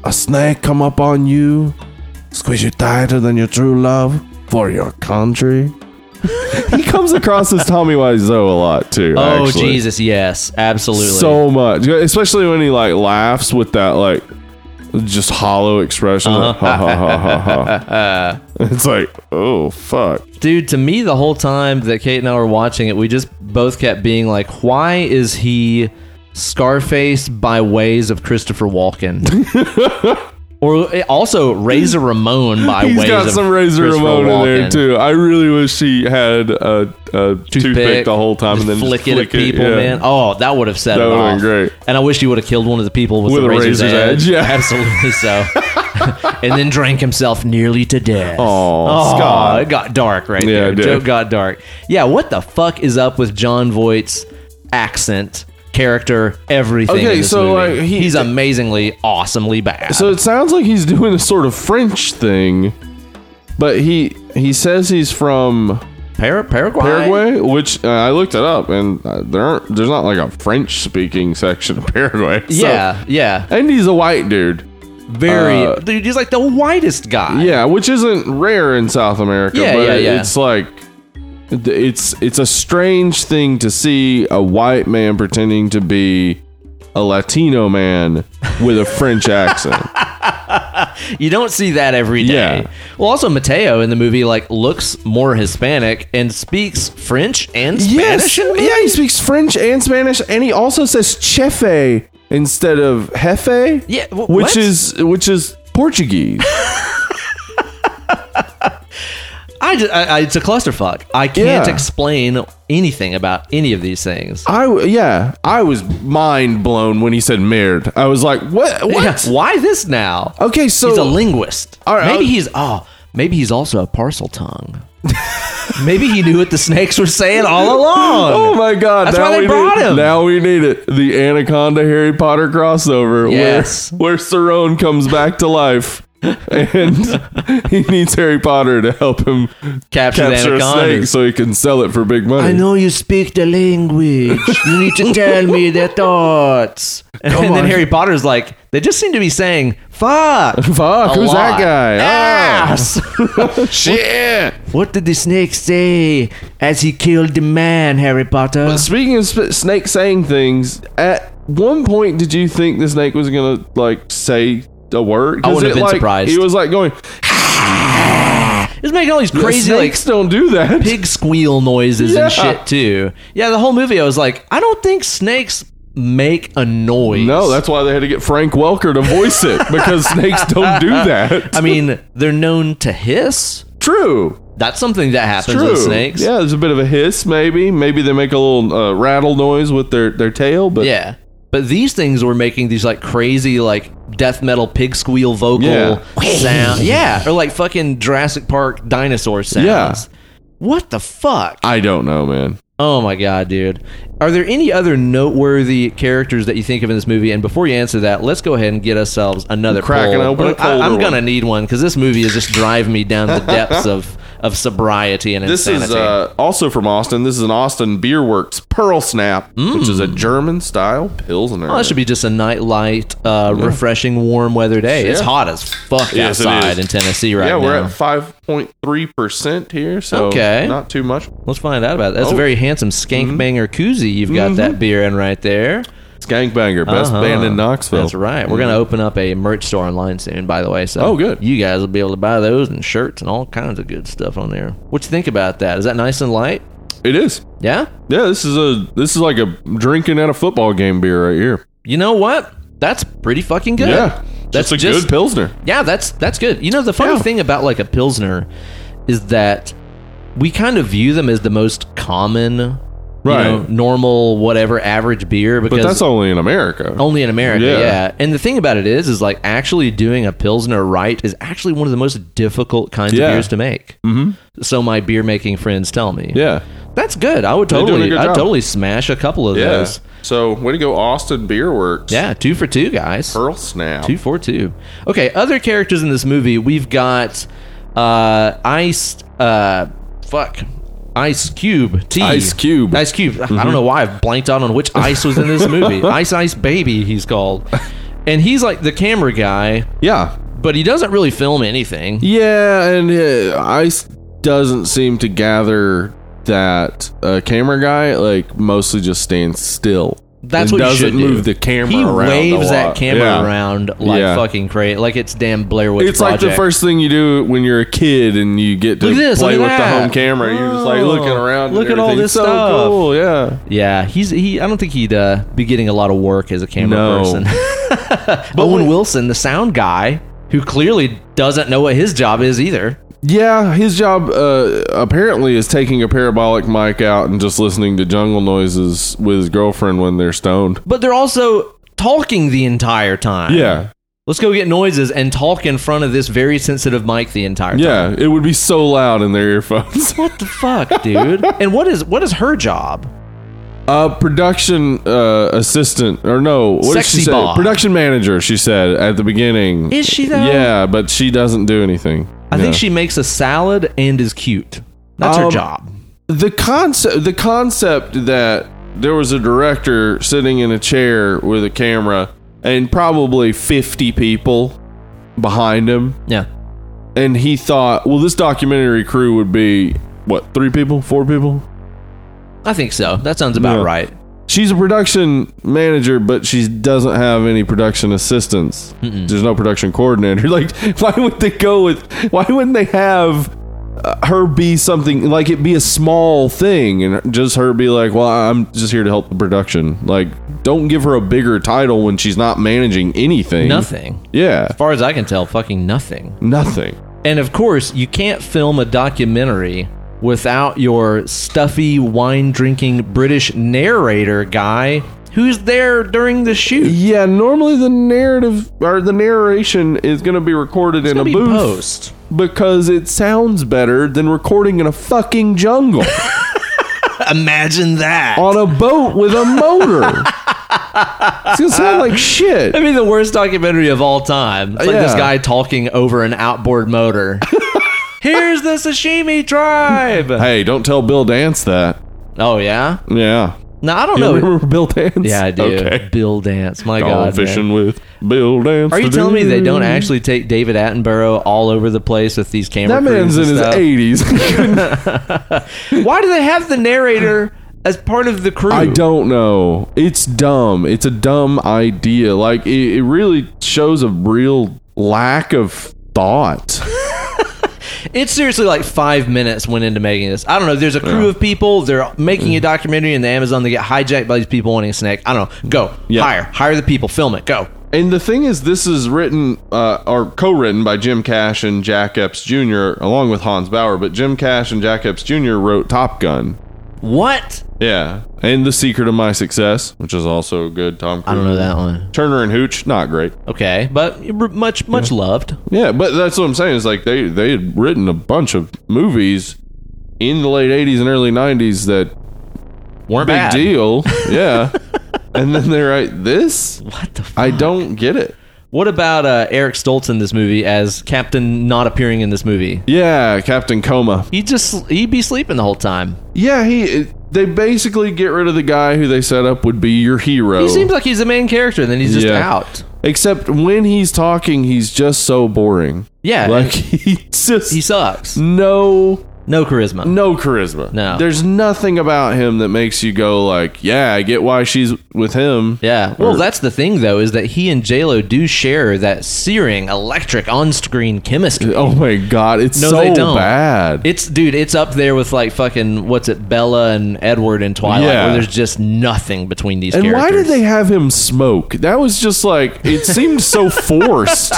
[SPEAKER 2] a snake come up on you, squeeze you tighter than your true love for your country? he comes across as Tommy Wiseau a lot too.
[SPEAKER 1] Oh
[SPEAKER 2] actually.
[SPEAKER 1] Jesus, yes, absolutely.
[SPEAKER 2] so much, especially when he like laughs with that like just hollow expression. like,
[SPEAKER 1] Uh-huh.
[SPEAKER 2] ha ha ha ha ha. It's like, oh fuck.
[SPEAKER 1] dude, to me the whole time that Kate and I were watching it, we just both kept being like, why is he Scarface by ways of Christopher Walken? Or eh, also Razor Ramon by
[SPEAKER 2] He's
[SPEAKER 1] ways
[SPEAKER 2] got
[SPEAKER 1] of
[SPEAKER 2] some razor
[SPEAKER 1] Christopher
[SPEAKER 2] Ramon in there
[SPEAKER 1] Walken.
[SPEAKER 2] too. I really wish he had a, a toothpick, the whole time
[SPEAKER 1] just
[SPEAKER 2] and then just
[SPEAKER 1] flick it at people,
[SPEAKER 2] yeah.
[SPEAKER 1] man. Oh, that would have set
[SPEAKER 2] That
[SPEAKER 1] it
[SPEAKER 2] would've
[SPEAKER 1] off.
[SPEAKER 2] been great.
[SPEAKER 1] And I wish he would have killed one of the people with, a razor's, edge.
[SPEAKER 2] yeah.
[SPEAKER 1] absolutely so. and then drank himself nearly to death.
[SPEAKER 2] Aw,
[SPEAKER 1] Aw,
[SPEAKER 2] Scott.
[SPEAKER 1] it got dark right
[SPEAKER 2] Yeah,
[SPEAKER 1] there.
[SPEAKER 2] it did.
[SPEAKER 1] Joke got dark. Yeah, what the fuck is up with John Voight's accent? Character, everything. in
[SPEAKER 2] Okay,
[SPEAKER 1] this
[SPEAKER 2] so,
[SPEAKER 1] movie?
[SPEAKER 2] like, he-
[SPEAKER 1] he's amazingly, awesomely bad.
[SPEAKER 2] So it sounds like he's doing a sort of French thing, but he he says he's from
[SPEAKER 1] Par- Paraguay,
[SPEAKER 2] Paraguay, which uh, I looked it up, and uh, there aren't there's not like a French speaking section of Paraguay. so-
[SPEAKER 1] Yeah, yeah,
[SPEAKER 2] and he's a white dude.
[SPEAKER 1] very.
[SPEAKER 2] uh,
[SPEAKER 1] dude, he's like the whitest guy.
[SPEAKER 2] Yeah, which isn't rare in South America.
[SPEAKER 1] Yeah,
[SPEAKER 2] but
[SPEAKER 1] yeah, yeah.
[SPEAKER 2] It's like it's it's a strange thing to see a white man pretending to be a Latino man with a French accent.
[SPEAKER 1] you don't see that every day.
[SPEAKER 2] Yeah.
[SPEAKER 1] Well, also Mateo in the movie like looks more Hispanic and speaks French and Spanish.
[SPEAKER 2] Yes. Yeah, he speaks French and Spanish, and he also says chefe instead of jefe.
[SPEAKER 1] Yeah, wh-
[SPEAKER 2] which
[SPEAKER 1] what?
[SPEAKER 2] is which is Portuguese.
[SPEAKER 1] I, ju- I- I- it's a clusterfuck. I can't
[SPEAKER 2] Yeah. Uh,
[SPEAKER 1] explain anything about any of these things.
[SPEAKER 2] I w- yeah, I was mind blown when he said mirrored. I was like, what? What?
[SPEAKER 1] Yeah, why this now?
[SPEAKER 2] Okay, so
[SPEAKER 1] he's a linguist.
[SPEAKER 2] All right, uh,
[SPEAKER 1] maybe
[SPEAKER 2] I'll-
[SPEAKER 1] he's oh, maybe he's also a parcel tongue. maybe he knew what the snakes were saying all along.
[SPEAKER 2] Oh my god!
[SPEAKER 1] That's why they
[SPEAKER 2] we
[SPEAKER 1] brought
[SPEAKER 2] need,
[SPEAKER 1] him.
[SPEAKER 2] Now we need it. The Anaconda Harry Potter crossover.
[SPEAKER 1] Yes.
[SPEAKER 2] Where, where Cerrone comes back to life, and he needs Harry Potter to help him
[SPEAKER 1] Capture the
[SPEAKER 2] capture a
[SPEAKER 1] anacondas.
[SPEAKER 2] snake so he can sell it for big money.
[SPEAKER 1] I know you speak the language. You need to tell me the thoughts. And,
[SPEAKER 2] Come
[SPEAKER 1] then
[SPEAKER 2] on.
[SPEAKER 1] Harry Potter's like, they just seem to be saying, fuck.
[SPEAKER 2] Fuck!
[SPEAKER 1] a
[SPEAKER 2] who's
[SPEAKER 1] lot."
[SPEAKER 2] that guy?
[SPEAKER 1] Ass.
[SPEAKER 2] Ah, shit!
[SPEAKER 1] what did the snake say as he killed the man, Harry Potter?
[SPEAKER 2] But speaking of sp- snake saying things, at one point did you think the snake was gonna like say a word? 'Cause
[SPEAKER 1] I wouldn't
[SPEAKER 2] it,
[SPEAKER 1] have been
[SPEAKER 2] like,
[SPEAKER 1] surprised.
[SPEAKER 2] He was like going
[SPEAKER 1] He's making all these crazy, like,
[SPEAKER 2] Snakes don't do that.
[SPEAKER 1] pig squeal noises
[SPEAKER 2] Yeah.
[SPEAKER 1] and shit, too. Yeah, the whole movie, I was like, I don't think snakes make a noise.
[SPEAKER 2] No, that's why they had to get Frank Welker to voice it because snakes don't do that.
[SPEAKER 1] I mean, they're known to hiss.
[SPEAKER 2] true.
[SPEAKER 1] That's something that happens
[SPEAKER 2] True.
[SPEAKER 1] with snakes.
[SPEAKER 2] Yeah, there's a bit of a hiss, maybe. Maybe they make a little uh, rattle noise with their, their tail, but
[SPEAKER 1] Yeah. But these things were making these like crazy like death metal pig squeal vocal
[SPEAKER 2] Yeah.
[SPEAKER 1] sound. Yeah. Or like fucking Jurassic Park dinosaur sounds.
[SPEAKER 2] Yeah.
[SPEAKER 1] What the fuck?
[SPEAKER 2] I don't know, man.
[SPEAKER 1] Oh my god, dude. Are there any other noteworthy characters that you think of in this movie? And before you answer that, let's go ahead and get ourselves another
[SPEAKER 2] Cracking
[SPEAKER 1] poll.
[SPEAKER 2] open a
[SPEAKER 1] I,
[SPEAKER 2] colder
[SPEAKER 1] am
[SPEAKER 2] one.
[SPEAKER 1] gonna need one because this movie is just driving me down the depths of of sobriety and
[SPEAKER 2] This
[SPEAKER 1] insanity.
[SPEAKER 2] is uh, also from Austin. This is an Austin Beer Works Pearl Snap, which is a German style Pilsner.
[SPEAKER 1] Well, that should be just a night light, uh, refreshing, warm weather day. It's
[SPEAKER 2] Yeah.
[SPEAKER 1] hot as fuck
[SPEAKER 2] Yes, it
[SPEAKER 1] outside
[SPEAKER 2] is.
[SPEAKER 1] in Tennessee right
[SPEAKER 2] yeah, we're
[SPEAKER 1] now.
[SPEAKER 2] at 5.3% here, so
[SPEAKER 1] Okay.
[SPEAKER 2] not too much.
[SPEAKER 1] Let's find out about that. That's a
[SPEAKER 2] Oh.
[SPEAKER 1] very handsome skank banger koozie you've got that beer in right there.
[SPEAKER 2] Skankbanger, best
[SPEAKER 1] Uh-huh.
[SPEAKER 2] band in Knoxville. Mm-hmm.
[SPEAKER 1] That's right. We're gonna open up a merch store online soon, by the way. So
[SPEAKER 2] Oh, good.
[SPEAKER 1] You guys will be able to buy those and shirts and all kinds of good stuff on there. What you think about that? Is that nice and light?
[SPEAKER 2] It is.
[SPEAKER 1] Yeah.
[SPEAKER 2] Yeah, this is a this is like a drinking at a football game beer right here.
[SPEAKER 1] You know what? That's pretty fucking good.
[SPEAKER 2] Yeah.
[SPEAKER 1] That's
[SPEAKER 2] That's a
[SPEAKER 1] just-
[SPEAKER 2] good pilsner.
[SPEAKER 1] Yeah, that's that's good. You know, the funny
[SPEAKER 2] Yeah.
[SPEAKER 1] thing about like a pilsner is that we kind of view them as the most common,
[SPEAKER 2] Right.
[SPEAKER 1] you know, normal, whatever, average beer because Oh.
[SPEAKER 2] But that's only in America.
[SPEAKER 1] only in America. Yeah.
[SPEAKER 2] Yeah.
[SPEAKER 1] and the thing about it is, is like actually doing a pilsner right is actually one of the most difficult kinds
[SPEAKER 2] Yeah.
[SPEAKER 1] of beers to make. Mm-hmm. So my beer making friends tell me,
[SPEAKER 2] Yeah.
[SPEAKER 1] that's good. I would
[SPEAKER 2] They're doing a
[SPEAKER 1] totally,
[SPEAKER 2] good
[SPEAKER 1] I
[SPEAKER 2] job.
[SPEAKER 1] totally smash a couple of
[SPEAKER 2] Yeah.
[SPEAKER 1] those.
[SPEAKER 2] So way to go, Austin Beer Works.
[SPEAKER 1] Yeah, two for two, guys.
[SPEAKER 2] Pearl Snap.
[SPEAKER 1] Two four two. Okay, other characters in this movie. We've got uh Ice uh fuck. Ice Cube T.
[SPEAKER 2] Ice Cube. Mm-hmm.
[SPEAKER 1] Ice Cube. I don't know why I've blanked out on which ice was in this movie. ice Ice Baby, he's called. And he's like the camera guy,
[SPEAKER 2] Yeah.
[SPEAKER 1] but he doesn't really film anything.
[SPEAKER 2] Yeah, and uh, Ice doesn't seem to gather that uh, camera guy like mostly just stands still.
[SPEAKER 1] That's
[SPEAKER 2] and
[SPEAKER 1] what you
[SPEAKER 2] doesn't
[SPEAKER 1] should do.
[SPEAKER 2] move the camera
[SPEAKER 1] He
[SPEAKER 2] around. a
[SPEAKER 1] waves that
[SPEAKER 2] lot.
[SPEAKER 1] camera
[SPEAKER 2] Yeah.
[SPEAKER 1] around like
[SPEAKER 2] Yeah.
[SPEAKER 1] fucking crazy, like it's damn Blair Witch
[SPEAKER 2] It's like the
[SPEAKER 1] Project.
[SPEAKER 2] first thing you do when you're a kid and you get to
[SPEAKER 1] Look at this,
[SPEAKER 2] play
[SPEAKER 1] look
[SPEAKER 2] with
[SPEAKER 1] at
[SPEAKER 2] the
[SPEAKER 1] that.
[SPEAKER 2] home camera. You're just like
[SPEAKER 1] Oh,
[SPEAKER 2] looking around. and
[SPEAKER 1] look at all
[SPEAKER 2] everything.
[SPEAKER 1] this
[SPEAKER 2] so
[SPEAKER 1] stuff.
[SPEAKER 2] Cool, yeah.
[SPEAKER 1] Yeah, he's he. I don't think he'd uh, be getting a lot of work as a camera
[SPEAKER 2] No.
[SPEAKER 1] person. Owen Wilson, the sound guy, who clearly doesn't know what his job is either.
[SPEAKER 2] Yeah, his job uh, apparently is taking a parabolic mic out and just listening to jungle noises with his girlfriend when they're stoned.
[SPEAKER 1] But they're also talking the entire time.
[SPEAKER 2] Yeah,
[SPEAKER 1] Let's go get noises and talk in front of this very sensitive mic the entire time.
[SPEAKER 2] yeah, it would be so loud in their earphones.
[SPEAKER 1] What the fuck, dude? and what is what is her job?
[SPEAKER 2] uh, production uh, assistant, or no, what did
[SPEAKER 1] Sexy
[SPEAKER 2] she say?
[SPEAKER 1] boss.
[SPEAKER 2] Production manager, she said at the beginning.
[SPEAKER 1] Is she though?
[SPEAKER 2] Yeah, but she doesn't do anything.
[SPEAKER 1] I
[SPEAKER 2] Yeah.
[SPEAKER 1] think she makes a salad and is cute. That's her
[SPEAKER 2] Um,
[SPEAKER 1] job.
[SPEAKER 2] the concept the concept that there was a director sitting in a chair with a camera and probably 50 people behind him
[SPEAKER 1] Yeah.
[SPEAKER 2] and he thought well this documentary crew would be what three people four people
[SPEAKER 1] I think so. That sounds about
[SPEAKER 2] Yeah.
[SPEAKER 1] right.
[SPEAKER 2] She's a production manager, but she doesn't have any production assistants. There's no production coordinator. Like, why would they go with? Why wouldn't they have uh, her be something like it be a small thing and just her be like, "Well, I'm just here to help the production." Like, don't give her a bigger title when she's not managing anything.
[SPEAKER 1] Nothing.
[SPEAKER 2] Yeah,
[SPEAKER 1] As far as I can tell, fucking nothing.
[SPEAKER 2] nothing.
[SPEAKER 1] And of course, you can't film a documentary without your stuffy wine drinking British narrator guy who's there during the shoot.
[SPEAKER 2] Yeah, normally the narrative or the narration is going to be recorded in a
[SPEAKER 1] Gonna be
[SPEAKER 2] booth.
[SPEAKER 1] post.
[SPEAKER 2] because it sounds better than recording in a fucking jungle
[SPEAKER 1] Imagine that.
[SPEAKER 2] on a boat with a motor. It's gonna sound like shit.
[SPEAKER 1] I mean, the worst documentary of all time. It's like this
[SPEAKER 2] Yeah.
[SPEAKER 1] guy talking over an outboard motor. Here's the sashimi tribe.
[SPEAKER 2] Hey, don't tell Bill Dance that.
[SPEAKER 1] Oh yeah.
[SPEAKER 2] Yeah.
[SPEAKER 1] No, I don't
[SPEAKER 2] You
[SPEAKER 1] know.
[SPEAKER 2] remember Bill Dance?
[SPEAKER 1] Yeah, I do.
[SPEAKER 2] Okay.
[SPEAKER 1] Bill Dance. My
[SPEAKER 2] Gone
[SPEAKER 1] God. man.
[SPEAKER 2] fishing with Bill Dance.
[SPEAKER 1] Are you
[SPEAKER 2] today.
[SPEAKER 1] telling me they don't actually take David Attenborough all over the place with these camera
[SPEAKER 2] That man's
[SPEAKER 1] crews
[SPEAKER 2] in
[SPEAKER 1] and
[SPEAKER 2] his
[SPEAKER 1] stuff?
[SPEAKER 2] 80s.
[SPEAKER 1] Why do they have the narrator as part of the crew?
[SPEAKER 2] I don't know. It's dumb. It's a dumb idea. Like it, it really shows a real lack of thought.
[SPEAKER 1] It's seriously like five minutes went into making this. I don't know. There's a crew of people. They're making a documentary in the Amazon. They get hijacked by these people wanting a snack. I don't know. Go
[SPEAKER 2] Yeah.
[SPEAKER 1] hire, hire the people, film it. Go.
[SPEAKER 2] And the thing is, this is written uh, or co-written by Jim Cash and Jack Epps Jr. along with Hans Bauer. But Jim Cash and Jack Epps Jr. wrote Top Gun.
[SPEAKER 1] What?
[SPEAKER 2] Yeah, and The Secret of My Success, which is also a good Tom Cruise.
[SPEAKER 1] I don't know that one.
[SPEAKER 2] Turner and Hooch, not great.
[SPEAKER 1] Okay, but r- much much loved.
[SPEAKER 2] Yeah, but that's what I'm saying. Is like they they had written a bunch of movies in the late '80s and early '90s that
[SPEAKER 1] Weren't
[SPEAKER 2] big
[SPEAKER 1] bad.
[SPEAKER 2] deal. Yeah, and then they write this.
[SPEAKER 1] What the? F-
[SPEAKER 2] I don't get it.
[SPEAKER 1] what about uh, Eric Stoltz in this movie as Captain not appearing in this movie?
[SPEAKER 2] Yeah, Captain Coma.
[SPEAKER 1] He just he'd be sleeping the whole time.
[SPEAKER 2] Yeah, he. They basically get rid of the guy who they set up would be your hero.
[SPEAKER 1] He seems like he's the main character, and then he's just
[SPEAKER 2] Oh. Yeah.
[SPEAKER 1] out.
[SPEAKER 2] Except when he's talking, he's just so boring.
[SPEAKER 1] Yeah,
[SPEAKER 2] Like he's just
[SPEAKER 1] he sucks.
[SPEAKER 2] no
[SPEAKER 1] No charisma.
[SPEAKER 2] no charisma.
[SPEAKER 1] No.
[SPEAKER 2] there's nothing about him that makes you go like, yeah, I get why she's with him.
[SPEAKER 1] Yeah. Well,
[SPEAKER 2] Or-
[SPEAKER 1] that's the thing though, is that he and J Lo do share that searing, electric, on-screen chemistry.
[SPEAKER 2] Oh my god, it's
[SPEAKER 1] No,
[SPEAKER 2] so
[SPEAKER 1] they don't.
[SPEAKER 2] bad.
[SPEAKER 1] It's dude, it's up there with like fucking what's it, Bella and Edward in Twilight,
[SPEAKER 2] Yeah.
[SPEAKER 1] where there's just nothing between these.
[SPEAKER 2] and why
[SPEAKER 1] characters.
[SPEAKER 2] did they have him smoke? That was just like it seemed so forced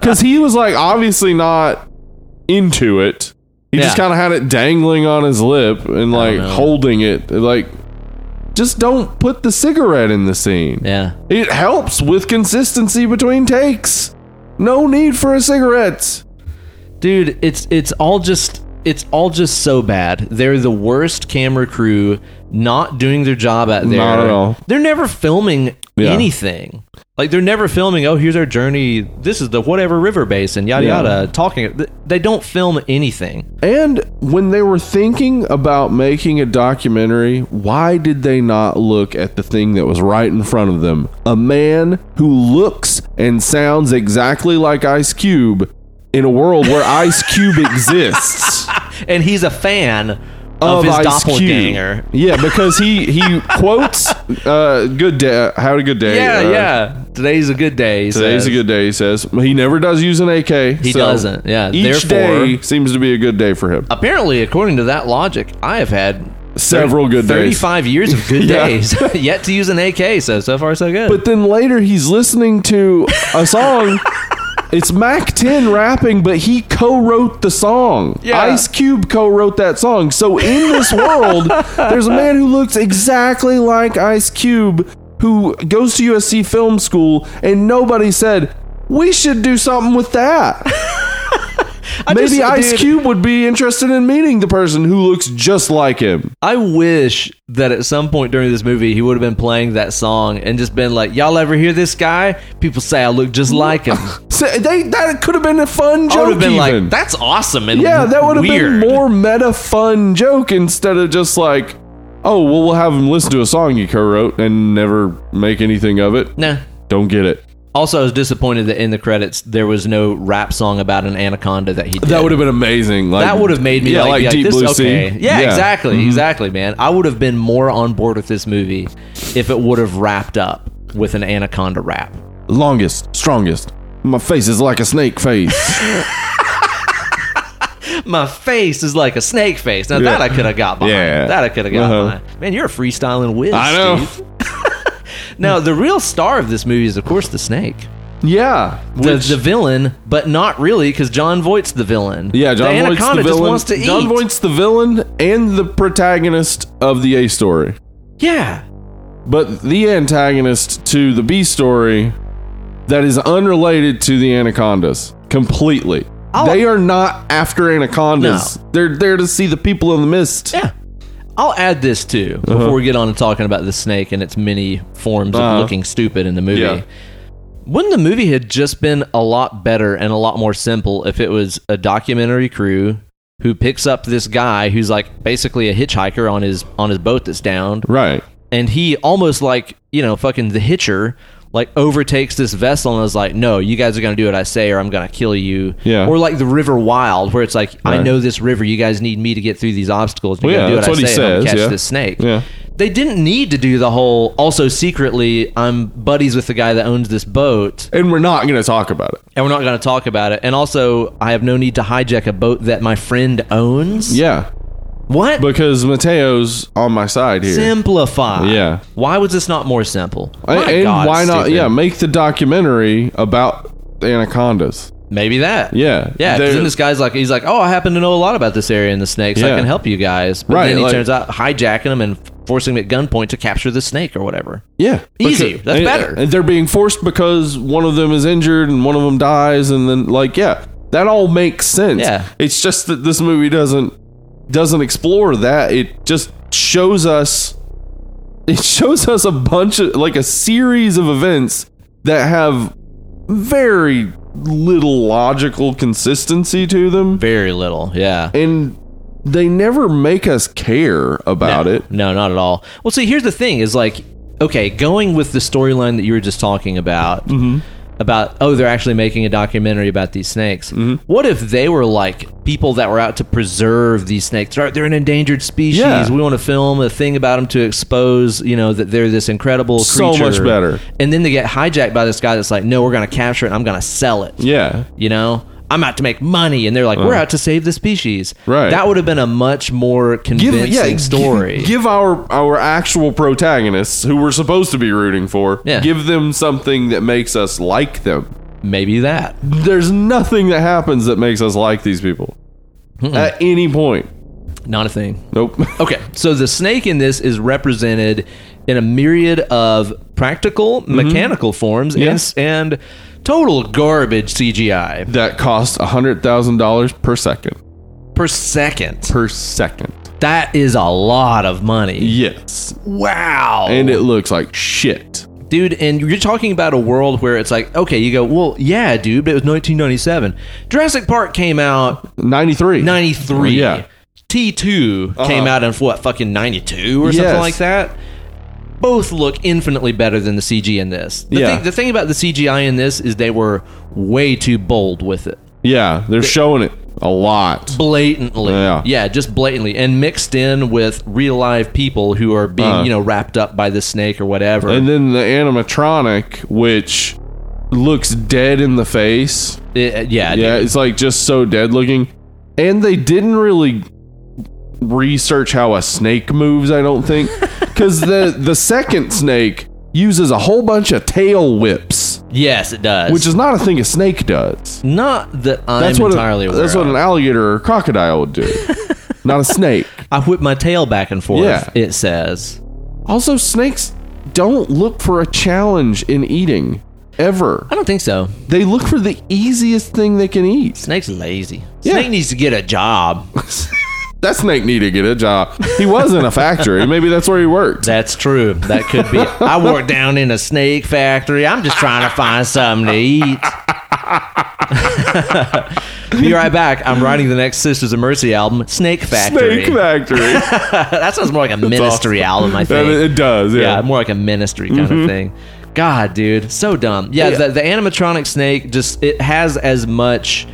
[SPEAKER 2] because he was like obviously not into it. He just
[SPEAKER 1] Yeah.
[SPEAKER 2] kind of had it dangling on his lip and like
[SPEAKER 1] know.
[SPEAKER 2] holding it. Like, just don't put the cigarette in the scene.
[SPEAKER 1] Yeah.
[SPEAKER 2] It helps with consistency between takes. No need for a cigarette.
[SPEAKER 1] dude it's it's all just it's all just so bad they're the worst camera crew not doing their job out there
[SPEAKER 2] Not at all.
[SPEAKER 1] they're never filming
[SPEAKER 2] Yeah.
[SPEAKER 1] anything like they're never filming oh here's our journey this is the whatever river basin yada
[SPEAKER 2] Yeah.
[SPEAKER 1] yada talking Th- they don't film anything
[SPEAKER 2] And when they were thinking about making a documentary, why did they not look at the thing that was right in front of them? A man who looks and sounds exactly like Ice Cube in a world where Ice Cube exists.
[SPEAKER 1] and he's a fan of, his
[SPEAKER 2] Ice Cube.
[SPEAKER 1] doppelganger
[SPEAKER 2] Yeah, because he he quotes uh, "Good day, had a good day."
[SPEAKER 1] yeah
[SPEAKER 2] uh,
[SPEAKER 1] yeah today's a good day he
[SPEAKER 2] Today's
[SPEAKER 1] says.
[SPEAKER 2] a good day, he says. He never does use an AK.
[SPEAKER 1] He doesn't, yeah,
[SPEAKER 2] Each
[SPEAKER 1] therefore-
[SPEAKER 2] day seems to be a good day for him.
[SPEAKER 1] apparently according to that logic i have had
[SPEAKER 2] Several good days.
[SPEAKER 1] 35 years of good
[SPEAKER 2] Yeah.
[SPEAKER 1] days. Yet to use an AK, so so far so good.
[SPEAKER 2] But then later he's listening to a song. it's Mac 10 rapping, but he co-wrote the song.
[SPEAKER 1] Yeah.
[SPEAKER 2] Ice Cube co-wrote that song. So in this world, there's a man who looks exactly like Ice Cube who goes to USC film school and nobody said, "We should do something with that." Maybe
[SPEAKER 1] just-
[SPEAKER 2] Ice
[SPEAKER 1] dude-
[SPEAKER 2] Cube would be interested in meeting the person who looks just like him.
[SPEAKER 1] I wish that at some point during this movie he would have been playing that song and just been like, "Y'all ever hear this guy? People say I look just like him."
[SPEAKER 2] So they, that could have been a fun
[SPEAKER 1] I
[SPEAKER 2] joke.
[SPEAKER 1] would have been
[SPEAKER 2] even.
[SPEAKER 1] like, "That's awesome!" And
[SPEAKER 2] Yeah, that would have
[SPEAKER 1] weird."
[SPEAKER 2] been more meta fun joke instead of just like, oh, well, we'll have him listen to a song you co-wrote and never make anything of it.
[SPEAKER 1] Nah,
[SPEAKER 2] Don't get it.
[SPEAKER 1] Also, I was disappointed that in the credits there was no rap song about an anaconda that he did.
[SPEAKER 2] That would have been amazing. Like,
[SPEAKER 1] that would have made me
[SPEAKER 2] yeah,
[SPEAKER 1] like, be like,
[SPEAKER 2] Deep
[SPEAKER 1] this,
[SPEAKER 2] Blue
[SPEAKER 1] okay.
[SPEAKER 2] Sea. Mm-hmm.
[SPEAKER 1] Yeah, exactly, exactly, man. I would have been more on board with this movie if it would have wrapped up with an anaconda rap.
[SPEAKER 2] Longest, strongest. My face is like a snake face.
[SPEAKER 1] My face is like a snake face. Now
[SPEAKER 2] Yeah.
[SPEAKER 1] that I could have got behind.
[SPEAKER 2] Yeah.
[SPEAKER 1] That I could have got
[SPEAKER 2] Uh-huh.
[SPEAKER 1] behind. Man, you're a freestyling whiz.
[SPEAKER 2] I know.
[SPEAKER 1] Steve. now the real star of this movie is, of course, the snake.
[SPEAKER 2] yeah.
[SPEAKER 1] the,
[SPEAKER 2] Which-
[SPEAKER 1] the villain, but not really, because John Voight's the villain.
[SPEAKER 2] yeah, John
[SPEAKER 1] the
[SPEAKER 2] Voight's the
[SPEAKER 1] anaconda
[SPEAKER 2] villain.
[SPEAKER 1] just wants to eat.
[SPEAKER 2] John Voight's the villain and the protagonist of the A story.
[SPEAKER 1] yeah,
[SPEAKER 2] But the antagonist to the B story that is unrelated to the anacondas completely.
[SPEAKER 1] I'll-
[SPEAKER 2] they are not after anacondas. They're there to see the people in the mist.
[SPEAKER 1] yeah. I'll add this too before we get on to talking about the snake and its many forms
[SPEAKER 2] Uh-huh.
[SPEAKER 1] of looking stupid in the movie.
[SPEAKER 2] Yeah.
[SPEAKER 1] Wouldn't the movie had just been a lot better and a lot more simple if it was a documentary crew who picks up this guy who's like basically a hitchhiker on his on his boat that's downed
[SPEAKER 2] Right.
[SPEAKER 1] and he almost like you know fucking the hitcher like overtakes this vessel and is like no you guys are gonna do what i say or i'm gonna kill you
[SPEAKER 2] Yeah.
[SPEAKER 1] or like the river wild where it's like i
[SPEAKER 2] Right.
[SPEAKER 1] know this river you guys need me to get through these obstacles and
[SPEAKER 2] Well,
[SPEAKER 1] you're
[SPEAKER 2] yeah,
[SPEAKER 1] gonna do what
[SPEAKER 2] that's
[SPEAKER 1] i
[SPEAKER 2] what he
[SPEAKER 1] say and I'm gonna
[SPEAKER 2] says,
[SPEAKER 1] catch
[SPEAKER 2] yeah.
[SPEAKER 1] this snake
[SPEAKER 2] Yeah.
[SPEAKER 1] they didn't need to do the whole also secretly i'm buddies with the guy that owns this boat
[SPEAKER 2] And we're not going to talk about it.
[SPEAKER 1] and we're not gonna talk about it and also i have no need to hijack a boat that my friend owns
[SPEAKER 2] Yeah.
[SPEAKER 1] what
[SPEAKER 2] Because Mateo's on my side here.
[SPEAKER 1] simplify
[SPEAKER 2] Yeah.
[SPEAKER 1] why was this not more simple
[SPEAKER 2] A-
[SPEAKER 1] My
[SPEAKER 2] and
[SPEAKER 1] God,
[SPEAKER 2] why
[SPEAKER 1] it's
[SPEAKER 2] not?
[SPEAKER 1] stupid.
[SPEAKER 2] Yeah, make the documentary about the anacondas.
[SPEAKER 1] Maybe that.
[SPEAKER 2] Yeah,
[SPEAKER 1] Yeah. 'cause
[SPEAKER 2] They're-
[SPEAKER 1] then this guy's like, he's like, oh, I happen to know a lot about this area and the snakes. I
[SPEAKER 2] Yeah.
[SPEAKER 1] can help you guys. But
[SPEAKER 2] Right,
[SPEAKER 1] then he
[SPEAKER 2] like-
[SPEAKER 1] turns out hijacking them and forcing them at gunpoint to capture the snake or whatever.
[SPEAKER 2] yeah,
[SPEAKER 1] Easy. That's
[SPEAKER 2] and-
[SPEAKER 1] better.
[SPEAKER 2] And they're being forced because one of them is injured and one of them dies, and then like yeah, that all makes sense.
[SPEAKER 1] Yeah.
[SPEAKER 2] it's just that this movie doesn't doesn't explore that. It just shows us it shows us a bunch of like a series of events that have very little logical consistency to them.
[SPEAKER 1] Very little. Yeah.
[SPEAKER 2] and they never make us care about
[SPEAKER 1] no,
[SPEAKER 2] it.
[SPEAKER 1] No, not at all. Well, see, here's the thing: is like, okay, going with the storyline that you were just talking about,
[SPEAKER 2] Mm-hmm.
[SPEAKER 1] about oh, they're actually making a documentary about these snakes.
[SPEAKER 2] Mm-hmm.
[SPEAKER 1] What if they were like people that were out to preserve these snakes? Right, they're an endangered species.
[SPEAKER 2] Yeah.
[SPEAKER 1] We want to film a thing about them to expose, you know, that they're this incredible
[SPEAKER 2] So
[SPEAKER 1] creature.
[SPEAKER 2] much better.
[SPEAKER 1] And then they get hijacked by this guy that's like, no, we're going to capture it. and I'm going to sell it
[SPEAKER 2] Yeah.
[SPEAKER 1] you know i'm out to make money and they're like we're out to save the species
[SPEAKER 2] Uh. Right.
[SPEAKER 1] that would have been a much more convincing
[SPEAKER 2] g-
[SPEAKER 1] story
[SPEAKER 2] Give, our our actual protagonists who we're supposed to be rooting for.
[SPEAKER 1] Yeah.
[SPEAKER 2] Give them something that makes us like them.
[SPEAKER 1] maybe that
[SPEAKER 2] There's nothing that happens that makes us like these people
[SPEAKER 1] Hmm.
[SPEAKER 2] at any point.
[SPEAKER 1] not a thing
[SPEAKER 2] Nope.
[SPEAKER 1] okay so the snake in this is represented in a myriad of practical
[SPEAKER 2] Mm-hmm.
[SPEAKER 1] mechanical forms and
[SPEAKER 2] Yeah.
[SPEAKER 1] s- and, total garbage cgi
[SPEAKER 2] that costs hundred thousand dollars per second.
[SPEAKER 1] per second
[SPEAKER 2] Per second.
[SPEAKER 1] that is a lot of money
[SPEAKER 2] Yes.
[SPEAKER 1] wow
[SPEAKER 2] And it looks like shit.
[SPEAKER 1] dude and you're talking about a world where it's like okay you go well yeah dude but it was 1997 jurassic park came out
[SPEAKER 2] Ninety three.
[SPEAKER 1] 93.
[SPEAKER 2] Yeah. Uh-huh.
[SPEAKER 1] T2 came out in what, fucking 92 or something
[SPEAKER 2] Yes.
[SPEAKER 1] like that. Both look infinitely better than the CG in this. The,
[SPEAKER 2] Yeah.
[SPEAKER 1] thing, the thing about the CGI in this is they were way too bold with it.
[SPEAKER 2] Yeah. They're showing it a lot.
[SPEAKER 1] Blatantly.
[SPEAKER 2] Yeah.
[SPEAKER 1] just blatantly. And mixed in with real live people who are being, you know, wrapped up by the snake or whatever.
[SPEAKER 2] Uh-huh. And then the animatronic, which looks dead in the face.
[SPEAKER 1] It- uh, yeah.
[SPEAKER 2] Yeah, it's like just so dead looking. And they didn't really research how a snake moves, I don't think. Because the, the second snake uses a whole bunch of tail whips,
[SPEAKER 1] Yes, it does.
[SPEAKER 2] which is not a thing a snake does.
[SPEAKER 1] not that I'm
[SPEAKER 2] That's what, a-
[SPEAKER 1] entirely aware
[SPEAKER 2] that's what
[SPEAKER 1] of.
[SPEAKER 2] an alligator or crocodile would do, not a snake.
[SPEAKER 1] I whip my tail back and forth,
[SPEAKER 2] Yeah.
[SPEAKER 1] it says.
[SPEAKER 2] Also, snakes don't look for a challenge in eating, ever.
[SPEAKER 1] I don't think so.
[SPEAKER 2] They look for the easiest thing they can eat.
[SPEAKER 1] Snake's lazy.
[SPEAKER 2] Yeah.
[SPEAKER 1] Snake needs to get a job.
[SPEAKER 2] That snake needed to get a job. He was in a factory. Maybe that's where he worked.
[SPEAKER 1] That's true. That could be. I work down in a snake factory. I'm just trying to find something to eat. be right back. I'm writing the next Sisters of Mercy album, Snake Factory.
[SPEAKER 2] Snake factory.
[SPEAKER 1] that sounds more like a ministry album, I
[SPEAKER 2] That-
[SPEAKER 1] think.
[SPEAKER 2] it does.
[SPEAKER 1] yeah.
[SPEAKER 2] Yeah.
[SPEAKER 1] more like a ministry kind of thing. God, dude, so dumb. Yeah, The, the animatronic snake just it has as much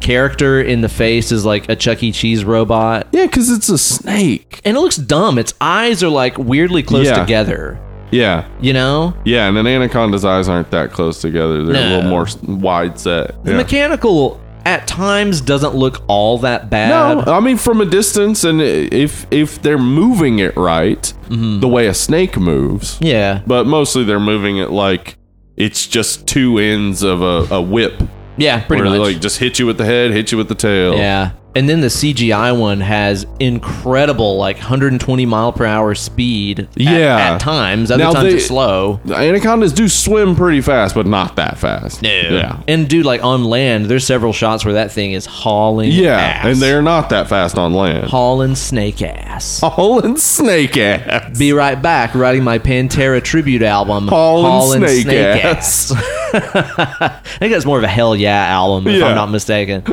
[SPEAKER 1] character in the face as like a Chuck E. Cheese robot,
[SPEAKER 2] Yeah, because it's a snake.
[SPEAKER 1] and it looks dumb. Its eyes are like weirdly close
[SPEAKER 2] Yeah.
[SPEAKER 1] together.
[SPEAKER 2] Yeah,
[SPEAKER 1] You know,
[SPEAKER 2] yeah, and an anaconda's eyes aren't that close together. They're a
[SPEAKER 1] No.
[SPEAKER 2] little more s- wide set.
[SPEAKER 1] the
[SPEAKER 2] Yeah.
[SPEAKER 1] mechanical at times doesn't look all that bad.
[SPEAKER 2] No, I mean from a distance, and i- if if they're moving it right,
[SPEAKER 1] Mm-hmm.
[SPEAKER 2] the way a snake moves,
[SPEAKER 1] Yeah,
[SPEAKER 2] but mostly they're moving it like it's just two ends of a, a whip.
[SPEAKER 1] yeah, pretty
[SPEAKER 2] where they,
[SPEAKER 1] much.
[SPEAKER 2] Like just hit you with the head, hit you with the tail.
[SPEAKER 1] Yeah. And then the CGI one has incredible, like 120 mile per hour speed. at-
[SPEAKER 2] Yeah.
[SPEAKER 1] At, times, other
[SPEAKER 2] Now
[SPEAKER 1] times
[SPEAKER 2] they-
[SPEAKER 1] it's slow.
[SPEAKER 2] The anacondas do swim pretty fast, but not that fast. Yeah.
[SPEAKER 1] And dude, like on land, there's several shots where that thing is hauling.
[SPEAKER 2] Yeah,
[SPEAKER 1] ass.
[SPEAKER 2] and they're not that fast on land.
[SPEAKER 1] hauling snake ass.
[SPEAKER 2] Hauling snake ass.
[SPEAKER 1] Be right back, writing my Pantera tribute album.
[SPEAKER 2] Hauling Snake Ass.
[SPEAKER 1] I think that's more of a Hell Yeah album, if
[SPEAKER 2] Yeah. Hmm.
[SPEAKER 1] I'm not mistaken.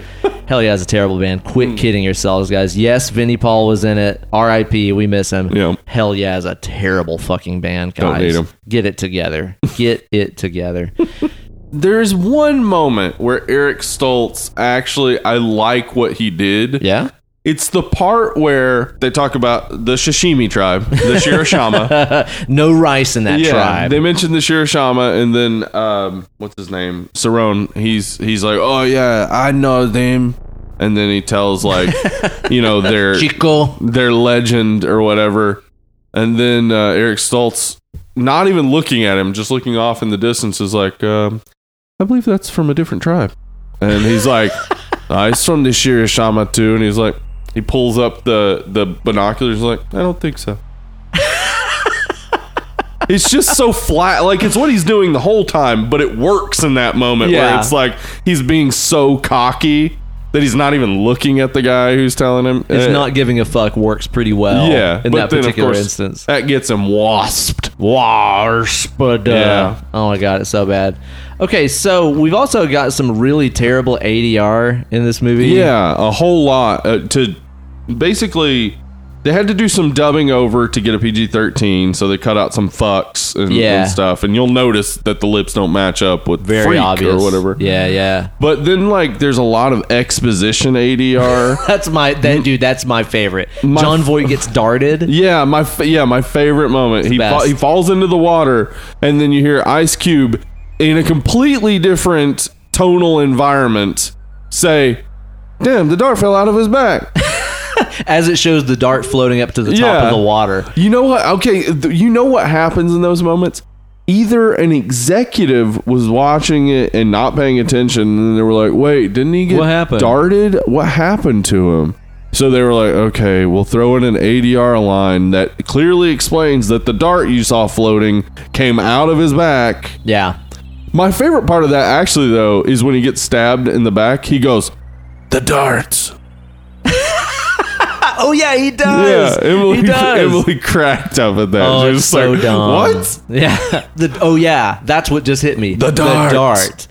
[SPEAKER 1] Hell Yeah is a terrible band. Quit kidding yourselves, guys. Yes, Vinnie Paul was in it. R.I.P. We miss him.
[SPEAKER 2] Yeah.
[SPEAKER 1] Hell Yeah is a terrible fucking band, guys.
[SPEAKER 2] Don't need 'em.
[SPEAKER 1] Get it together. Get it together.
[SPEAKER 2] There's one moment where Eric Stoltz actually, I like what he did.
[SPEAKER 1] Yeah.
[SPEAKER 2] It's the part where they talk about the Shishimi tribe, the Shirashama.
[SPEAKER 1] no rice in that
[SPEAKER 2] yeah,
[SPEAKER 1] tribe.
[SPEAKER 2] they mentioned the Shirashama, and then um, what's his name? Sarone. He's he's like, oh yeah, I know them, and then he tells like, you know, their
[SPEAKER 1] Chico.
[SPEAKER 2] their legend or whatever, and then uh, Eric Stoltz, not even looking at him, just looking off in the distance, is like, um, I believe that's from a different tribe, and he's like, uh, it's from the Shirashama too, and he's like, he pulls up the the binoculars, like, I don't think so. It's just so flat. Like, it's what he's doing the whole time, but it works in that moment
[SPEAKER 1] Yeah.
[SPEAKER 2] where it's like he's being so cocky that he's not even looking at the guy who's telling him.
[SPEAKER 1] It's
[SPEAKER 2] Uh,
[SPEAKER 1] not giving a fuck works pretty well
[SPEAKER 2] yeah,
[SPEAKER 1] in
[SPEAKER 2] but
[SPEAKER 1] that
[SPEAKER 2] then, of
[SPEAKER 1] particular
[SPEAKER 2] course,
[SPEAKER 1] instance.
[SPEAKER 2] That gets him wasped. Wasp.
[SPEAKER 1] But uh,
[SPEAKER 2] Yeah.
[SPEAKER 1] oh my god, it's so bad. Okay, so we've also got some really terrible ADR in this movie.
[SPEAKER 2] Yeah, a whole lot uh, to basically. They had to do some dubbing over to get a PG thirteen, so they cut out some fucks and, and
[SPEAKER 1] Yeah.
[SPEAKER 2] stuff. And you'll notice that the lips don't match up with
[SPEAKER 1] very
[SPEAKER 2] freak
[SPEAKER 1] obvious
[SPEAKER 2] or whatever.
[SPEAKER 1] Yeah, yeah.
[SPEAKER 2] But then, like, there's a lot of exposition ADR.
[SPEAKER 1] That's my
[SPEAKER 2] Mm.
[SPEAKER 1] that dude. That's my favorite. John Voight gets darted.
[SPEAKER 2] Yeah, my f- yeah, my favorite moment. He
[SPEAKER 1] best.
[SPEAKER 2] fa- he falls into the water, and then you hear Ice Cube in a completely different tonal environment say, "Damn, the dart fell out of his back."
[SPEAKER 1] As it shows the dart floating up to the top
[SPEAKER 2] Yeah.
[SPEAKER 1] of the water.
[SPEAKER 2] you know what? Okay, th- you know what happens in those moments. Either an executive was watching it and not paying attention, and they were like, "Wait, didn't he get
[SPEAKER 1] What happened?
[SPEAKER 2] darted? What happened to him?" So they were like, "Okay, we'll throw in an ADR line that clearly explains that the dart you saw floating came out of his back."
[SPEAKER 1] Yeah.
[SPEAKER 2] My favorite part of that, actually, though, is when he gets stabbed in the back. He goes, "The darts."
[SPEAKER 1] Oh yeah, he
[SPEAKER 2] Yeah,
[SPEAKER 1] does.
[SPEAKER 2] Emily,
[SPEAKER 1] he does.
[SPEAKER 2] Emily cracked up at that.
[SPEAKER 1] Oh,
[SPEAKER 2] She was
[SPEAKER 1] it's so
[SPEAKER 2] like,
[SPEAKER 1] dumb.
[SPEAKER 2] What?
[SPEAKER 1] Yeah. The, oh, yeah. That's what just hit me. The
[SPEAKER 2] dart.
[SPEAKER 1] dart.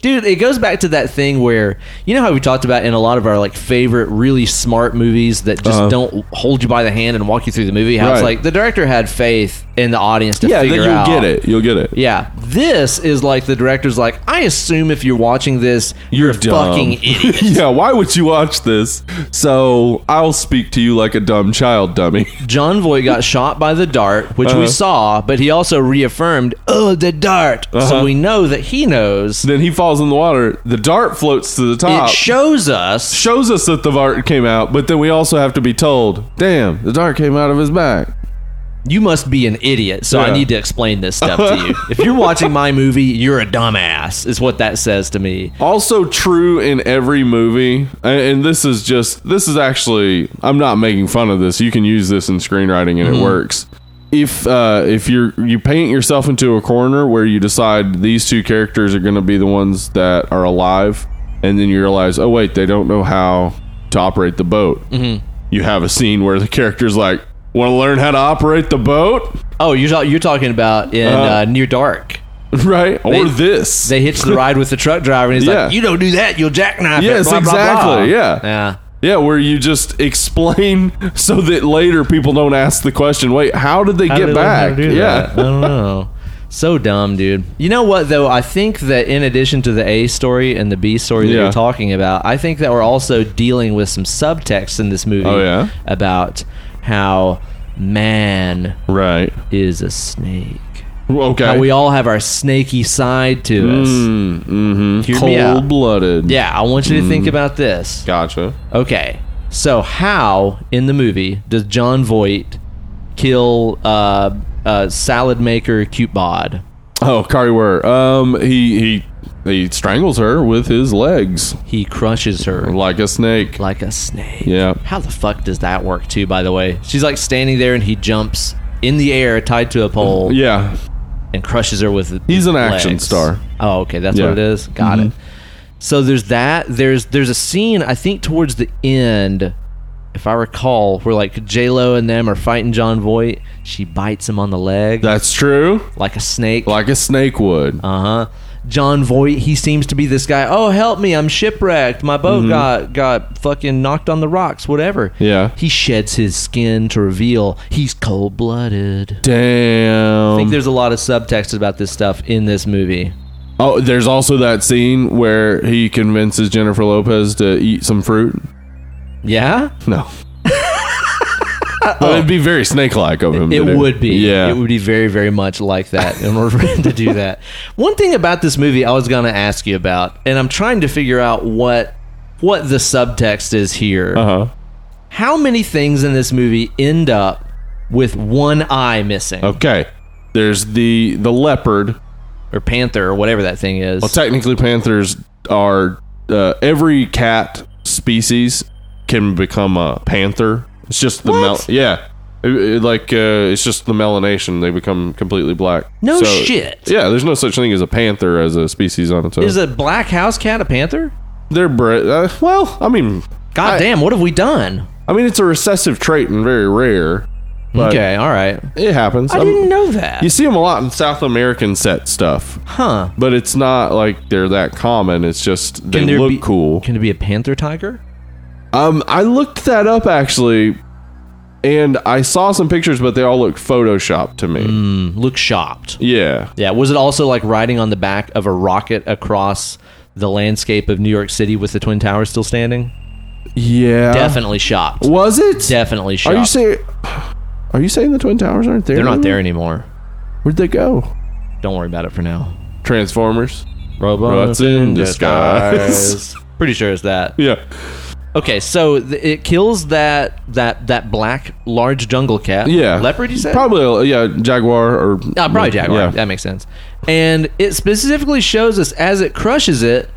[SPEAKER 1] Dude, it goes back to that thing where you know how we talked about in a lot of our like favorite really smart movies that just don't hold you by the hand and walk you through the movie. How it's
[SPEAKER 2] Uh-huh. Right.
[SPEAKER 1] like the director had faith in the audience to
[SPEAKER 2] Yeah, then
[SPEAKER 1] figure
[SPEAKER 2] you'll
[SPEAKER 1] out.
[SPEAKER 2] get it. You'll get it.
[SPEAKER 1] Yeah, this is like the director's like. I assume if you're watching this, you're, a
[SPEAKER 2] dumb.
[SPEAKER 1] fucking idiot.
[SPEAKER 2] Yeah, why would you watch this? So I'll speak to you like a dumb child, dummy.
[SPEAKER 1] John Voight got shot by the dart, which
[SPEAKER 2] Uh-huh.
[SPEAKER 1] we saw, but he also reaffirmed, "Oh, the dart."
[SPEAKER 2] Uh-huh.
[SPEAKER 1] So we know that he knows.
[SPEAKER 2] then he falls in the water. The dart floats to the top.
[SPEAKER 1] It shows us.
[SPEAKER 2] shows us that the dart came out, but then we also have to be told, damn, the dart came out of his back.
[SPEAKER 1] You must be an idiot, so I
[SPEAKER 2] Yeah.
[SPEAKER 1] need to explain this stuff to you. If you're watching my movie, you're a dumbass, is what that says to me.
[SPEAKER 2] Also true in every movie, a- and this is just this is actually I'm not making fun of this. You can use this in screenwriting and it works. If uh, if you're you paint yourself into a corner where you decide these two characters are going to be the ones that are alive, and then you realize, oh wait, they don't know how to operate the boat. Mm-hmm. You have a scene where the character's like, want to learn how to operate the boat,
[SPEAKER 1] Oh, you're, ta- you're talking about in uh,
[SPEAKER 2] Uh,
[SPEAKER 1] Near Dark.
[SPEAKER 2] right? or this?
[SPEAKER 1] They hitch the ride with the truck driver, and he's
[SPEAKER 2] Yeah.
[SPEAKER 1] like, You don't do that, you'll jackknife
[SPEAKER 2] Yes,
[SPEAKER 1] it. blah, blah, blah."
[SPEAKER 2] exactly, yeah.
[SPEAKER 1] Yeah.
[SPEAKER 2] Yeah, where you just explain so that later people don't ask the question, wait, how did they get back? yeah.
[SPEAKER 1] I don't know. So dumb, dude. You know what though? I think that in addition to the A story and the B story that
[SPEAKER 2] Yeah.
[SPEAKER 1] you're talking about, I think that we're also dealing with some subtext in this movie
[SPEAKER 2] Oh, yeah?
[SPEAKER 1] about how man
[SPEAKER 2] Right.
[SPEAKER 1] is a snake.
[SPEAKER 2] Okay. Hmm,
[SPEAKER 1] How we all have our snaky side to us.
[SPEAKER 2] mm-hmm.
[SPEAKER 1] Hear me out.
[SPEAKER 2] Cold blooded.
[SPEAKER 1] Yeah, I want you to
[SPEAKER 2] Hmm.
[SPEAKER 1] think about this.
[SPEAKER 2] Gotcha.
[SPEAKER 1] Okay. So how in the movie does John Voight kill uh, uh, salad maker Cute Bod?
[SPEAKER 2] Oh, Kari Ware. Um, he he he strangles her with his legs
[SPEAKER 1] He crushes her
[SPEAKER 2] like a snake.
[SPEAKER 1] like a snake.
[SPEAKER 2] Yeah.
[SPEAKER 1] How the fuck does that work too? By the way, she's like standing there and he jumps in the air, tied to a pole,
[SPEAKER 2] Yeah.
[SPEAKER 1] and crushes her with.
[SPEAKER 2] He's
[SPEAKER 1] his
[SPEAKER 2] an action
[SPEAKER 1] legs.
[SPEAKER 2] star.
[SPEAKER 1] Oh, okay, that's
[SPEAKER 2] Yeah. Mm-hmm.
[SPEAKER 1] what it is. Got it. So there's that. There's there's a scene I think towards the end, if I recall, where like J Lo and them are fighting John Voight. She bites him on the leg
[SPEAKER 2] That's true.
[SPEAKER 1] like a snake.
[SPEAKER 2] Like a snake would.
[SPEAKER 1] Uh huh. John Voight, he seems to be this guy. Oh, help me! I'm shipwrecked. My boat got got fucking knocked on the rocks. Whatever.
[SPEAKER 2] Mm-hmm. Yeah.
[SPEAKER 1] He sheds his skin to reveal he's cold blooded. I think
[SPEAKER 2] Damn.
[SPEAKER 1] there's a lot of subtext about this stuff in this movie.
[SPEAKER 2] oh, there's also that scene where he convinces Jennifer Lopez to eat some fruit.
[SPEAKER 1] Yeah,
[SPEAKER 2] No. Well, it'd be very snake-like of him. to
[SPEAKER 1] it
[SPEAKER 2] do.
[SPEAKER 1] would be.
[SPEAKER 2] Yeah.
[SPEAKER 1] it would be very, very much like that in order for him to do that. One thing about this movie, I was gonna ask you about, and I'm trying to figure out what what the subtext is here.
[SPEAKER 2] Uh huh.
[SPEAKER 1] how many things in this movie end up with one eye missing
[SPEAKER 2] Okay. There's the the leopard.
[SPEAKER 1] or panther or whatever that thing is
[SPEAKER 2] Well, technically, panthers are uh, every cat species can become a panther. It's just the mel-
[SPEAKER 1] What?
[SPEAKER 2] yeah, It- it- like uh, it's just the melanation. They become completely black.
[SPEAKER 1] No shit.
[SPEAKER 2] Yeah, there's no such thing as a panther as a species on its own.
[SPEAKER 1] is a black house cat a panther
[SPEAKER 2] They're bred. Uh, well, I mean,
[SPEAKER 1] god
[SPEAKER 2] I-
[SPEAKER 1] damn what have we done
[SPEAKER 2] I mean, it's a recessive trait and very rare. But
[SPEAKER 1] okay all right
[SPEAKER 2] it happens.
[SPEAKER 1] i
[SPEAKER 2] I'm-
[SPEAKER 1] didn't know that
[SPEAKER 2] you see them a lot in South American set stuff,
[SPEAKER 1] huh
[SPEAKER 2] but it's not like they're that common. It's just they
[SPEAKER 1] Can there
[SPEAKER 2] look
[SPEAKER 1] be-
[SPEAKER 2] cool.
[SPEAKER 1] can it be a panther tiger
[SPEAKER 2] Um, I looked that up actually, and I saw some pictures, but they all looked photoshopped to me.
[SPEAKER 1] Mm, look shopped
[SPEAKER 2] Yeah,
[SPEAKER 1] yeah was it also like riding on the back of a rocket across the landscape of new york city with the twin towers still standing
[SPEAKER 2] yeah.
[SPEAKER 1] definitely shopped
[SPEAKER 2] Was it?
[SPEAKER 1] definitely shopped
[SPEAKER 2] Uh, Are you saying? Are you saying the twin towers aren't there?
[SPEAKER 1] they're not there
[SPEAKER 2] anymore?
[SPEAKER 1] anymore
[SPEAKER 2] Where'd they go?
[SPEAKER 1] don't worry about it for now
[SPEAKER 2] Transformers.
[SPEAKER 1] robots
[SPEAKER 2] Robots in disguise.
[SPEAKER 1] pretty sure it's that
[SPEAKER 2] Yeah.
[SPEAKER 1] Okay, so th- it kills that that that black large jungle cat.
[SPEAKER 2] Yeah.
[SPEAKER 1] leopard. You said
[SPEAKER 2] Probably. uh, Yeah, jaguar or
[SPEAKER 1] Ah, probably jaguar.
[SPEAKER 2] Yeah.
[SPEAKER 1] That makes sense. And it specifically shows us as it crushes it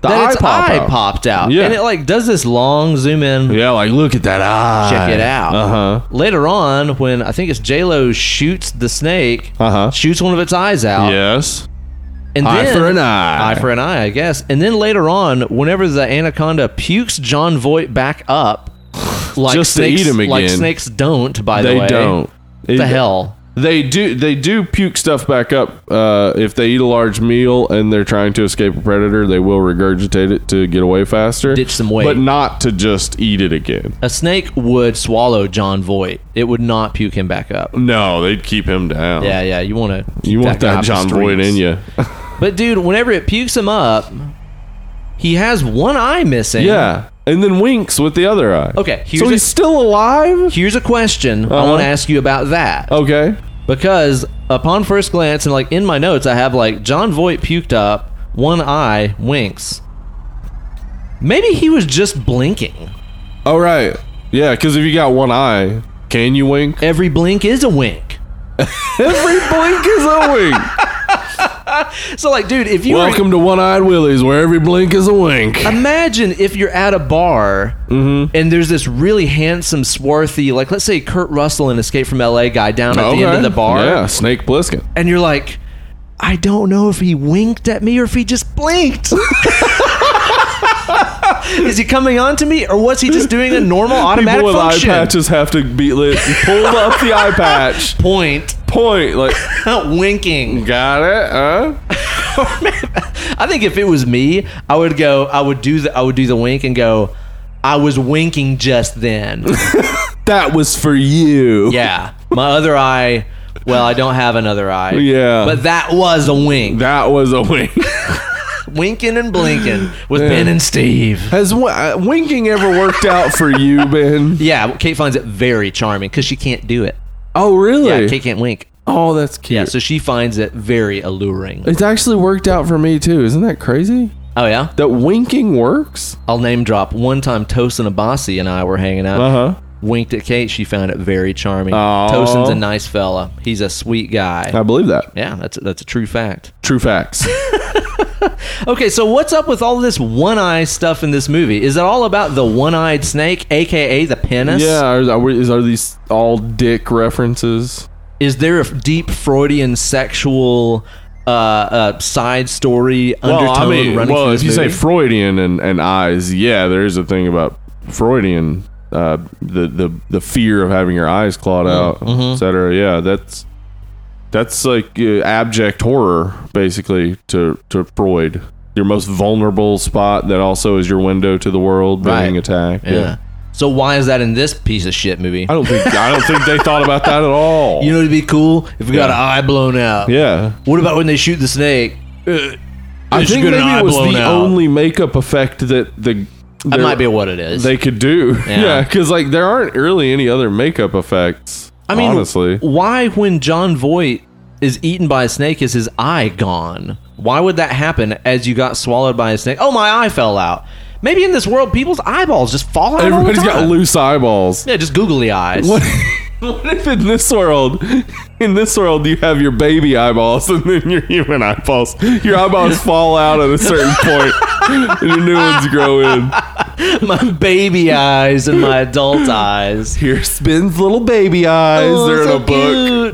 [SPEAKER 2] The
[SPEAKER 1] that
[SPEAKER 2] eye
[SPEAKER 1] its
[SPEAKER 2] pop
[SPEAKER 1] eye
[SPEAKER 2] out.
[SPEAKER 1] popped out,
[SPEAKER 2] Yeah.
[SPEAKER 1] and it like does this long zoom in.
[SPEAKER 2] Yeah, like look at that eye.
[SPEAKER 1] Check it out.
[SPEAKER 2] Uh huh.
[SPEAKER 1] Later on, when I think it's J Lo shoots the snake,
[SPEAKER 2] Uh huh.
[SPEAKER 1] shoots one of its eyes out.
[SPEAKER 2] Yes.
[SPEAKER 1] And
[SPEAKER 2] Eye
[SPEAKER 1] Uh, then,
[SPEAKER 2] for an eye.
[SPEAKER 1] Eye for an eye, I guess. And then later on, whenever the anaconda pukes John Voight back up, like
[SPEAKER 2] Just to
[SPEAKER 1] snakes,
[SPEAKER 2] eat him
[SPEAKER 1] Like
[SPEAKER 2] again.
[SPEAKER 1] snakes don't, by the
[SPEAKER 2] They
[SPEAKER 1] way.
[SPEAKER 2] don't.
[SPEAKER 1] What the hell?
[SPEAKER 2] They do they do puke stuff back up. Uh, if they eat a large meal and they're trying to escape a predator, they will regurgitate it to get away faster.
[SPEAKER 1] Ditch some weight.
[SPEAKER 2] But not to just eat it again.
[SPEAKER 1] A snake would swallow John Voight. It would not puke him back up.
[SPEAKER 2] No, they'd keep him down.
[SPEAKER 1] Yeah, yeah. You want to.
[SPEAKER 2] You want that John Boyd in you.
[SPEAKER 1] But dude, whenever it pukes him up, he has one eye missing.
[SPEAKER 2] yeah. And then winks with the other eye.
[SPEAKER 1] Okay, here's
[SPEAKER 2] So
[SPEAKER 1] a-
[SPEAKER 2] he's still alive?
[SPEAKER 1] Here's a question I
[SPEAKER 2] Uh-huh.
[SPEAKER 1] want to ask you about that.
[SPEAKER 2] Okay.
[SPEAKER 1] because upon first glance and like in my notes i have like john voight puked up one eye winks maybe he was just blinking
[SPEAKER 2] All right. Yeah, because if you got one eye, can you wink?
[SPEAKER 1] every blink is a wink
[SPEAKER 2] Every blink is a wink.
[SPEAKER 1] so like dude if you were-
[SPEAKER 2] Welcome to One Eyed Willie's, where every blink is a wink.
[SPEAKER 1] imagine if you're at a bar
[SPEAKER 2] Mm-hmm.
[SPEAKER 1] and there's this really handsome swarthy like let's say kurt russell in escape from la guy down at the end of the bar
[SPEAKER 2] Yeah, Snake Bliskin.
[SPEAKER 1] and you're like i don't know if he winked at me or if he just blinked Is he coming on to me, or was he just doing a normal automatic
[SPEAKER 2] People with
[SPEAKER 1] function?
[SPEAKER 2] eye patches have to be lit. Pull up the eye patch.
[SPEAKER 1] Point,
[SPEAKER 2] Point. Like,
[SPEAKER 1] winking.
[SPEAKER 2] got it? Huh?
[SPEAKER 1] I think if it was me, I would go. I would do the. I would do the wink and go. I was winking just then.
[SPEAKER 2] That was for you.
[SPEAKER 1] Yeah, my other eye Well, I don't have another eye.
[SPEAKER 2] Yeah.
[SPEAKER 1] But that was a wink.
[SPEAKER 2] That was a wink.
[SPEAKER 1] Winking and blinking with Ben and Steve.
[SPEAKER 2] Has w- uh, winking ever worked out for you, Ben?
[SPEAKER 1] Yeah, Kate finds it very charming because she can't do it.
[SPEAKER 2] Oh, really?
[SPEAKER 1] Yeah, Kate can't wink.
[SPEAKER 2] Oh, that's cute.
[SPEAKER 1] Yeah, so she finds it very alluring.
[SPEAKER 2] It's actually worked out for me too. Isn't that crazy?
[SPEAKER 1] Oh, yeah?
[SPEAKER 2] That winking works?
[SPEAKER 1] I'll name drop. One time, Tosin Abasi and I were hanging out.
[SPEAKER 2] Uh huh.
[SPEAKER 1] Winked at Kate. She found it very charming.
[SPEAKER 2] Aw.
[SPEAKER 1] Tosin's a nice fella. He's a sweet guy.
[SPEAKER 2] I believe that.
[SPEAKER 1] yeah, that's that's a true fact.
[SPEAKER 2] True facts.
[SPEAKER 1] Okay, so what's up with all this one eye stuff in this movie? Is it all about the one eyed snake, aka the penis?
[SPEAKER 2] yeah. Are, are, we- is- are these all dick references?
[SPEAKER 1] Is there a deep Freudian sexual uh, uh, side story undertone running
[SPEAKER 2] well,
[SPEAKER 1] through
[SPEAKER 2] if
[SPEAKER 1] this
[SPEAKER 2] you say
[SPEAKER 1] movie?
[SPEAKER 2] Freudian and, and eyes, yeah, there is a thing about Freudian, uh, the, the the fear of having your eyes clawed out, et cetera. Yeah, that's that's like uh, abject horror, basically, to to Freud. Your most vulnerable spot that also is your window to the world being
[SPEAKER 1] Right.
[SPEAKER 2] attacked.
[SPEAKER 1] yeah. So why is that in this piece of shit movie?
[SPEAKER 2] I don't think I don't think they thought about that at all.
[SPEAKER 1] You know, it'd be cool if we got an
[SPEAKER 2] Yeah.
[SPEAKER 1] eye blown out.
[SPEAKER 2] yeah,
[SPEAKER 1] What about when they shoot the snake? Uh,
[SPEAKER 2] I
[SPEAKER 1] just
[SPEAKER 2] think
[SPEAKER 1] get an
[SPEAKER 2] maybe
[SPEAKER 1] eye
[SPEAKER 2] it was
[SPEAKER 1] blown
[SPEAKER 2] the
[SPEAKER 1] out.
[SPEAKER 2] only makeup effect that the
[SPEAKER 1] That
[SPEAKER 2] there-
[SPEAKER 1] might be what it is.
[SPEAKER 2] they could do.
[SPEAKER 1] Yeah.
[SPEAKER 2] Yeah, because like there aren't really any other makeup effects.
[SPEAKER 1] I mean,
[SPEAKER 2] honestly,
[SPEAKER 1] why when John Voight is eaten by a snake is his eye gone? Why would that happen as you got swallowed by a snake? Oh, my eye fell out. Maybe in this world, people's eyeballs just fall out.
[SPEAKER 2] everybody's
[SPEAKER 1] all the
[SPEAKER 2] got
[SPEAKER 1] time.
[SPEAKER 2] loose eyeballs.
[SPEAKER 1] Yeah, just googly eyes.
[SPEAKER 2] What? What if in this world, in this world, you have your baby eyeballs and then your human eyeballs? Your eyeballs fall out at a certain point, and your new ones grow in.
[SPEAKER 1] my baby eyes and my adult eyes.
[SPEAKER 2] Here spins little baby eyes.
[SPEAKER 1] Oh,
[SPEAKER 2] They're
[SPEAKER 1] so
[SPEAKER 2] in a book.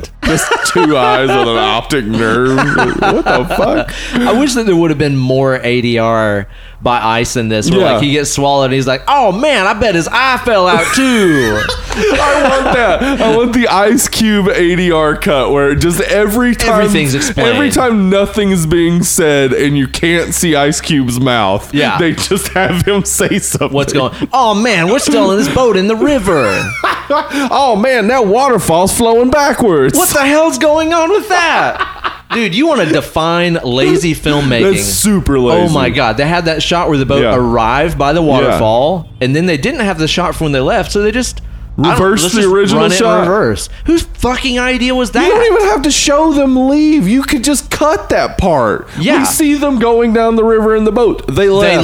[SPEAKER 1] cute.
[SPEAKER 2] Just two eyes with an optic nerve. What the fuck?
[SPEAKER 1] I wish that there would have been more ADR by ice in this, where
[SPEAKER 2] Yeah.
[SPEAKER 1] like he gets swallowed and he's like, "Oh man, I bet his eye fell out too."
[SPEAKER 2] I want that. I want the Ice Cube ADR cut where just every time
[SPEAKER 1] Everything's explained.
[SPEAKER 2] Every time nothing's being said and you can't see Ice Cube's mouth.
[SPEAKER 1] Yeah.
[SPEAKER 2] They just have him say something.
[SPEAKER 1] What's going? Oh man, we're still in this boat in the river.
[SPEAKER 2] Oh man, that waterfall's flowing backwards.
[SPEAKER 1] What the hell's going on with that? Dude, you want to define lazy filmmaking.
[SPEAKER 2] That's super lazy.
[SPEAKER 1] Oh my god, they had that shot where the boat
[SPEAKER 2] Yeah.
[SPEAKER 1] arrived by the waterfall, and then they didn't have the shot from when they left, so they just I don't-
[SPEAKER 2] Reverse
[SPEAKER 1] let's
[SPEAKER 2] the
[SPEAKER 1] just
[SPEAKER 2] original
[SPEAKER 1] run it in
[SPEAKER 2] shot.
[SPEAKER 1] reverse. Whose fucking idea was that?
[SPEAKER 2] You don't even have to show them leave. You could just cut that part.
[SPEAKER 1] Yeah.
[SPEAKER 2] We see them going down the river in the boat. They left.
[SPEAKER 1] they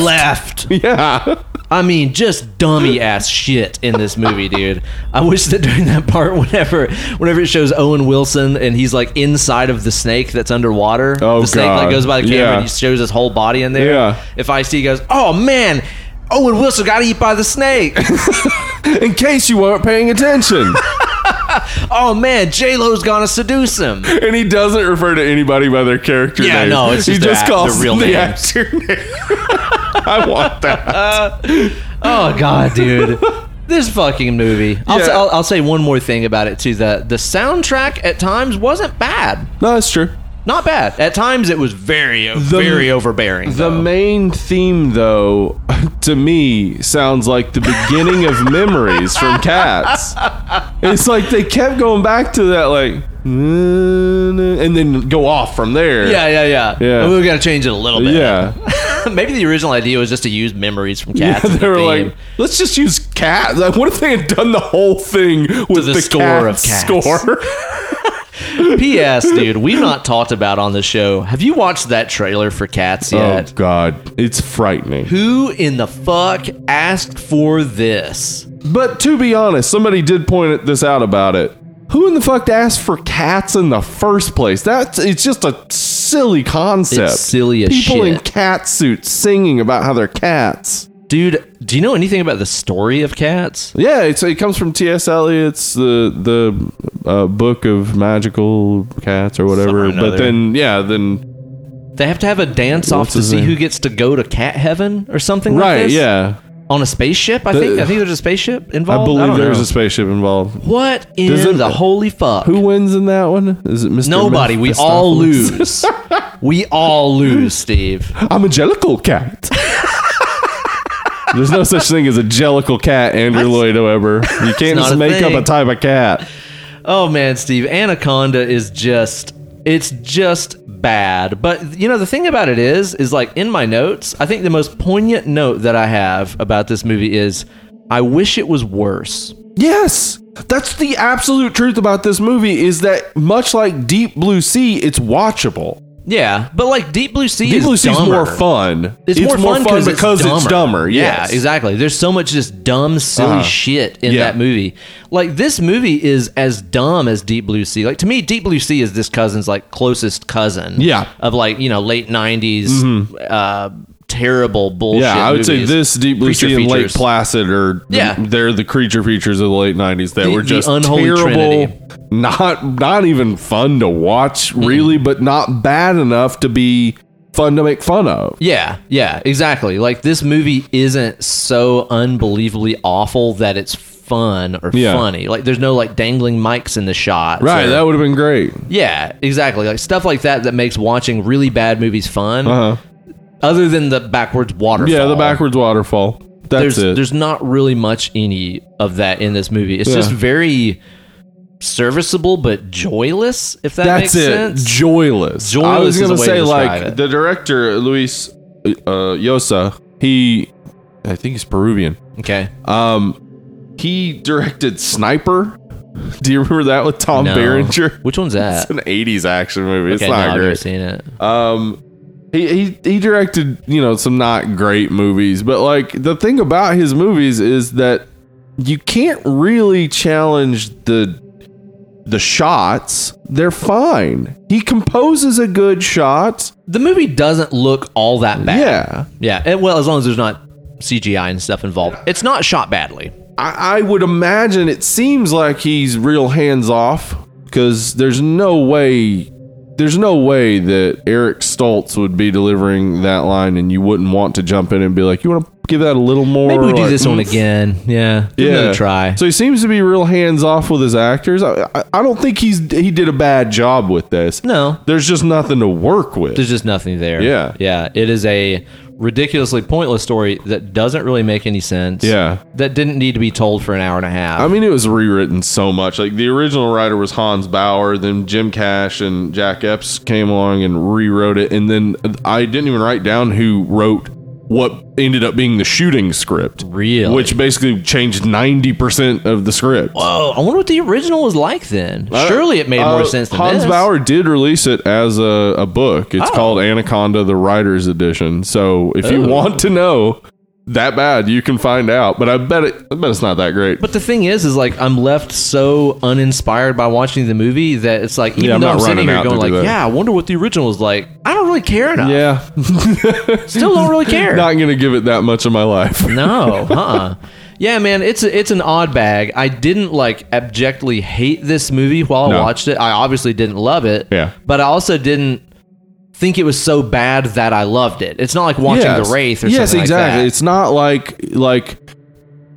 [SPEAKER 1] left.
[SPEAKER 2] Yeah.
[SPEAKER 1] I mean, just dummy ass shit in this movie, dude. I wish that during that part, whenever, whenever it shows Owen Wilson and he's like inside of the snake that's underwater,
[SPEAKER 2] Oh,
[SPEAKER 1] the snake like
[SPEAKER 2] God.
[SPEAKER 1] goes by the camera
[SPEAKER 2] Yeah.
[SPEAKER 1] and he shows his whole body in there.
[SPEAKER 2] Yeah.
[SPEAKER 1] If I see goes, oh man, Owen Wilson got eaten by the snake.
[SPEAKER 2] In case you weren't paying attention.
[SPEAKER 1] oh man, J Lo's gonna seduce him.
[SPEAKER 2] and he doesn't refer to anybody by their character
[SPEAKER 1] Yeah,
[SPEAKER 2] names.
[SPEAKER 1] no, it's
[SPEAKER 2] he
[SPEAKER 1] just their
[SPEAKER 2] just
[SPEAKER 1] act-
[SPEAKER 2] calls
[SPEAKER 1] their real
[SPEAKER 2] the
[SPEAKER 1] names.
[SPEAKER 2] actor name. I want that.
[SPEAKER 1] Oh god, dude. This fucking movie. I'll,
[SPEAKER 2] Yeah.
[SPEAKER 1] say, will I'll say one more thing about it too. The the soundtrack at times wasn't bad.
[SPEAKER 2] No, that's true.
[SPEAKER 1] Not bad. At times it was very very overbearing.
[SPEAKER 2] The
[SPEAKER 1] though.
[SPEAKER 2] main theme, though, to me, sounds like the beginning of memories from Cats. It's like they kept going back to that, like, and then go off from there.
[SPEAKER 1] Yeah, yeah, yeah.
[SPEAKER 2] Yeah.
[SPEAKER 1] And we got to change it a little bit.
[SPEAKER 2] Yeah.
[SPEAKER 1] Maybe the original idea was just to use memories from
[SPEAKER 2] Yeah,
[SPEAKER 1] cats. as
[SPEAKER 2] they
[SPEAKER 1] a
[SPEAKER 2] were
[SPEAKER 1] theme.
[SPEAKER 2] like, let's just use cat. Like, what if they had done the whole thing with
[SPEAKER 1] the
[SPEAKER 2] the,
[SPEAKER 1] score of
[SPEAKER 2] Cats
[SPEAKER 1] Cats.
[SPEAKER 2] score?
[SPEAKER 1] P.S. Dude, we've not talked about on the show. Have you watched that trailer for Cats yet?
[SPEAKER 2] Oh God, it's frightening.
[SPEAKER 1] Who in the fuck asked for this?
[SPEAKER 2] But to be honest, somebody did point this out about it. Who in the fuck asked for cats in the first place? That's it's just a silly concept.
[SPEAKER 1] It's silly as
[SPEAKER 2] People in
[SPEAKER 1] shit.
[SPEAKER 2] cat suits singing about how they're cats.
[SPEAKER 1] Dude, do you know anything about the story of Cats?
[SPEAKER 2] Yeah, it's, it comes from T.S. Eliot's the the uh, book of magical cats or whatever.
[SPEAKER 1] Something or
[SPEAKER 2] But
[SPEAKER 1] another.
[SPEAKER 2] then yeah, then
[SPEAKER 1] They have to have a dance off
[SPEAKER 2] What's
[SPEAKER 1] to
[SPEAKER 2] his
[SPEAKER 1] see
[SPEAKER 2] name?
[SPEAKER 1] who gets to go to cat heaven or something like
[SPEAKER 2] right,
[SPEAKER 1] this?
[SPEAKER 2] yeah.
[SPEAKER 1] On a spaceship, I
[SPEAKER 2] The-
[SPEAKER 1] think. I think there's a spaceship involved.
[SPEAKER 2] I believe
[SPEAKER 1] don't
[SPEAKER 2] there's
[SPEAKER 1] know.
[SPEAKER 2] a spaceship involved.
[SPEAKER 1] What in
[SPEAKER 2] Does it-
[SPEAKER 1] the holy fuck?
[SPEAKER 2] Who wins in that one? Is it Mr.
[SPEAKER 1] Nobody. We all lose. we all lose, Steve.
[SPEAKER 2] I'm a jellicle cat. There's no such thing as a jellicle cat, Andrew Lloyd Webber. You can't
[SPEAKER 1] not
[SPEAKER 2] just
[SPEAKER 1] a
[SPEAKER 2] make
[SPEAKER 1] thing.
[SPEAKER 2] up a type of cat.
[SPEAKER 1] Oh man, Steve, Anaconda is just it's just bad. But you know the thing about it is is like in my notes, I think the most poignant note that I have about this movie is I wish it was worse.
[SPEAKER 2] Yes. That's the absolute truth about this movie is that much like Deep Blue Sea, it's watchable.
[SPEAKER 1] Yeah, but like Deep Blue Sea
[SPEAKER 2] Deep
[SPEAKER 1] is
[SPEAKER 2] Blue Sea's
[SPEAKER 1] dumber.
[SPEAKER 2] more fun.
[SPEAKER 1] It's, more, fun,
[SPEAKER 2] because it's dumber. Yes.
[SPEAKER 1] Yeah, exactly. There's so much just dumb, silly
[SPEAKER 2] Uh-huh.
[SPEAKER 1] shit in
[SPEAKER 2] Yeah.
[SPEAKER 1] that movie. Like this movie is as dumb as Deep Blue Sea. Like to me, Deep Blue Sea is this cousin's like closest cousin.
[SPEAKER 2] Yeah. Mm-hmm.
[SPEAKER 1] Of like you know late '90s. Uh, terrible bullshit.
[SPEAKER 2] Yeah, I would say
[SPEAKER 1] movies.
[SPEAKER 2] this Deep Blue
[SPEAKER 1] Creature
[SPEAKER 2] Sea and Lake
[SPEAKER 1] features.
[SPEAKER 2] Placid are
[SPEAKER 1] Yeah.
[SPEAKER 2] they're the creature features of the late '90s that
[SPEAKER 1] The-
[SPEAKER 2] were
[SPEAKER 1] the
[SPEAKER 2] just
[SPEAKER 1] unholy
[SPEAKER 2] terrible,
[SPEAKER 1] trinity.
[SPEAKER 2] not not even fun to watch, really, but not bad enough to be fun to make fun of.
[SPEAKER 1] Yeah, yeah, exactly. Like this movie isn't so unbelievably awful that it's fun or
[SPEAKER 2] Yeah.
[SPEAKER 1] funny. Like there's no like dangling mics in the shots.
[SPEAKER 2] Right,
[SPEAKER 1] or-
[SPEAKER 2] that would have been great.
[SPEAKER 1] Yeah, exactly. Like stuff like that that makes watching really bad movies fun.
[SPEAKER 2] Uh huh.
[SPEAKER 1] Other than the backwards waterfall.
[SPEAKER 2] Yeah, the backwards waterfall. That's
[SPEAKER 1] There's
[SPEAKER 2] it.
[SPEAKER 1] there's not really much any of that in this movie. It's
[SPEAKER 2] Yeah.
[SPEAKER 1] just very serviceable but joyless. If that
[SPEAKER 2] That's
[SPEAKER 1] makes
[SPEAKER 2] it.
[SPEAKER 1] sense.
[SPEAKER 2] Joyless. I
[SPEAKER 1] Joyless
[SPEAKER 2] was
[SPEAKER 1] is
[SPEAKER 2] gonna
[SPEAKER 1] a way
[SPEAKER 2] say
[SPEAKER 1] to describe
[SPEAKER 2] like
[SPEAKER 1] it.
[SPEAKER 2] the director Luis uh, Yosa. He, I think he's Peruvian.
[SPEAKER 1] okay.
[SPEAKER 2] Um, he directed Sniper. Do you remember that with Tom
[SPEAKER 1] No.
[SPEAKER 2] Berenger?
[SPEAKER 1] Which one's
[SPEAKER 2] It's
[SPEAKER 1] that?
[SPEAKER 2] an '80s action
[SPEAKER 1] Okay,
[SPEAKER 2] movie. it's
[SPEAKER 1] no,
[SPEAKER 2] not
[SPEAKER 1] I've never
[SPEAKER 2] great.
[SPEAKER 1] seen it.
[SPEAKER 2] Um, he, he he directed you know some not great movies, but like the thing about his movies is that you can't really challenge the the shots. They're fine. He composes a good shot.
[SPEAKER 1] The movie doesn't look all that bad.
[SPEAKER 2] Yeah.
[SPEAKER 1] Yeah. and- well, as long as there's not CGI and stuff involved. It's not shot badly.
[SPEAKER 2] I, I would imagine it seems like he's real hands off because there's no way, there's no way that Eric Stoltz would be delivering that line and you wouldn't want to jump in and be like, you want to give that a little more.
[SPEAKER 1] Maybe we do
[SPEAKER 2] like,
[SPEAKER 1] this one
[SPEAKER 2] mm,
[SPEAKER 1] again. Yeah. Give
[SPEAKER 2] Yeah,
[SPEAKER 1] another try.
[SPEAKER 2] So he seems to be real hands off with his actors. I, I, I don't think he's he did a bad job with this.
[SPEAKER 1] no.
[SPEAKER 2] There's just nothing to work with.
[SPEAKER 1] There's just nothing there.
[SPEAKER 2] Yeah.
[SPEAKER 1] Yeah. It is a ridiculously pointless story that doesn't really make any sense.
[SPEAKER 2] yeah.
[SPEAKER 1] That didn't need to be told for an hour and a half.
[SPEAKER 2] I mean, it was rewritten so much. Like the original writer was Hans Bauer, then Jim Cash and Jack Epps came along and rewrote it, and then I didn't even write down who wrote what ended up being the shooting script,
[SPEAKER 1] Really?
[SPEAKER 2] which basically changed ninety percent of the script.
[SPEAKER 1] oh, I wonder what the original was like then. Surely it made
[SPEAKER 2] Uh,
[SPEAKER 1] more sense than
[SPEAKER 2] Hans
[SPEAKER 1] this.
[SPEAKER 2] Bauer did release it as a, a book. It's
[SPEAKER 1] Oh.
[SPEAKER 2] called Anaconda: The Writer's Edition. So if you
[SPEAKER 1] Ooh.
[SPEAKER 2] want to know that bad, you can find out. But I bet it. I bet it's not that great.
[SPEAKER 1] But the thing is, is like I'm left so uninspired by watching the movie that it's like even
[SPEAKER 2] I'm
[SPEAKER 1] though
[SPEAKER 2] not
[SPEAKER 1] I'm sitting
[SPEAKER 2] running
[SPEAKER 1] here
[SPEAKER 2] out to
[SPEAKER 1] going
[SPEAKER 2] do
[SPEAKER 1] like,
[SPEAKER 2] that.
[SPEAKER 1] yeah, I wonder what the original was like. I don't really care enough.
[SPEAKER 2] yeah,
[SPEAKER 1] Still don't really care.
[SPEAKER 2] Not gonna give it that much of my life.
[SPEAKER 1] No, huh? Yeah, man, it's a, it's an odd bag. I didn't like abjectly hate this movie while
[SPEAKER 2] No.
[SPEAKER 1] I watched it. I obviously didn't love it.
[SPEAKER 2] Yeah.
[SPEAKER 1] but I also didn't think it was so bad that I loved it. It's not like watching The Wraith or
[SPEAKER 2] yes,
[SPEAKER 1] something
[SPEAKER 2] exactly.
[SPEAKER 1] like that.
[SPEAKER 2] It's not like like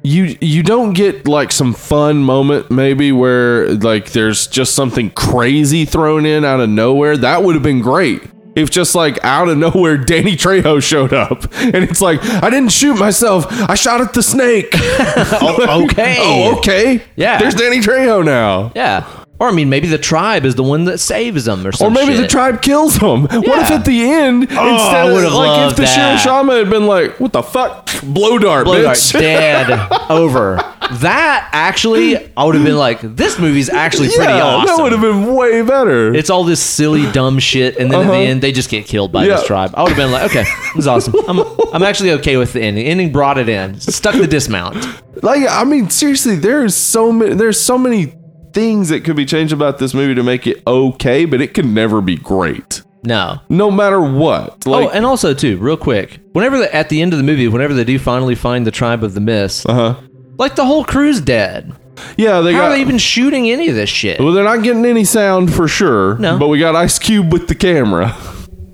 [SPEAKER 2] you you don't get like some fun moment maybe where like there's just something crazy thrown in out of nowhere. That would have been great. If just like out of nowhere, Danny Trejo showed up, and it's like I didn't shoot myself. I shot at the snake. oh,
[SPEAKER 1] okay.
[SPEAKER 2] oh, okay.
[SPEAKER 1] Yeah.
[SPEAKER 2] There's Danny Trejo now.
[SPEAKER 1] yeah, or I mean, maybe the tribe is the one that saves them, or
[SPEAKER 2] Or
[SPEAKER 1] some
[SPEAKER 2] maybe the
[SPEAKER 1] shit.
[SPEAKER 2] tribe kills him. What if
[SPEAKER 1] Yeah. Oh,
[SPEAKER 2] at the end,
[SPEAKER 1] I
[SPEAKER 2] instead
[SPEAKER 1] would've
[SPEAKER 2] of like
[SPEAKER 1] loved
[SPEAKER 2] if the
[SPEAKER 1] that.
[SPEAKER 2] Shirashama had been like, "What the fuck, blow dart,
[SPEAKER 1] Blow dart,
[SPEAKER 2] bitch,"
[SPEAKER 1] dead over. That actually, I would have been like, this movie's actually pretty
[SPEAKER 2] yeah,
[SPEAKER 1] awesome.
[SPEAKER 2] that would have been way better.
[SPEAKER 1] It's all this silly, dumb shit, and then at the end, they just get killed by
[SPEAKER 2] Uh-huh. Yeah.
[SPEAKER 1] this tribe. I would have been like, okay, this is awesome. I'm, I'm actually okay with the ending. Ending brought it in, stuck the dismount.
[SPEAKER 2] like, I mean, seriously, there's so many, there's so many things that could be changed about this movie to make it okay, but it can never be great,
[SPEAKER 1] No.
[SPEAKER 2] no matter what. Like,
[SPEAKER 1] oh, and also too, real quick, whenever the, at the end of the movie, whenever they do finally find the tribe of the mist,
[SPEAKER 2] uh-huh.
[SPEAKER 1] like the whole crew's dead.
[SPEAKER 2] yeah, they
[SPEAKER 1] How
[SPEAKER 2] got.
[SPEAKER 1] are they even shooting any of this shit?
[SPEAKER 2] well, they're not getting any sound for sure.
[SPEAKER 1] No.
[SPEAKER 2] but we got Ice Cube with the camera.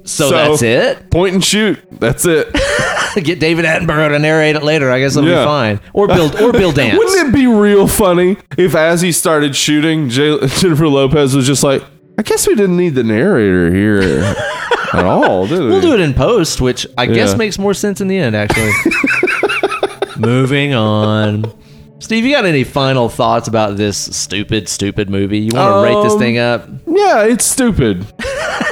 [SPEAKER 1] So,
[SPEAKER 2] so-
[SPEAKER 1] that's it.
[SPEAKER 2] Point and shoot. That's it.
[SPEAKER 1] Get David Attenborough to narrate it later. I guess it'll
[SPEAKER 2] Yeah.
[SPEAKER 1] be fine. Or Bill or Bill Dance.
[SPEAKER 2] Wouldn't it be real funny if, as he started shooting, J- Jennifer Lopez was just like, "I guess we didn't need the narrator here at all, did we?"
[SPEAKER 1] We'll do it in post, which I
[SPEAKER 2] Yeah.
[SPEAKER 1] guess makes more sense in the end, actually. Moving on. Steve, you got any final thoughts about this stupid, stupid movie? You want to rate this
[SPEAKER 2] Um,
[SPEAKER 1] thing up?
[SPEAKER 2] Yeah, it's stupid.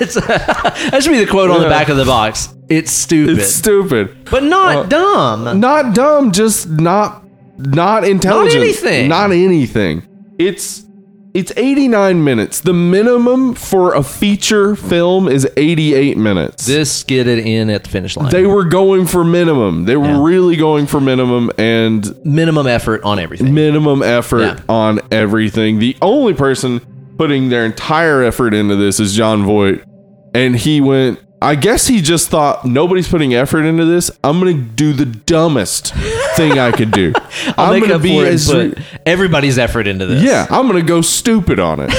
[SPEAKER 1] That should be the quote on the
[SPEAKER 2] Yeah.
[SPEAKER 1] back of the box. It's stupid,
[SPEAKER 2] It's uh, stupid.
[SPEAKER 1] but not dumb.
[SPEAKER 2] Not dumb, just not not intelligent.
[SPEAKER 1] anything.
[SPEAKER 2] Not anything. It's it's 89 minutes. The minimum for a feature film is 88 minutes.
[SPEAKER 1] This skidded in at the finish line.
[SPEAKER 2] they were going for minimum. They were
[SPEAKER 1] Yeah.
[SPEAKER 2] really going for minimum and
[SPEAKER 1] Minimum effort on everything.
[SPEAKER 2] minimum effort
[SPEAKER 1] Yeah.
[SPEAKER 2] on everything. The only person putting their entire effort into this is John Voight. And he went, I guess he just thought nobody's putting effort into this. I'm going to do the dumbest thing I could do.
[SPEAKER 1] I'll make
[SPEAKER 2] gonna
[SPEAKER 1] up for it
[SPEAKER 2] as-
[SPEAKER 1] and put everybody's effort into this.
[SPEAKER 2] yeah, I'm going to go stupid on it.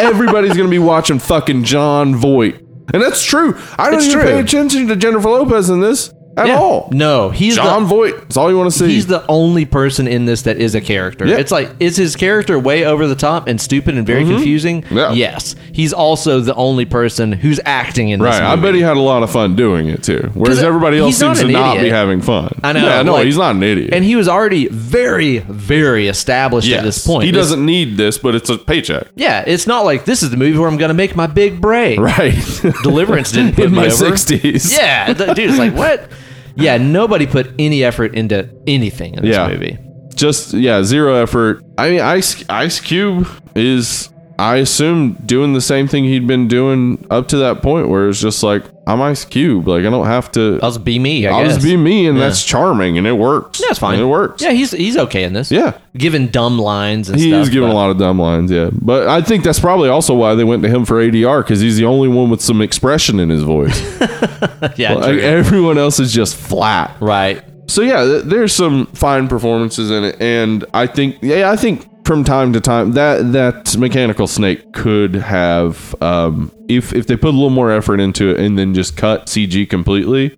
[SPEAKER 2] Everybody's going to be watching fucking John Voight. And that's true. I don't
[SPEAKER 1] It's
[SPEAKER 2] even
[SPEAKER 1] true.
[SPEAKER 2] pay attention to Jennifer Lopez in this at
[SPEAKER 1] Yeah.
[SPEAKER 2] all.
[SPEAKER 1] No, he's
[SPEAKER 2] John
[SPEAKER 1] the,
[SPEAKER 2] Voight. That's all you want to see.
[SPEAKER 1] he's the only person in this that is a character.
[SPEAKER 2] Yeah. Mm-hmm.
[SPEAKER 1] It's like is his character way over the top and stupid and very confusing?
[SPEAKER 2] Yeah.
[SPEAKER 1] Yes. He's also the only person who's acting in this.
[SPEAKER 2] Right. I
[SPEAKER 1] movie.
[SPEAKER 2] bet he had a lot of fun doing it too. Whereas
[SPEAKER 1] 'Cause
[SPEAKER 2] everybody else
[SPEAKER 1] he's not
[SPEAKER 2] seems to
[SPEAKER 1] an
[SPEAKER 2] not be
[SPEAKER 1] idiot.
[SPEAKER 2] having fun.
[SPEAKER 1] I know,
[SPEAKER 2] Yeah, no,
[SPEAKER 1] like-
[SPEAKER 2] he's not an idiot.
[SPEAKER 1] and he was already very, very established
[SPEAKER 2] Yes.
[SPEAKER 1] at this point.
[SPEAKER 2] He
[SPEAKER 1] This-
[SPEAKER 2] doesn't need this, but it's a paycheck.
[SPEAKER 1] yeah, it's not like this is the movie where I'm going to make my big break.
[SPEAKER 2] Right.
[SPEAKER 1] Deliverance didn't put
[SPEAKER 2] In
[SPEAKER 1] me
[SPEAKER 2] my
[SPEAKER 1] over.
[SPEAKER 2] sixties.
[SPEAKER 1] Yeah, the, dude, it's like what? Yeah, nobody put any effort into anything in this
[SPEAKER 2] Yeah.
[SPEAKER 1] movie.
[SPEAKER 2] Just yeah, zero effort. I mean, Ice Ice Cube is I assume doing the same thing he'd been doing up to that point, where it's just like I'm Ice Cube. Like I don't have to.
[SPEAKER 1] I'll just be me. I
[SPEAKER 2] I'll
[SPEAKER 1] guess.
[SPEAKER 2] just be me, and that's charming, and it works.
[SPEAKER 1] Yeah, it's fine.
[SPEAKER 2] And it works.
[SPEAKER 1] Yeah, he's he's okay in this.
[SPEAKER 2] Yeah.
[SPEAKER 1] giving dumb lines and
[SPEAKER 2] He
[SPEAKER 1] stuff.
[SPEAKER 2] is giving
[SPEAKER 1] but-
[SPEAKER 2] a lot of dumb lines, yeah. But I think that's probably also why they went to him for ADR because he's the only one with some expression in his voice.
[SPEAKER 1] Yeah,
[SPEAKER 2] like,
[SPEAKER 1] true.
[SPEAKER 2] everyone else is just flat.
[SPEAKER 1] right.
[SPEAKER 2] So yeah, th- there's some fine performances in it, and I think yeah, I think from time to time that that mechanical snake could have um, if if they put a little more effort into it and then just cut CG completely,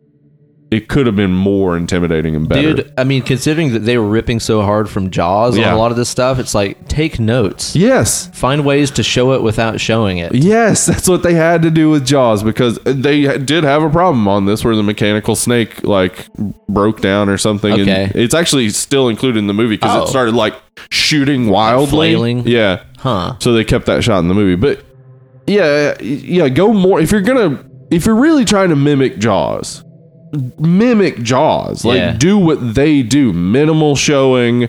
[SPEAKER 2] it could have been more intimidating and better.
[SPEAKER 1] Dude, I mean, considering that they were ripping so hard from Jaws on
[SPEAKER 2] Yeah.
[SPEAKER 1] a lot of this stuff, it's like take notes.
[SPEAKER 2] Yes,
[SPEAKER 1] Find ways to show it without showing it.
[SPEAKER 2] Yes, that's what they had to do with Jaws because they did have a problem on this where the mechanical snake like broke down or something.
[SPEAKER 1] Okay.
[SPEAKER 2] And it's actually still included in the movie because
[SPEAKER 1] Oh.
[SPEAKER 2] it started like shooting wildly.
[SPEAKER 1] flailing?
[SPEAKER 2] Yeah.
[SPEAKER 1] Huh.
[SPEAKER 2] So they kept that shot in the movie. But yeah, yeah, go more if you're gonna if you're really trying to mimic Jaws, mimic Jaws. Like
[SPEAKER 1] Yeah.
[SPEAKER 2] do what they do. Minimal showing,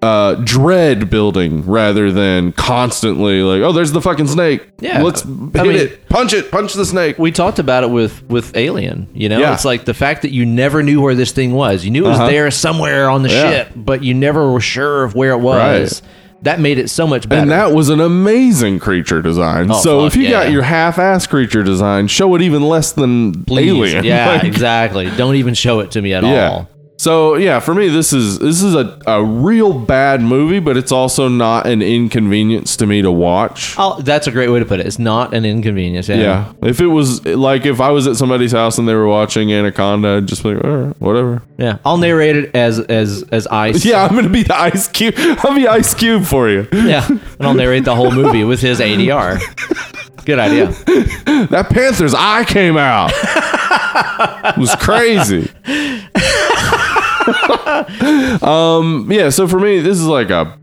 [SPEAKER 2] uh, dread building rather than constantly like, oh, there's the fucking snake.
[SPEAKER 1] Yeah.
[SPEAKER 2] let's
[SPEAKER 1] I
[SPEAKER 2] hit
[SPEAKER 1] mean-
[SPEAKER 2] it, punch it, punch the snake.
[SPEAKER 1] We talked about it with with Alien, you know?
[SPEAKER 2] Yeah.
[SPEAKER 1] It's like the fact that you never knew where this thing was. You knew it was
[SPEAKER 2] Uh-huh.
[SPEAKER 1] there somewhere on the
[SPEAKER 2] Yeah.
[SPEAKER 1] ship, but you never were sure of where it was. That made it so much better. Oh,
[SPEAKER 2] And that was an amazing creature design. so
[SPEAKER 1] fuck,
[SPEAKER 2] if you
[SPEAKER 1] yeah.
[SPEAKER 2] got your half-ass creature design, show it even less than
[SPEAKER 1] Please.
[SPEAKER 2] alien.
[SPEAKER 1] Yeah,
[SPEAKER 2] Like,
[SPEAKER 1] exactly. Don't even show it to me at all.
[SPEAKER 2] So yeah, for me this is this is a, a real bad movie, but it's also not an inconvenience to me to watch.
[SPEAKER 1] I'll, that's a great way to put it. It's not an inconvenience. Yeah.
[SPEAKER 2] Yeah. If it was like if I was at somebody's house and they were watching Anaconda, I'd just be like, all right, whatever.
[SPEAKER 1] Yeah. I'll narrate it as as as ice.
[SPEAKER 2] Yeah, I'm gonna be the ice cube. I'll be ice cube for you.
[SPEAKER 1] Yeah. And I'll narrate the whole movie with his ADR. Good idea.
[SPEAKER 2] That panther's eye came out. it was crazy. um yeah, so for me, this is like a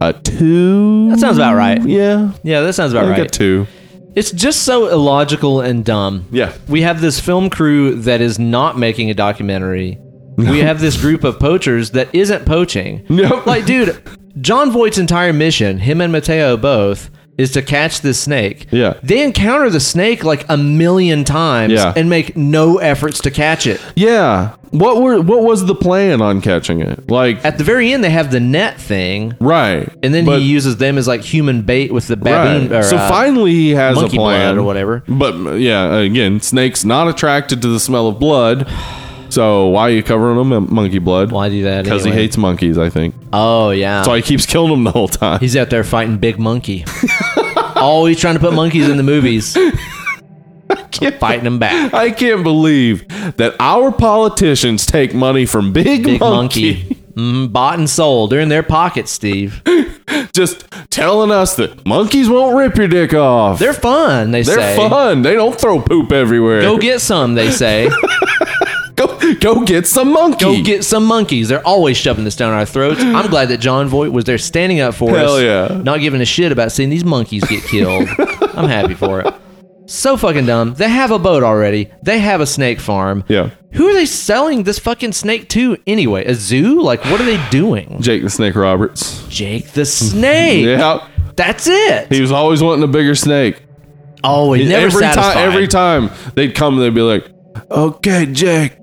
[SPEAKER 2] a two.
[SPEAKER 1] That sounds about right.
[SPEAKER 2] Yeah.
[SPEAKER 1] Yeah, that sounds
[SPEAKER 2] I
[SPEAKER 1] about
[SPEAKER 2] think a
[SPEAKER 1] right.
[SPEAKER 2] two.
[SPEAKER 1] It's just so illogical and dumb.
[SPEAKER 2] Yeah.
[SPEAKER 1] We have this film crew that is not making a documentary. We have this group of poachers that isn't poaching.
[SPEAKER 2] Nope.
[SPEAKER 1] Like, dude, John Voight's entire mission, him and Mateo both, is to catch this snake.
[SPEAKER 2] Yeah.
[SPEAKER 1] They encounter the snake like a million times
[SPEAKER 2] Yeah.
[SPEAKER 1] and make no efforts to catch it.
[SPEAKER 2] Yeah. What were what was the plan on catching it? Like
[SPEAKER 1] At the very end, they have the net thing,
[SPEAKER 2] right.
[SPEAKER 1] and then
[SPEAKER 2] But-
[SPEAKER 1] he uses them as like human bait with the baboon.
[SPEAKER 2] right.
[SPEAKER 1] Or,
[SPEAKER 2] So
[SPEAKER 1] uh,
[SPEAKER 2] finally he has a
[SPEAKER 1] monkey
[SPEAKER 2] plan
[SPEAKER 1] blood or whatever.
[SPEAKER 2] But uh, yeah, again, snakes not attracted to the smell of blood. So why are you covering them in monkey blood?
[SPEAKER 1] Why do that?
[SPEAKER 2] Because
[SPEAKER 1] anyway?
[SPEAKER 2] he hates monkeys, I think.
[SPEAKER 1] Oh yeah.
[SPEAKER 2] So he keeps killing them the whole time.
[SPEAKER 1] He's out there fighting Big Monkey. Always trying to put monkeys in the movies. Fighting them back.
[SPEAKER 2] I can't believe that our politicians take money from Big,
[SPEAKER 1] Big
[SPEAKER 2] monkey.
[SPEAKER 1] Monkey. Mm, bought and sold. They're in their pockets, Steve.
[SPEAKER 2] just telling us that monkeys won't rip your dick off.
[SPEAKER 1] They're fun, they
[SPEAKER 2] They're
[SPEAKER 1] say.
[SPEAKER 2] fun. They don't throw poop everywhere.
[SPEAKER 1] Go get some, they say.
[SPEAKER 2] Go- Go get some monkey.
[SPEAKER 1] Go get some monkeys. They're always shoving this down our throats. I'm glad that John Voight was there standing up for
[SPEAKER 2] Hell
[SPEAKER 1] us.
[SPEAKER 2] yeah.
[SPEAKER 1] Not giving a shit about seeing these monkeys get killed. I'm happy for it. So fucking dumb. They have a boat already. They have a snake farm.
[SPEAKER 2] Yeah.
[SPEAKER 1] Who are they selling this fucking snake to anyway? A zoo? Like, what are they doing?
[SPEAKER 2] Jake the Snake Roberts.
[SPEAKER 1] Jake the snake.
[SPEAKER 2] Yeah.
[SPEAKER 1] That's it.
[SPEAKER 2] He was always wanting a bigger snake.
[SPEAKER 1] Oh, he never
[SPEAKER 2] every
[SPEAKER 1] satisfied.
[SPEAKER 2] time every time they'd come they'd be like okay jake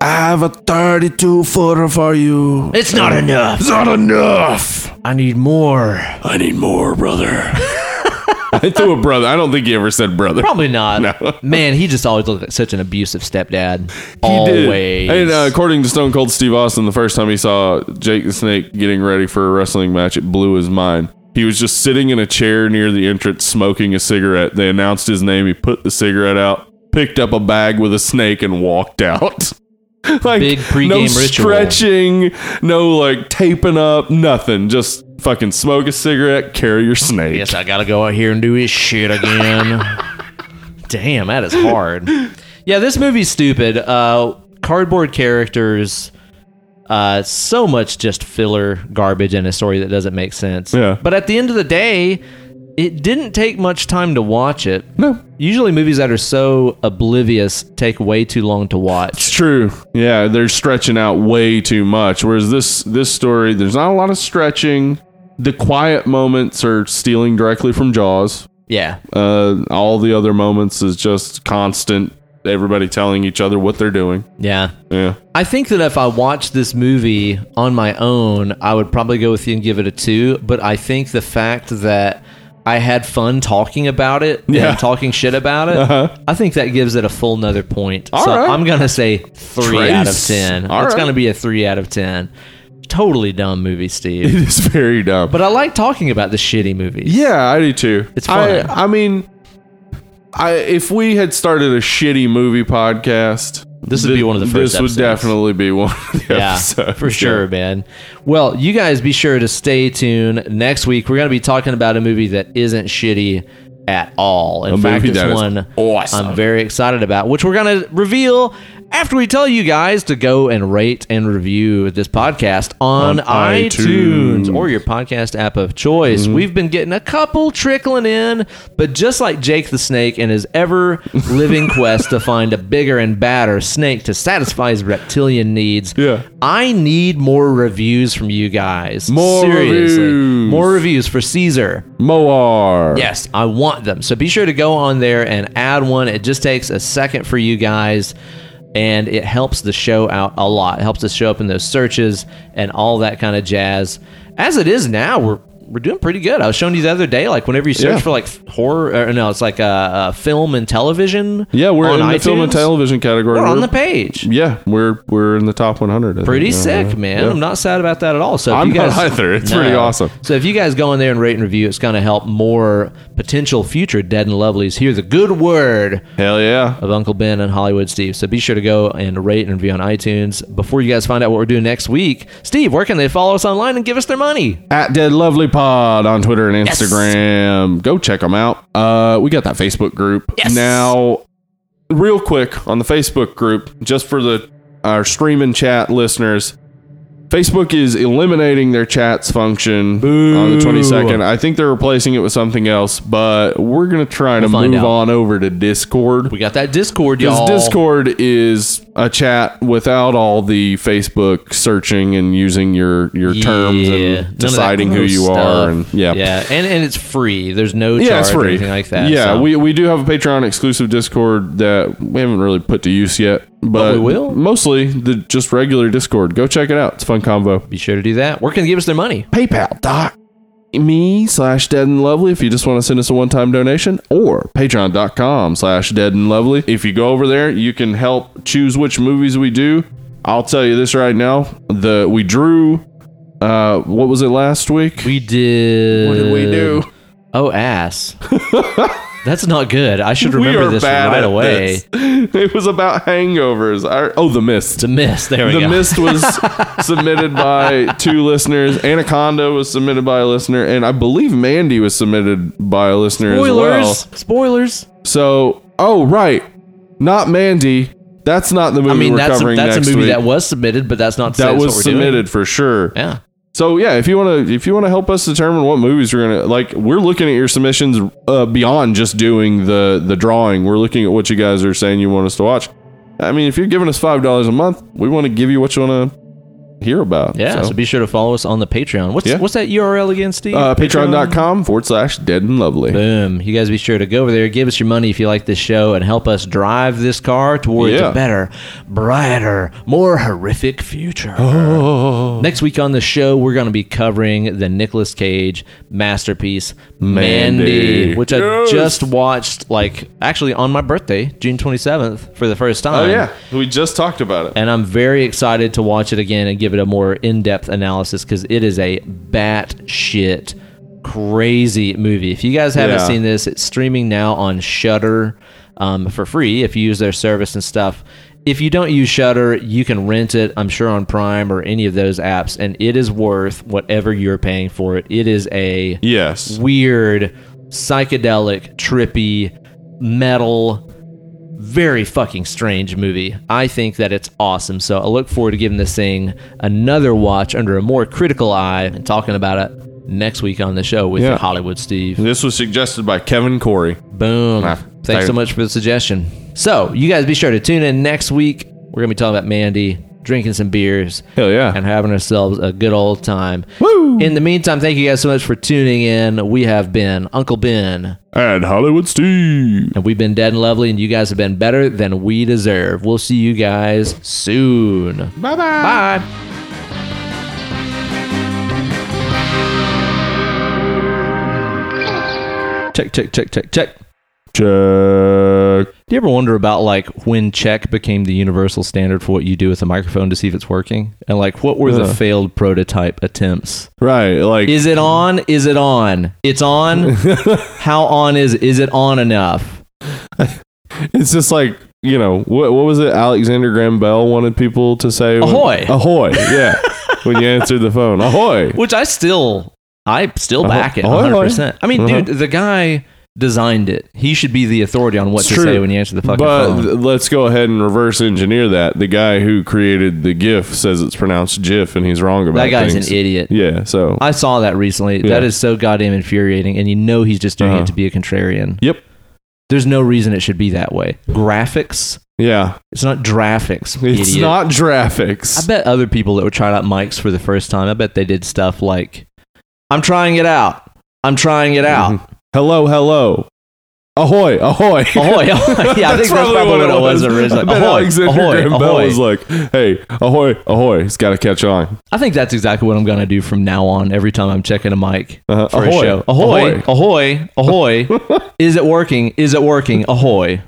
[SPEAKER 2] i have a 32 footer for you
[SPEAKER 1] It's not enough.
[SPEAKER 2] it's not enough
[SPEAKER 1] I need more.
[SPEAKER 2] i need more brother i threw a brother i don't think he ever said brother
[SPEAKER 1] Probably not.
[SPEAKER 2] No.
[SPEAKER 1] Man, he just always looked like such an abusive stepdad.
[SPEAKER 2] He did.
[SPEAKER 1] always.
[SPEAKER 2] And uh, according to Stone Cold Steve Austin, the first time he saw Jake the Snake getting ready for a wrestling match, it blew his mind. He was just sitting in a chair near the entrance smoking a cigarette. They announced his name. He put the cigarette out, picked up a bag with a snake, and walked out. like
[SPEAKER 1] Big pregame
[SPEAKER 2] no
[SPEAKER 1] ritual.
[SPEAKER 2] stretching, no like taping up, nothing. Just fucking smoke a cigarette, carry your snake.
[SPEAKER 1] Guess I gotta go out here and do his shit again. Damn, that is hard. Yeah, this movie's stupid. Uh, cardboard characters, uh, so much just filler garbage and a story that doesn't make sense.
[SPEAKER 2] Yeah.
[SPEAKER 1] But at the end of the day, it didn't take much time to watch it.
[SPEAKER 2] No,
[SPEAKER 1] Usually, movies that are so oblivious take way too long to watch.
[SPEAKER 2] It's true. Yeah, they're stretching out way too much. Whereas this this story, there's not a lot of stretching. The quiet moments are stealing directly from Jaws.
[SPEAKER 1] Yeah.
[SPEAKER 2] Uh, all the other moments is just constant. Everybody telling each other what they're doing.
[SPEAKER 1] Yeah.
[SPEAKER 2] Yeah,
[SPEAKER 1] I think that if I watched this movie on my own, I would probably go with you and give it a two. But I think the fact that I had fun talking about it
[SPEAKER 2] Yeah. Uh-huh.
[SPEAKER 1] and talking shit about it, I think that gives it a full another point.
[SPEAKER 2] All
[SPEAKER 1] so
[SPEAKER 2] right.
[SPEAKER 1] I'm gonna say three out of
[SPEAKER 2] Trace.
[SPEAKER 1] ten.
[SPEAKER 2] All
[SPEAKER 1] it's
[SPEAKER 2] right.
[SPEAKER 1] gonna be a three out of ten. Totally dumb movie, Steve.
[SPEAKER 2] it is very dumb.
[SPEAKER 1] but I like talking about the shitty movies.
[SPEAKER 2] Yeah, I do too.
[SPEAKER 1] It's fun.
[SPEAKER 2] I, I mean, I if we had started a shitty movie podcast,
[SPEAKER 1] This would be one of the first
[SPEAKER 2] This
[SPEAKER 1] episodes.
[SPEAKER 2] would definitely be one of the
[SPEAKER 1] yeah,
[SPEAKER 2] episodes.
[SPEAKER 1] for sure, man. Well, you guys be sure to stay tuned. Next week, we're going to be talking about a movie that isn't shitty at all. In
[SPEAKER 2] A
[SPEAKER 1] fact,
[SPEAKER 2] movie
[SPEAKER 1] it's
[SPEAKER 2] that is
[SPEAKER 1] one
[SPEAKER 2] awesome.
[SPEAKER 1] I'm very excited about, which we're going to reveal after we tell you guys to go and rate and review this podcast on,
[SPEAKER 2] On
[SPEAKER 1] iTunes.
[SPEAKER 2] iTunes.
[SPEAKER 1] or your podcast app of choice.
[SPEAKER 2] Mm-hmm.
[SPEAKER 1] We've been getting a couple trickling in, but just like Jake the Snake and his ever living quest to find a bigger and badder snake to satisfy his reptilian needs,
[SPEAKER 2] Yeah.
[SPEAKER 1] I need more reviews from you guys.
[SPEAKER 2] More
[SPEAKER 1] Seriously.
[SPEAKER 2] reviews.
[SPEAKER 1] More reviews for Caesar.
[SPEAKER 2] Moar.
[SPEAKER 1] Yes, I want them. So be sure to go on there and add one. It just takes a second for you guys and it helps the show out a lot. It helps us show up in those searches and all that kind of jazz. As it is now, we're we're doing pretty good. I was showing you the other day, like whenever you search
[SPEAKER 2] Yeah.
[SPEAKER 1] for like horror, or no, it's like uh, uh, film and television.
[SPEAKER 2] Yeah, we're
[SPEAKER 1] on
[SPEAKER 2] in the film and
[SPEAKER 1] iTunes,
[SPEAKER 2] television category.
[SPEAKER 1] We're on the page.
[SPEAKER 2] yeah, we're we're in the top 100. I think.
[SPEAKER 1] Pretty
[SPEAKER 2] Yeah,
[SPEAKER 1] sick,
[SPEAKER 2] yeah,
[SPEAKER 1] man.
[SPEAKER 2] yeah.
[SPEAKER 1] I'm not sad about that at all. So if
[SPEAKER 2] I'm
[SPEAKER 1] you guys,
[SPEAKER 2] not either. It's pretty awesome.
[SPEAKER 1] So if you guys go in there and rate and review, it's going to help more potential future Dead and Lovelies hear the good word
[SPEAKER 2] Hell yeah.
[SPEAKER 1] of Uncle Ben and Hollywood Steve. So be sure to go and rate and review on iTunes. Before you guys find out what we're doing next week, Steve, where can they follow us online and give us their money?
[SPEAKER 2] At Dead Lovely Pod on Twitter and Instagram. Go check them out. Uh, we got that Facebook group.
[SPEAKER 1] Yes.
[SPEAKER 2] Now, real quick on the Facebook group, just for the our stream and chat listeners, Facebook is eliminating their chats function on the 22nd. I think they're replacing it with something else, but we're going to try to
[SPEAKER 1] find
[SPEAKER 2] move
[SPEAKER 1] out.
[SPEAKER 2] on over to Discord.
[SPEAKER 1] We got that Discord, y'all.
[SPEAKER 2] Because Discord is a chat without all the Facebook searching and using your your
[SPEAKER 1] Yeah,
[SPEAKER 2] terms
[SPEAKER 1] none of
[SPEAKER 2] and
[SPEAKER 1] that
[SPEAKER 2] deciding who
[SPEAKER 1] gross
[SPEAKER 2] you
[SPEAKER 1] stuff.
[SPEAKER 2] are and yeah.
[SPEAKER 1] yeah, and and it's free. There's no charge
[SPEAKER 2] Yeah, it's
[SPEAKER 1] or
[SPEAKER 2] free.
[SPEAKER 1] anything like that.
[SPEAKER 2] Yeah,
[SPEAKER 1] so.
[SPEAKER 2] we, we do have a Patreon exclusive Discord that we haven't really put to use yet, but,
[SPEAKER 1] we will.
[SPEAKER 2] Mostly the just regular Discord. Go check it out. It's a fun combo.
[SPEAKER 1] be sure to do that. Where can they give us their money?
[SPEAKER 2] PayPal dot me slash dead and lovely if you just want to send us a one-time donation or patreon.com slash dead and lovely if you go over there you can help choose which movies we do i'll tell you this right now the we drew uh what was it last week
[SPEAKER 1] We did.
[SPEAKER 2] what did we do
[SPEAKER 1] Oh, ass. That's not good. I should
[SPEAKER 2] we
[SPEAKER 1] remember
[SPEAKER 2] are
[SPEAKER 1] this
[SPEAKER 2] bad
[SPEAKER 1] right
[SPEAKER 2] at
[SPEAKER 1] away.
[SPEAKER 2] this. it was about hangovers I, oh the mist
[SPEAKER 1] It's a miss. There we
[SPEAKER 2] the
[SPEAKER 1] go.
[SPEAKER 2] mist was submitted by two listeners anaconda was submitted by a listener and i believe mandy was submitted by a listener as
[SPEAKER 1] Spoilers.
[SPEAKER 2] well
[SPEAKER 1] Spoilers.
[SPEAKER 2] So, oh right, not Mandy, That's not the movie
[SPEAKER 1] I mean,
[SPEAKER 2] we're
[SPEAKER 1] that's a,
[SPEAKER 2] covering
[SPEAKER 1] that's a
[SPEAKER 2] next
[SPEAKER 1] movie
[SPEAKER 2] week.
[SPEAKER 1] that was submitted, but that's not to say
[SPEAKER 2] that
[SPEAKER 1] that's
[SPEAKER 2] was
[SPEAKER 1] what we're doing.
[SPEAKER 2] submitted for sure.
[SPEAKER 1] Yeah.
[SPEAKER 2] So yeah, if you want to, if you want to help us determine what movies we're gonna like, we're looking at your submissions uh, beyond just doing the the drawing. We're looking at what you guys are saying you want us to watch. I mean, if you're giving us five dollars a month, we want to give you what you want to hear about.
[SPEAKER 1] Yeah. So.
[SPEAKER 2] So,
[SPEAKER 1] be sure to follow us on the Patreon. What's
[SPEAKER 2] Yeah.
[SPEAKER 1] what's that URL again, Steve?
[SPEAKER 2] uh, Patreon.com forward slash Dead and Lovely.
[SPEAKER 1] Boom. You guys be sure to go over there, give us your money if you like this show, and help us drive this car towards
[SPEAKER 2] Yeah.
[SPEAKER 1] a better, brighter, more horrific future.
[SPEAKER 2] Oh.
[SPEAKER 1] Next week on the show, we're going to be covering the Nicolas Cage masterpiece, Mandy,
[SPEAKER 2] Mandy.
[SPEAKER 1] which I just watched, like, actually on my birthday, June 27th, for the first time.
[SPEAKER 2] Oh yeah, we just talked about it.
[SPEAKER 1] And I'm very excited to watch it again and give it a more in depth analysis because it is a batshit crazy movie. If you guys haven't
[SPEAKER 2] Yeah.
[SPEAKER 1] seen this, it's streaming now on Shudder um, for free if you use their service and stuff. If you don't use Shudder, you can rent it, I'm sure, on Prime or any of those apps, and it is worth whatever you're paying for it. It is a
[SPEAKER 2] Yes.
[SPEAKER 1] weird, psychedelic, trippy, metal, very fucking strange movie. I think that it's awesome. So I look forward to giving this thing another watch under a more critical eye and talking about it next week on the show with
[SPEAKER 2] Yeah.
[SPEAKER 1] Hollywood Steve.
[SPEAKER 2] This was suggested by Kevin Corey.
[SPEAKER 1] Boom.
[SPEAKER 2] Ah,
[SPEAKER 1] Thanks so
[SPEAKER 2] tired.
[SPEAKER 1] much for the suggestion. So, you guys be sure to tune in next week. We're going to be talking about Mandy, drinking some beers,
[SPEAKER 2] Hell yeah.
[SPEAKER 1] and having ourselves a good old time. Woo! In the meantime, thank you guys so much for tuning in. We have been Uncle Ben,
[SPEAKER 2] And Hollywood Steve.
[SPEAKER 1] and we've been dead and lovely, and you guys have been better than we deserve. We'll see you guys soon.
[SPEAKER 2] Bye bye.
[SPEAKER 1] Bye. Check, check, check, check, check.
[SPEAKER 2] Check.
[SPEAKER 1] Do you ever wonder about like when check became the universal standard for what you do with a microphone to see if it's working? And like what were the
[SPEAKER 2] Yeah.
[SPEAKER 1] failed prototype attempts?
[SPEAKER 2] Right. Like.
[SPEAKER 1] Is it on? Is it on? It's on. How on is is it on enough?
[SPEAKER 2] It's just like you know what what was it Alexander Graham Bell wanted people to say when-
[SPEAKER 1] Ahoy.
[SPEAKER 2] ahoy yeah when you answered the phone ahoy
[SPEAKER 1] Which I still I still
[SPEAKER 2] Uh-huh.
[SPEAKER 1] back it
[SPEAKER 2] Oh, yeah.
[SPEAKER 1] 100%. I mean,
[SPEAKER 2] Uh-huh.
[SPEAKER 1] dude, the guy designed it. He should be the authority on what
[SPEAKER 2] It's
[SPEAKER 1] to
[SPEAKER 2] true.
[SPEAKER 1] say when you answer the fucking
[SPEAKER 2] but
[SPEAKER 1] phone.
[SPEAKER 2] th- let's go ahead and reverse engineer that the guy who created the GIF says it's pronounced GIF and he's wrong about
[SPEAKER 1] That guy's
[SPEAKER 2] things.
[SPEAKER 1] an idiot.
[SPEAKER 2] yeah so
[SPEAKER 1] I saw that recently. That
[SPEAKER 2] Yeah.
[SPEAKER 1] is so goddamn infuriating and you know he's just doing
[SPEAKER 2] Uh-huh.
[SPEAKER 1] it to be a contrarian.
[SPEAKER 2] yep
[SPEAKER 1] There's no reason it should be that way. Graphics?
[SPEAKER 2] yeah
[SPEAKER 1] It's not graphics.
[SPEAKER 2] it's
[SPEAKER 1] idiot.
[SPEAKER 2] not
[SPEAKER 1] I
[SPEAKER 2] graphics
[SPEAKER 1] bet other people that were trying out mics for the first time, I bet they did stuff like, I'm trying it out. I'm trying it out.
[SPEAKER 2] Mhm. hello hello ahoy ahoy
[SPEAKER 1] Ahoy. yeah, I think that's probably, what it was,
[SPEAKER 2] I
[SPEAKER 1] originally.
[SPEAKER 2] bet
[SPEAKER 1] Ahoy,
[SPEAKER 2] Alexander
[SPEAKER 1] ahoy,
[SPEAKER 2] Graham Bell
[SPEAKER 1] ahoy.
[SPEAKER 2] was like, "Hey, ahoy, ahoy!" It's got to catch on.
[SPEAKER 1] I think that's exactly what I'm going to do from now on every time I'm checking a mic
[SPEAKER 2] Uh-huh.
[SPEAKER 1] for a show. Ahoy, ahoy, ahoy, ahoy. Is it working? Is it working? Ahoy.